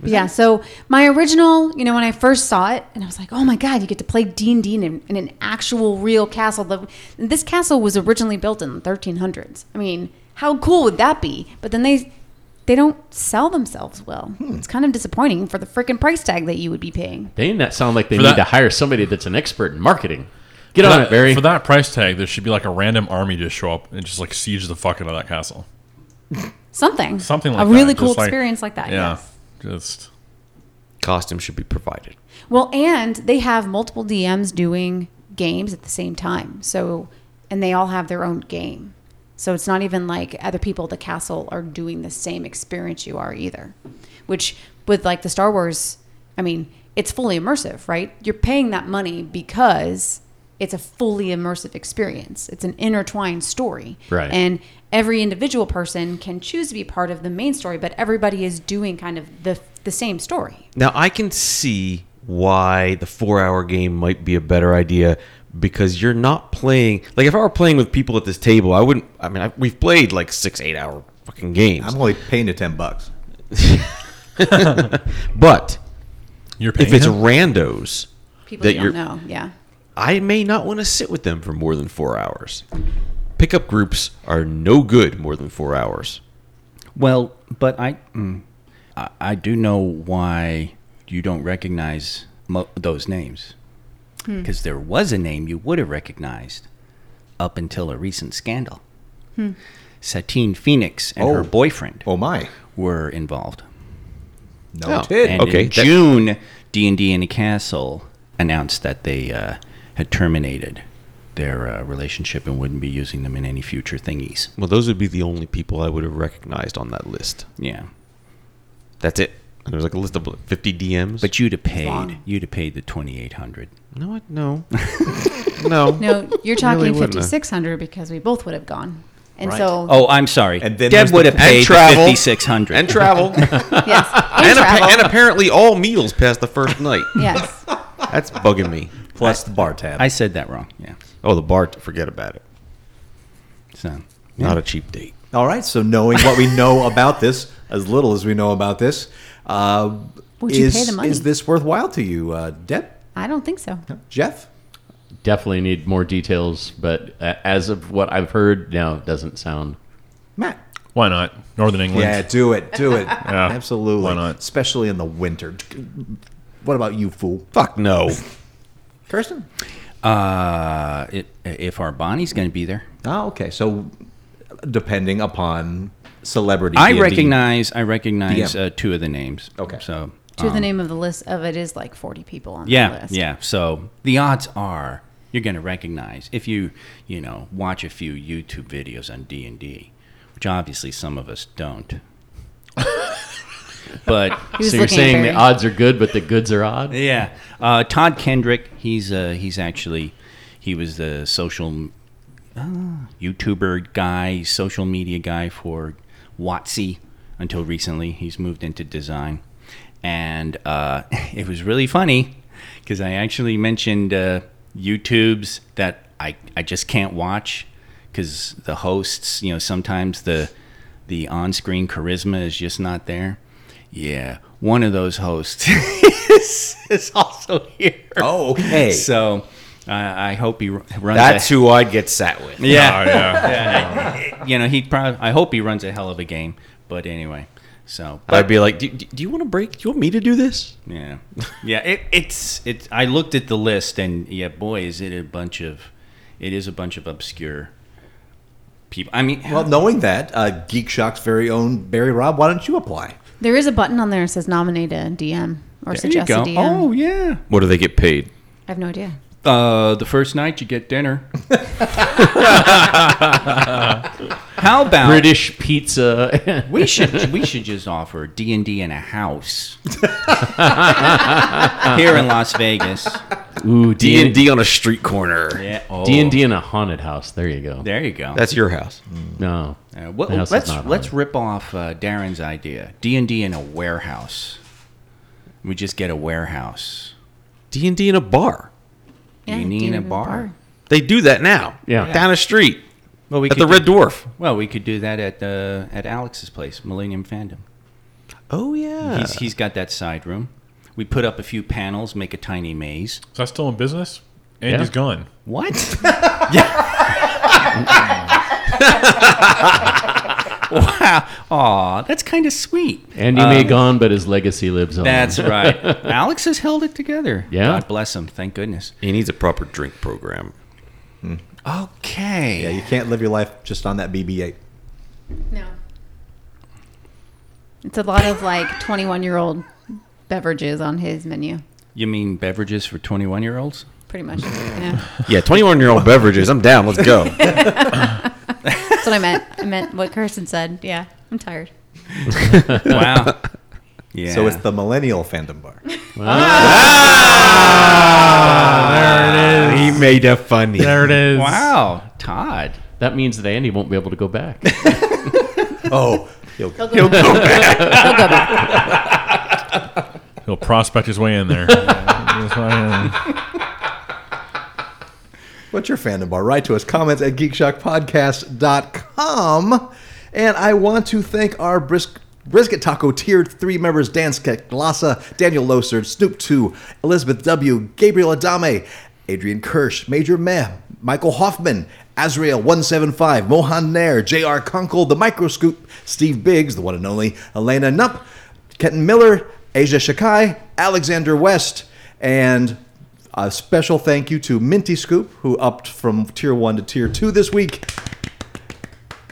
Speaker 5: yeah. So my original, you know, when I first saw it, and I was like, "Oh my god, you get to play D and D in in an actual real castle." The- This castle was originally built in the 1300s. I mean, how cool would that be? But then they they don't sell themselves well.
Speaker 3: Hmm.
Speaker 5: It's kind of disappointing for the freaking price tag that you would be paying.
Speaker 7: They not sound like they
Speaker 3: For
Speaker 7: need
Speaker 3: that-
Speaker 7: to hire somebody that's an expert in marketing. Get
Speaker 3: for,
Speaker 7: on
Speaker 3: that,
Speaker 7: it, Barry.
Speaker 3: for that price tag, there should be like a random army just show up and just like siege the fuck out of that castle.
Speaker 5: Something,
Speaker 3: Something like
Speaker 5: a
Speaker 3: that.
Speaker 5: really
Speaker 3: just
Speaker 5: cool experience like that.
Speaker 3: Yeah,
Speaker 5: yes.
Speaker 3: just
Speaker 4: Costume should be provided.
Speaker 5: Well, and they have multiple DMs doing games at the same time. So, and they all have their own game. So it's not even like other people at the castle are doing the same experience you are either. Which, with like the Star Wars, I mean, it's fully immersive, right? You're paying that money because it's a fully immersive experience. It's an intertwined story.
Speaker 7: Right.
Speaker 5: And every individual person can choose to be part of the main story, but everybody is doing kind of the, the same story.
Speaker 4: Now I can see why the four-hour game might be a better idea because you're not playing. Like if I were playing with people at this table, I wouldn't. I mean, I, we've played like six, eight-hour fucking games,
Speaker 2: I'm only paying you ten bucks.
Speaker 4: but
Speaker 3: you're paying
Speaker 4: if it's
Speaker 3: him?
Speaker 4: randos.
Speaker 5: People
Speaker 4: That
Speaker 5: you don't
Speaker 4: you're-
Speaker 5: know. Yeah.
Speaker 4: I may not want to sit with them for more than four hours. Pickup groups are no good more than four hours.
Speaker 6: Well, but I, mm, I, I do know why you don't recognize mo- those names. because there was a name you would have recognized up until a recent scandal. Satine Phoenix and her
Speaker 2: Oh.
Speaker 6: boyfriend
Speaker 2: Oh my!
Speaker 6: were involved.
Speaker 2: No,
Speaker 6: And
Speaker 4: Okay,
Speaker 6: in
Speaker 4: that-
Speaker 6: June, D and D in the castle announced that they uh, had terminated their uh, relationship and wouldn't be using them in any future thingies.
Speaker 4: Well, those would be the only people I would have recognized on that list.
Speaker 6: Yeah,
Speaker 4: That's it. And there's like a list of 50 DMs.
Speaker 6: but you'd have paid.
Speaker 5: Wrong.
Speaker 6: You'd have paid the twenty eight hundred.
Speaker 4: you know what? [laughs] No. no. [laughs]
Speaker 5: No, you're talking
Speaker 4: wouldn't have.
Speaker 5: 5600 because we both would have gone. And so
Speaker 6: Oh, I'm sorry.
Speaker 2: And then there's
Speaker 6: Deb
Speaker 2: the-
Speaker 6: would have paid
Speaker 4: travel.
Speaker 6: fifty six hundred.
Speaker 4: And travel.
Speaker 6: [laughs]
Speaker 4: and,
Speaker 5: yes, and,
Speaker 4: appa-
Speaker 5: travel.
Speaker 4: and apparently all meals past the first night.
Speaker 6: [laughs]
Speaker 5: yes.
Speaker 4: That's bugging me.
Speaker 2: plus the bar tab.
Speaker 6: I said that wrong. Yeah.
Speaker 4: Oh, the bar, forget about it.
Speaker 6: So
Speaker 4: Not a cheap date.
Speaker 2: All right. So knowing what we know about this, as little as we know about this, uh,
Speaker 5: Would
Speaker 2: is
Speaker 5: you pay the money?
Speaker 2: is this worthwhile to you, uh, Deb?
Speaker 5: I don't think so.
Speaker 2: Jeff?
Speaker 7: Definitely need more details, but uh, as of what I've heard now, it doesn't sound.
Speaker 2: Matt?
Speaker 3: Why not? Northern England.
Speaker 2: Yeah, do it, do it. Absolutely,
Speaker 3: why not?
Speaker 2: especially in the winter. What about you, fool?
Speaker 4: Fuck no.
Speaker 2: Kirsten?
Speaker 6: uh, it, if our Bonnie's going to be there,
Speaker 2: Oh, okay. So depending upon celebrity,
Speaker 6: I
Speaker 2: D&D.
Speaker 6: recognize. I recognize
Speaker 2: DM.
Speaker 6: uh, two of the names.
Speaker 2: Okay.
Speaker 6: So
Speaker 5: To the name of the list of it is like 40 people on the
Speaker 6: Um, Yeah,
Speaker 5: list.
Speaker 6: yeah. So the odds are you're going to recognize if you, you know, watch a few YouTube videos on D and D, which obviously some of us don't. but
Speaker 5: He was
Speaker 7: So you're
Speaker 5: looking at
Speaker 7: saying the
Speaker 5: Barry.
Speaker 7: odds are good, but the goods are odd?
Speaker 6: yeah, uh, Todd Kendrick. He's uh, he's actually he was the social uh, YouTuber guy, social media guy for Watsy until recently. He's moved into design, and uh, [laughs] it was really funny because I actually mentioned uh, YouTubes that I I just can't watch because the hosts, you know, sometimes the the on-screen charisma is just not there. Yeah, one of those hosts [laughs] is, is also here.
Speaker 2: Oh, okay.
Speaker 6: So I I hope he ru- runs.
Speaker 4: That's
Speaker 6: a,
Speaker 4: who I'd get sat with.
Speaker 3: Oh,
Speaker 6: Yeah,
Speaker 3: yeah.
Speaker 6: you know he probably. I hope he runs a hell of a game. But anyway, so
Speaker 4: I'd be like, do, do do you want a break? Do you want me to do this?
Speaker 6: yeah, yeah. It, it's it. I looked at the list and yeah, boy, is it a bunch of, it is a bunch of obscure people. I mean,
Speaker 2: Well, knowing that, uh, Geek Shock's very own Barry Robb, why don't you apply?
Speaker 5: There is a button on there that says nominate a DM or
Speaker 6: there you
Speaker 5: suggest a
Speaker 6: go.
Speaker 5: DM.
Speaker 6: Oh yeah.
Speaker 4: What do they get paid?
Speaker 5: I have no idea.
Speaker 6: Uh, the first night you get
Speaker 7: [laughs]
Speaker 6: dinner. How about
Speaker 7: British pizza. [laughs]
Speaker 6: We should we should just offer D and D in a
Speaker 7: [laughs]
Speaker 6: house here in Las Vegas.
Speaker 7: Ooh, D and D.
Speaker 4: on a street corner.
Speaker 6: Yeah, oh,
Speaker 7: D and D in a haunted house. There you go.
Speaker 6: There you go.
Speaker 4: That's your house.
Speaker 7: No.
Speaker 6: Uh, what-
Speaker 7: The house is
Speaker 6: let's
Speaker 7: not
Speaker 6: let's
Speaker 7: haunted.
Speaker 6: rip off uh, Darren's idea. D and D in a warehouse. We just get a warehouse.
Speaker 4: D and D in a bar.
Speaker 5: Yeah,
Speaker 6: you need
Speaker 5: DM
Speaker 6: a
Speaker 5: in the
Speaker 6: bar.
Speaker 4: They do that now.
Speaker 7: Yeah.
Speaker 4: Down the street
Speaker 6: Well, we
Speaker 4: at the
Speaker 6: could
Speaker 4: Red
Speaker 6: do,
Speaker 4: Dwarf.
Speaker 6: Well, we could do that at uh, at Alex's place, Millennium Fandom.
Speaker 4: Oh yeah.
Speaker 6: He's he's got that side room. We put up a few panels, make a tiny maze.
Speaker 3: Is that still in business? And
Speaker 7: Yeah.
Speaker 3: he's gone.
Speaker 6: What? [laughs] wow. Aw, that's kind of sweet.
Speaker 7: Andy may gone, but his legacy lives on.
Speaker 6: Um, That's
Speaker 4: [laughs]
Speaker 6: right. Alex has held it together.
Speaker 7: Yeah.
Speaker 6: God bless him. Thank goodness.
Speaker 4: he needs a proper drink program.
Speaker 6: Okay.
Speaker 2: Yeah, you can't live your life just on that BB-8.
Speaker 5: No. It's a lot of like [laughs] 21 year old beverages on his menu,
Speaker 6: You mean beverages for 21 year olds?
Speaker 5: pretty
Speaker 6: [laughs]
Speaker 5: much. Yeah.
Speaker 4: Yeah, twenty-one year old beverages. I'm down. Let's [laughs] go.
Speaker 5: That's what I meant. I meant what Kirsten said. Yeah. I'm tired.
Speaker 6: Wow. [laughs] Yeah.
Speaker 2: So it's the millennial fandom bar.
Speaker 6: Ah!
Speaker 4: he made a funny.
Speaker 3: There it is.
Speaker 6: Wow. Todd.
Speaker 7: That means that Andy won't be able to go back.
Speaker 2: oh, you'll
Speaker 5: He'll go back. He'll go back.
Speaker 3: He'll prospect his way in [laughs] there. That's why, uh,
Speaker 2: What's your fandom bar? Write to us, comments at geekshockpodcast.com. And I want to thank our brisk, brisket taco tier three members Dan Skeglasa, Daniel Loser, Snoop 2, Elizabeth W., Gabriel Adame, Adrian Kirsch, Major Meh, Michael Hoffman, Azrael175, Mohan Nair, J.R. Kunkel, The Microscoop, Steve Biggs, the one and only, Elena Nupp, Kenton Miller, Asia Shakai, Alexander West, and A special thank you to Minty Scoop, who upped from tier one to tier two this week.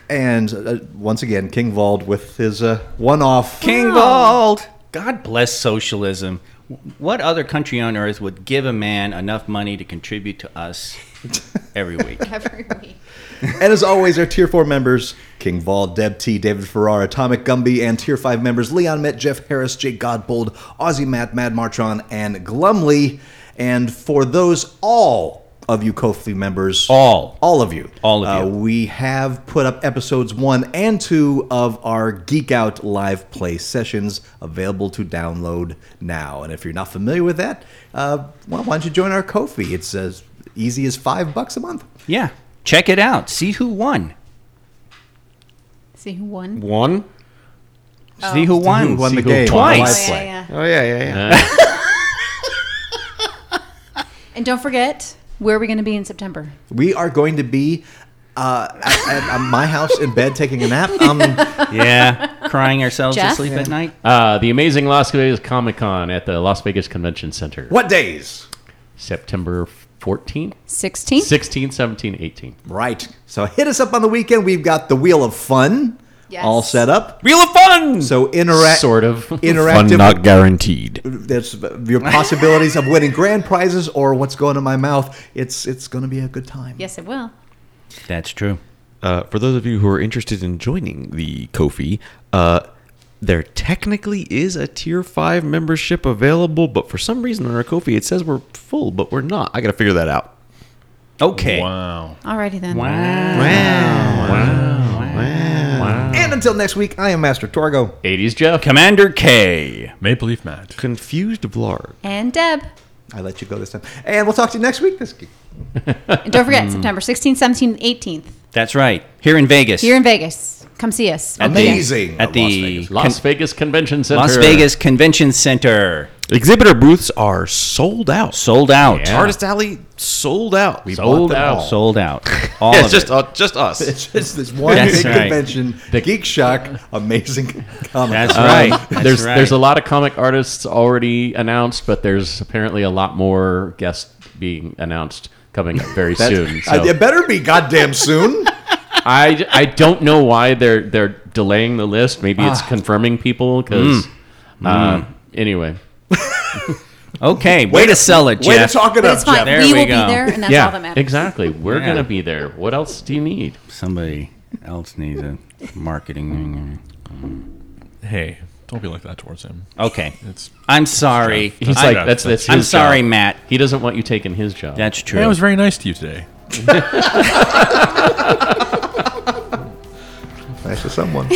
Speaker 2: And uh, once again, King Vald with his uh, one off.
Speaker 6: King Bald. God bless socialism. What other country on earth would give a man enough money to contribute to
Speaker 2: [laughs]
Speaker 6: us every week?
Speaker 5: Every week.
Speaker 2: And as always, our Tier 4 members, King Vol, Deb T, David Ferrar, Atomic Gumby, and Tier 5 members, Leon Met, Jeff Harris, Jake Godbold, Aussie Matt, Mad Martron, and Glumly. And for those, all of you Kofi members.
Speaker 6: All.
Speaker 2: All of you.
Speaker 6: All of you.
Speaker 2: Uh, we have put up episodes one and two of our Geek Out live play sessions available to download now. And if you're not familiar with that, uh, well, why don't you join our Kofi? It's as easy as five bucks a month.
Speaker 6: Yeah. Check it out. See who won.
Speaker 5: See who won?
Speaker 4: One?
Speaker 6: See who won.
Speaker 2: won the
Speaker 7: who
Speaker 2: game.
Speaker 6: won.
Speaker 5: Oh,
Speaker 6: Twice.
Speaker 5: yeah, yeah, yeah.
Speaker 4: Oh, yeah, yeah, yeah.
Speaker 5: And don't forget, where are we going to be in September?
Speaker 2: We are going to be uh, at, at my house in bed taking a nap. Um,
Speaker 6: [laughs] [laughs] yeah. Crying ourselves to
Speaker 5: Jeff?
Speaker 6: sleep at night.
Speaker 7: Uh, the amazing Las Vegas Comic Con at the Las Vegas Convention Center.
Speaker 2: what days?
Speaker 7: September 14th,
Speaker 5: 16th?
Speaker 7: 16th, 17th, 18th.
Speaker 2: Right. So hit us up on the weekend. We've got the Wheel of Fun
Speaker 5: Yes.
Speaker 2: all set up.
Speaker 6: Wheel of Fun!
Speaker 2: So interact.
Speaker 7: sort
Speaker 6: [laughs]
Speaker 7: of. [laughs]
Speaker 2: Interactive.
Speaker 4: guaranteed.
Speaker 2: There's your possibilities of winning grand prizes or what's going in my mouth. It's it's going to be a good time.
Speaker 5: Yes, it will.
Speaker 6: That's true.
Speaker 4: Uh, for those of you who are interested in joining the Kofi, uh, there technically is a tier five membership available, but for some reason on our Kofi it says we're full, but we're not. I gotta figure that out.
Speaker 6: Okay.
Speaker 3: Wow.
Speaker 5: Alrighty then.
Speaker 2: And until next week, I am Master Torgo.
Speaker 7: 80s Jeff.
Speaker 6: Commander K.
Speaker 3: Maple Leaf Matt.
Speaker 4: Confused Vlarg.
Speaker 5: And Deb.
Speaker 2: I let you go this time. And we'll talk to you next week. This
Speaker 5: And don't
Speaker 2: Hmm.
Speaker 5: forget, September 16th, 17th, 18th.
Speaker 6: That's right. Here in Vegas.
Speaker 5: Here in Vegas. Come see us.
Speaker 6: At the-
Speaker 2: Amazing.
Speaker 6: At the
Speaker 7: Las Vegas Convention Center.
Speaker 6: Las Vegas Convention Center.
Speaker 4: Exhibitor booths are sold out.
Speaker 6: Sold out.
Speaker 7: Yeah.
Speaker 4: Artist Alley sold out. We
Speaker 7: Sold out.
Speaker 6: Sold out. All
Speaker 4: yeah,
Speaker 6: of
Speaker 4: it's just
Speaker 6: it.
Speaker 4: uh, just us.
Speaker 2: It's just this one
Speaker 6: That's
Speaker 2: big
Speaker 6: right.
Speaker 2: convention. Geek Shock. Amazing comic.
Speaker 6: [laughs] That's
Speaker 7: Um,
Speaker 2: Con.
Speaker 6: right.
Speaker 7: [laughs]
Speaker 6: That's
Speaker 7: Uh, there's
Speaker 6: right.
Speaker 7: there's a lot of comic artists already announced, but there's apparently a lot more guests being announced coming up very soon. So
Speaker 2: Uh, it better be goddamn
Speaker 6: [laughs]
Speaker 2: soon.
Speaker 7: I, I don't know why they're they're delaying the list. Maybe
Speaker 5: Ah.
Speaker 7: it's confirming people because
Speaker 6: Mm.
Speaker 7: uh, anyway.
Speaker 6: okay. Way to sell it, Jeff.
Speaker 2: Way to talk it
Speaker 5: But
Speaker 2: up,
Speaker 5: it's fine.
Speaker 2: Jeff.
Speaker 6: There
Speaker 5: we
Speaker 6: we
Speaker 5: will
Speaker 6: go.
Speaker 5: be there, and that's
Speaker 7: yeah,
Speaker 5: all that matters.
Speaker 7: exactly. We're
Speaker 6: Yeah.
Speaker 7: gonna be there. What else do you need?
Speaker 6: Somebody else needs a marketing.
Speaker 3: Hey, don't be like that towards him.
Speaker 6: Okay.
Speaker 3: It's.
Speaker 6: I'm sorry.
Speaker 7: He's
Speaker 6: I-
Speaker 7: like that's that's. His
Speaker 6: I'm sorry,
Speaker 7: job.
Speaker 6: Matt.
Speaker 7: He doesn't want you taking his job.
Speaker 6: That's true.
Speaker 3: Hey, I was very nice to you today.
Speaker 2: Nice to someone.